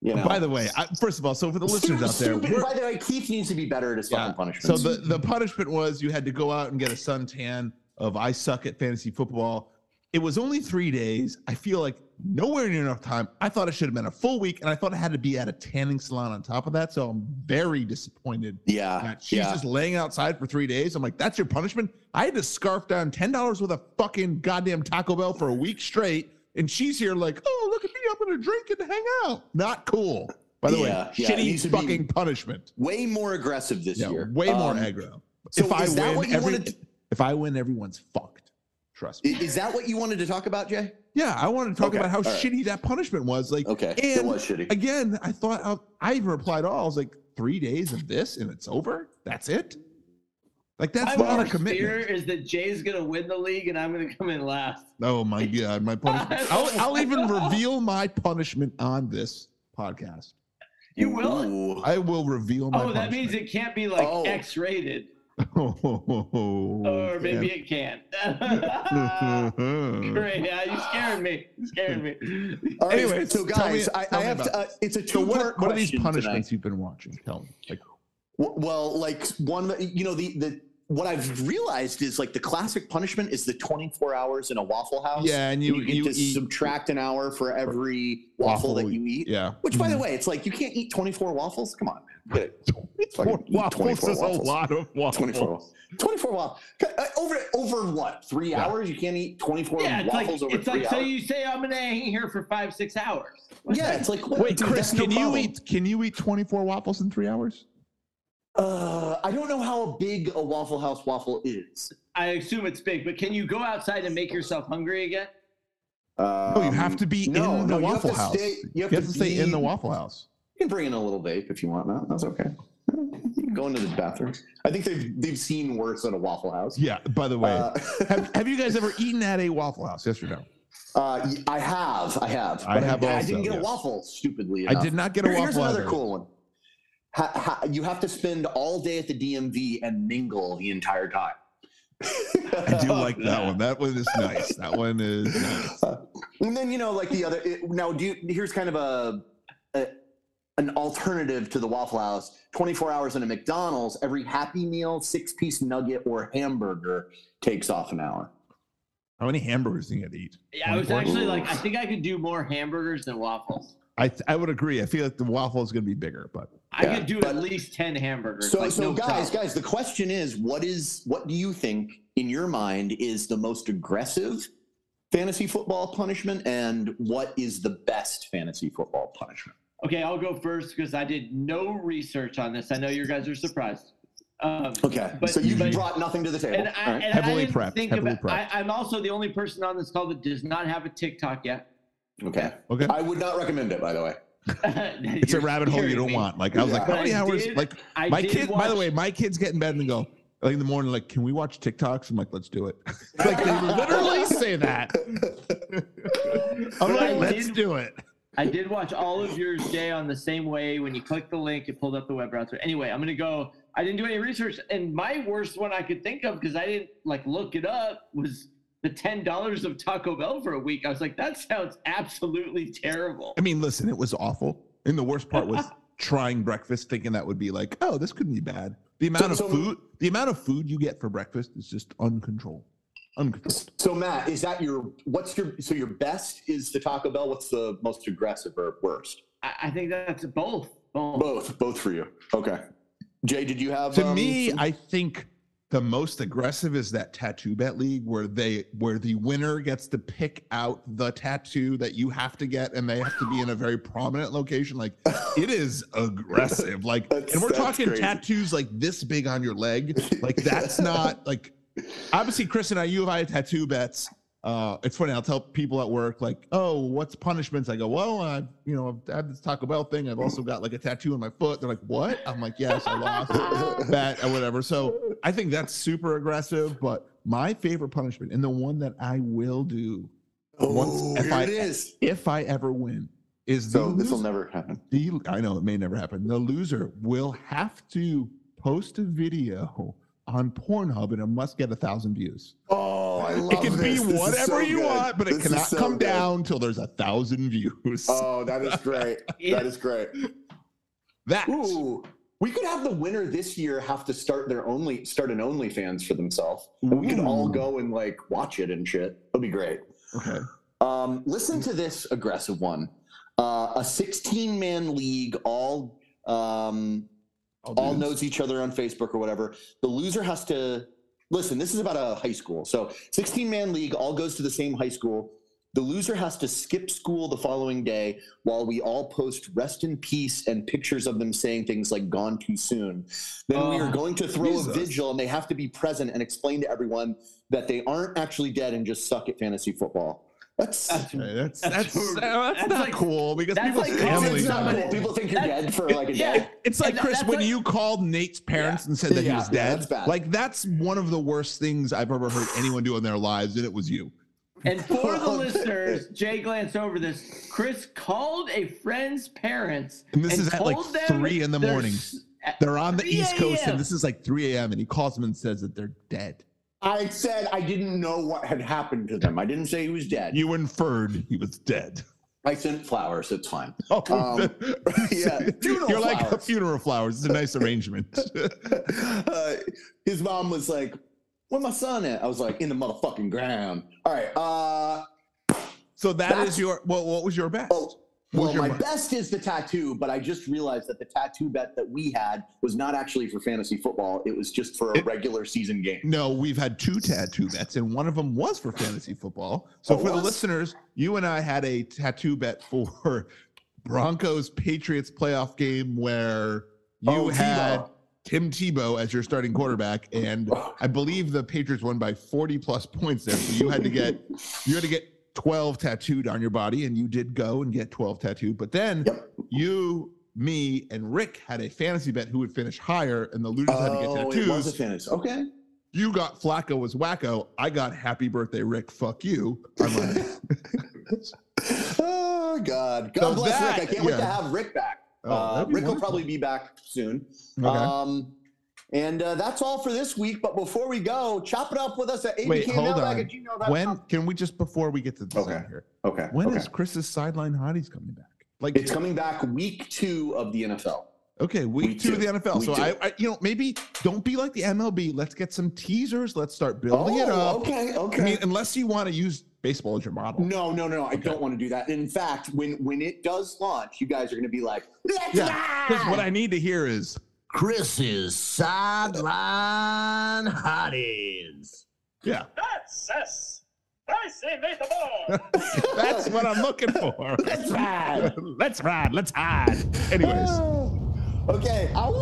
Speaker 6: you know.
Speaker 3: By the way, I, first of all, so for the listeners
Speaker 6: Stupid-
Speaker 3: out there,
Speaker 6: stupid-
Speaker 3: we're-
Speaker 6: by the way, Keith needs to be better at his
Speaker 3: Yeah.
Speaker 6: fucking punishments.
Speaker 3: So the, the punishment was you had to go out and get a suntan of I suck at fantasy football It was only three days. I feel like nowhere near enough time. I thought it should have been a full week, and I thought it had to be at a tanning salon on top of that. So I'm very disappointed.
Speaker 6: Yeah.
Speaker 3: that she's
Speaker 6: Uh, yeah.
Speaker 3: just laying outside for three days. I'm like, that's your punishment. I had to scarf down ten dollars with a fucking goddamn Taco Bell for a week straight, and she's here like, oh look at me, I'm gonna drink and hang out. Not cool. By the
Speaker 6: Yeah,
Speaker 3: way,
Speaker 6: yeah, it
Speaker 3: shitty
Speaker 6: needs to be
Speaker 3: fucking punishment.
Speaker 6: way more aggressive this
Speaker 3: Yeah,
Speaker 6: year.
Speaker 3: way more
Speaker 6: Um,
Speaker 3: aggro.
Speaker 6: so
Speaker 3: if I
Speaker 6: is that what
Speaker 3: win,
Speaker 6: you
Speaker 3: every,
Speaker 6: wanted to-
Speaker 3: if I win, everyone's fucked. Trust me.
Speaker 6: i- Is that what you wanted to talk about, Jay?
Speaker 3: Yeah, I wanted to talk
Speaker 6: Okay,
Speaker 3: about how
Speaker 6: all right.
Speaker 3: shitty that punishment was. Like,
Speaker 6: Okay, it
Speaker 3: and
Speaker 6: was shitty.
Speaker 3: Again, I thought uh, I, I even replied all. I was like, three days of this and it's over. That's it. Like that's
Speaker 4: My
Speaker 3: not a
Speaker 4: worst fear
Speaker 3: commitment.
Speaker 4: is that Jay's gonna win the league and I'm gonna come in last.
Speaker 3: Oh my god, my punishment. I'll, I'll even reveal my punishment on this podcast.
Speaker 4: You will?
Speaker 6: Ooh.
Speaker 3: I will reveal my.
Speaker 4: Oh, that means
Speaker 3: punishment.
Speaker 4: it can't be like
Speaker 6: Oh.
Speaker 4: X-rated,
Speaker 3: Oh,
Speaker 4: or
Speaker 3: yeah. Mm-hmm.
Speaker 4: maybe it
Speaker 6: ah,
Speaker 4: can. Great, yeah, you scaring me. You scaring me.
Speaker 6: All right,
Speaker 3: Anyways,
Speaker 6: so
Speaker 3: tell me-
Speaker 6: guys, I,
Speaker 3: tell
Speaker 6: I
Speaker 3: me
Speaker 6: have
Speaker 3: about
Speaker 6: to. Uh,
Speaker 3: this.
Speaker 6: it's a
Speaker 3: so
Speaker 6: two-part
Speaker 3: what? are- What are these
Speaker 6: question tonight.
Speaker 3: punishments you've been watching? Tell me. Like,
Speaker 6: W- Well, like one, you know, the the what I've realized is like the classic punishment is the 24 hours in a Waffle House.
Speaker 3: yeah, and
Speaker 6: you,
Speaker 3: you
Speaker 6: get
Speaker 3: you,
Speaker 6: to
Speaker 3: eat.
Speaker 6: subtract an hour for every waffle,
Speaker 3: Waffle,
Speaker 6: that you eat.
Speaker 3: yeah. Mm-hmm.
Speaker 6: Which, by the way, it's like you can't eat 24 waffles. Come on, man. Get it.
Speaker 3: Four
Speaker 6: Fucking eat
Speaker 3: waffles
Speaker 6: 24
Speaker 3: is a
Speaker 6: waffles.
Speaker 3: lot of waffles.
Speaker 6: 24 waffles. 24 waffles. uh, Over over what? Three
Speaker 3: Yeah.
Speaker 6: hours? You can't eat 24
Speaker 4: Yeah, it's like
Speaker 6: waffles over
Speaker 4: it's
Speaker 6: three
Speaker 4: like so
Speaker 6: hours.
Speaker 4: you say I'm gonna hang here for five six hours.
Speaker 6: yeah, it's like what-
Speaker 3: Wait,
Speaker 6: dude,
Speaker 3: Chris,
Speaker 6: that's no
Speaker 3: can you
Speaker 6: problem.
Speaker 3: eat can you eat 24 waffles in three hours?
Speaker 6: Uh, I don't know how big a Waffle House waffle is.
Speaker 4: I assume it's big, but can you go outside and make yourself hungry again?
Speaker 6: Um,
Speaker 3: No, Oh, you have to be
Speaker 6: no,
Speaker 3: in the
Speaker 6: Um, no, you have
Speaker 3: Waffle
Speaker 6: to
Speaker 3: House.
Speaker 6: stay- you have
Speaker 3: you have
Speaker 6: to
Speaker 3: to stay in the
Speaker 6: be-
Speaker 3: Waffle House.
Speaker 6: You can bring in a little vape if you want. That that's okay. You can Go into the bathroom. I think they've they've seen worse at a Waffle House.
Speaker 3: Yeah, by the way.
Speaker 6: Uh,
Speaker 3: have, have you guys ever eaten at a Waffle House? Yes or no?
Speaker 6: Uh, y- I have, I have.
Speaker 3: I
Speaker 6: but
Speaker 3: have
Speaker 6: I,
Speaker 3: also,
Speaker 6: didn't get
Speaker 3: yes.
Speaker 6: a waffle, stupidly
Speaker 3: I
Speaker 6: enough.
Speaker 3: did not get a
Speaker 6: Here-
Speaker 3: waffle.
Speaker 6: Here's another
Speaker 3: either.
Speaker 6: cool one. Ha, ha, you have to spend all day at the DMV and mingle the entire time.
Speaker 3: I do like that one. That one is nice. That one is nice.
Speaker 6: And then you know, like the other. It, now, do you, here's kind of a, a an alternative to the Waffle House. 24 hours in a McDonald's, every Happy Meal, six piece nugget, or hamburger takes off an hour.
Speaker 3: How many hamburgers do you get to eat?
Speaker 4: Yeah, I was
Speaker 3: 24?
Speaker 4: actually like, I think I could do more hamburgers than waffles.
Speaker 3: I I would agree. I feel like the waffle is going to be bigger, but
Speaker 4: I
Speaker 6: Yeah,
Speaker 4: could do
Speaker 6: but-
Speaker 4: at least ten hamburgers.
Speaker 6: So,
Speaker 4: like,
Speaker 6: so
Speaker 4: no
Speaker 6: guys,
Speaker 4: problem.
Speaker 6: guys, the question is, what is what do you think in your mind is the most aggressive fantasy football punishment, and what is the best fantasy football punishment?
Speaker 4: Okay, I'll go first because I did no research on this. I know you guys are surprised. Um,
Speaker 6: Okay,
Speaker 4: But-
Speaker 6: so you
Speaker 4: but-
Speaker 6: brought nothing to the table.
Speaker 4: and I,
Speaker 6: All right.
Speaker 4: and
Speaker 3: Heavily
Speaker 4: I didn't
Speaker 3: prepped,
Speaker 4: think
Speaker 3: heavily
Speaker 4: about. I, I'm also the only person on this call that does not have a TikTok yet.
Speaker 6: okay,
Speaker 3: okay.
Speaker 6: I would not recommend it, by the way.
Speaker 3: it's a rabbit hole you don't want. Like I was like,
Speaker 6: Yeah.
Speaker 3: how
Speaker 4: But
Speaker 3: many
Speaker 4: I
Speaker 3: hours?
Speaker 4: did-
Speaker 3: like
Speaker 4: I
Speaker 3: my
Speaker 4: did
Speaker 3: kid. By the
Speaker 4: watch-
Speaker 3: way, my kids get in bed and go like in the morning. Like, can we watch TikToks? I'm like, let's do it. like they literally say that. I'm
Speaker 4: But I
Speaker 3: like, let's
Speaker 4: did-
Speaker 3: do it.
Speaker 4: I did watch all of yours, Jay, on the same way. When you clicked the link, it pulled up the web browser. Anyway, I'm gonna go. I didn't do any research, and my worst one I could think of because I didn't like look it up was the ten dollars of Taco Bell for a week. I was like, that sounds absolutely terrible.
Speaker 3: I mean, listen, it was awful. And the worst part was trying breakfast, thinking that would be like, oh, this couldn't be bad. The amount
Speaker 6: So-
Speaker 3: of
Speaker 6: so-
Speaker 3: food, the amount of food you get for breakfast is just uncontrolled. Uncontrolled.
Speaker 6: So Matt, is that your what's your so your best is the Taco Bell? What's the most aggressive or worst?
Speaker 4: I, I think that's both. Both.
Speaker 6: Both, both for you. Okay, Jay, did you have
Speaker 3: To
Speaker 6: um,
Speaker 3: me,
Speaker 6: some-
Speaker 3: I think the most aggressive is that tattoo bet league where they where the winner gets to pick out the tattoo that you have to get and they have to be in a very prominent location like it is aggressive like
Speaker 6: That's-
Speaker 3: and we're
Speaker 6: that's
Speaker 3: talking
Speaker 6: crazy.
Speaker 3: tattoos like this big on your leg like that's not like obviously Chris and I you and I have tattoo bets uh, it's funny. I'll tell people at work, like, "Oh, what's punishments?" I go, "Well, I, you know, I've had this Taco Bell thing. I've also got like a tattoo on my foot." They're like, "What?" I'm like, "Yes, I lost that or whatever." So I think that's super aggressive. But my favorite punishment, and the one that I will do
Speaker 6: oh,
Speaker 3: if
Speaker 6: here
Speaker 3: I-
Speaker 6: it is.
Speaker 3: if I ever win, is the
Speaker 6: So this will
Speaker 3: loser-
Speaker 6: never happen.
Speaker 3: the I know it may never happen. The loser will have to post a video on Pornhub, and it must get a thousand views.
Speaker 6: Oh, I love
Speaker 3: It can
Speaker 6: this.
Speaker 3: be
Speaker 6: This is
Speaker 3: whatever
Speaker 6: so
Speaker 3: you
Speaker 6: good.
Speaker 3: want, but it
Speaker 6: This is
Speaker 3: cannot
Speaker 6: so
Speaker 3: come
Speaker 6: good. Uh,
Speaker 3: down till there's a thousand views.
Speaker 6: Oh, that is great.
Speaker 4: Yeah.
Speaker 6: That is great.
Speaker 3: that
Speaker 6: Ooh, We could have the winner this year have to start their only start an OnlyFans for themselves, and we could all
Speaker 3: Ooh.
Speaker 6: go and like watch it and shit. That'd be great.
Speaker 3: Okay.
Speaker 6: Um, listen to this aggressive one. Uh, a 16 man league, all um,
Speaker 3: I'll do
Speaker 6: all
Speaker 3: this.
Speaker 6: knows each other on Facebook or whatever. The loser has to listen. This is about a high school, so 16 man league all goes to the same high school. The loser has to skip school the following day while we all post rest in peace and pictures of them saying things like gone too soon. Then we
Speaker 4: Oh,
Speaker 6: are going to throw
Speaker 3: Jesus.
Speaker 6: a vigil and they have to be present and explain to everyone that they aren't actually dead and just suck at fantasy football. That's
Speaker 4: That's,
Speaker 3: Okay,
Speaker 4: That's
Speaker 3: that's that's that's,
Speaker 4: horrible. That's
Speaker 3: not
Speaker 4: like-
Speaker 3: cool because
Speaker 4: that's
Speaker 3: people's
Speaker 4: like calling
Speaker 3: families.
Speaker 6: it's not
Speaker 3: die.
Speaker 4: somebody-
Speaker 6: cool. People think you're
Speaker 4: That-
Speaker 6: dead for like a day.
Speaker 3: It's like
Speaker 4: And that-
Speaker 3: Chris
Speaker 4: that's
Speaker 3: when
Speaker 4: like-
Speaker 3: you called Nate's parents and said that he
Speaker 6: Yeah,
Speaker 3: was
Speaker 6: yeah,
Speaker 3: dead.
Speaker 6: that's bad.
Speaker 3: like that's one of the worst things I've ever heard anyone do in their lives, and it was you.
Speaker 4: and for the listeners, Jay glanced over this. Chris called a friend's parents.
Speaker 3: And this is at, like,
Speaker 4: told them
Speaker 3: 3 in the
Speaker 4: their
Speaker 3: morning.
Speaker 4: s- at-
Speaker 3: They're on the
Speaker 4: 3
Speaker 3: East Coast,
Speaker 4: a.m..
Speaker 3: and this is like 3 a.m. And he calls them and says that they're dead.
Speaker 6: I said I didn't know what had happened to them. I didn't say he was dead.
Speaker 3: You inferred he was dead.
Speaker 6: I sent flowers. It's fine.
Speaker 3: Oh,
Speaker 6: Um, yeah, funeral
Speaker 3: you're like a
Speaker 6: flowers.
Speaker 3: funeral flowers. It's a nice arrangement.
Speaker 6: uh, his mom was like, "Where my son at?" I was like, "In the motherfucking ground." All right. Uh,
Speaker 3: so that's,
Speaker 6: That's-
Speaker 3: your. Well, what was your best?
Speaker 6: oh,
Speaker 3: What
Speaker 6: well,
Speaker 3: was your
Speaker 6: my
Speaker 3: mo-
Speaker 6: best is the tattoo, but I just realized that the tattoo bet that we had was not actually for fantasy football. It was just for a
Speaker 3: It-
Speaker 6: regular season game.
Speaker 3: No, we've had two tattoo bets, and one of them was for fantasy football. So
Speaker 6: Oh,
Speaker 3: for the
Speaker 6: was?
Speaker 3: listeners, you and I had a tattoo bet for Broncos Patriots playoff game where you
Speaker 6: Oh, Tebow.
Speaker 3: had Tim Tebow as your starting quarterback, and I believe the Patriots won by forty plus points there. So you had to get you had to get. 12 tattooed on your body and you did go and get 12 tattooed but then
Speaker 6: Yep.
Speaker 3: you me and rick had a fantasy bet who would finish higher and the losers had to get
Speaker 6: Oh,
Speaker 3: tattoos
Speaker 6: it was a fantasy. Okay.
Speaker 3: you got Flacco was wacko. I got happy birthday, Rick. Fuck you. I'm like,
Speaker 6: Oh God. God
Speaker 3: So
Speaker 6: bless
Speaker 3: that-
Speaker 6: Rick. I can't wait to
Speaker 3: yeah.
Speaker 6: have Rick back.
Speaker 3: oh,
Speaker 6: uh,
Speaker 3: that'd be
Speaker 6: Rick will
Speaker 3: wonderful.
Speaker 6: probably be back soon.
Speaker 3: Okay.
Speaker 6: Um, and uh, that's all for this week. But before we go, chop it up with us at
Speaker 3: Wait, hold on.
Speaker 6: abkmailbag at gmail.com.
Speaker 3: when can we just before we get to this
Speaker 6: Okay.
Speaker 3: okay. here?
Speaker 6: okay.
Speaker 3: When is
Speaker 6: okay.
Speaker 3: Chris's sideline hotties coming back? Like
Speaker 6: it's coming back week two of the NFL.
Speaker 3: okay, week,
Speaker 6: Week
Speaker 3: two of
Speaker 6: two.
Speaker 3: the NFL.
Speaker 6: Week
Speaker 3: so
Speaker 6: two.
Speaker 3: I, I, you know, maybe don't be like the MLB. Let's get some teasers. Let's start building it up.
Speaker 6: Oh, okay, okay.
Speaker 3: I mean, unless you want to use baseball as your model.
Speaker 6: no, no, no, I don't want to do that. In fact, when when it does launch, you guys are going to be like, let's
Speaker 3: Yeah,
Speaker 6: ride!
Speaker 3: because what I need to hear is
Speaker 7: Chris's sideline hotties.
Speaker 3: yeah,
Speaker 8: That's us. I say make them all.
Speaker 3: that's what I'm looking for.
Speaker 6: Let's ride!
Speaker 2: Let's ride. Let's hide.
Speaker 3: Anyways.
Speaker 6: okay. ow.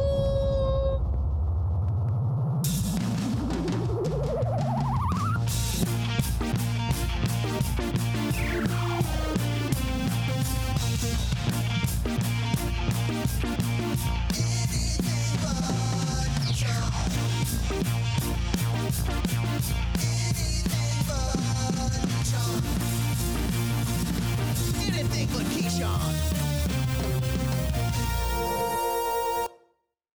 Speaker 9: Anything but Keyshawn.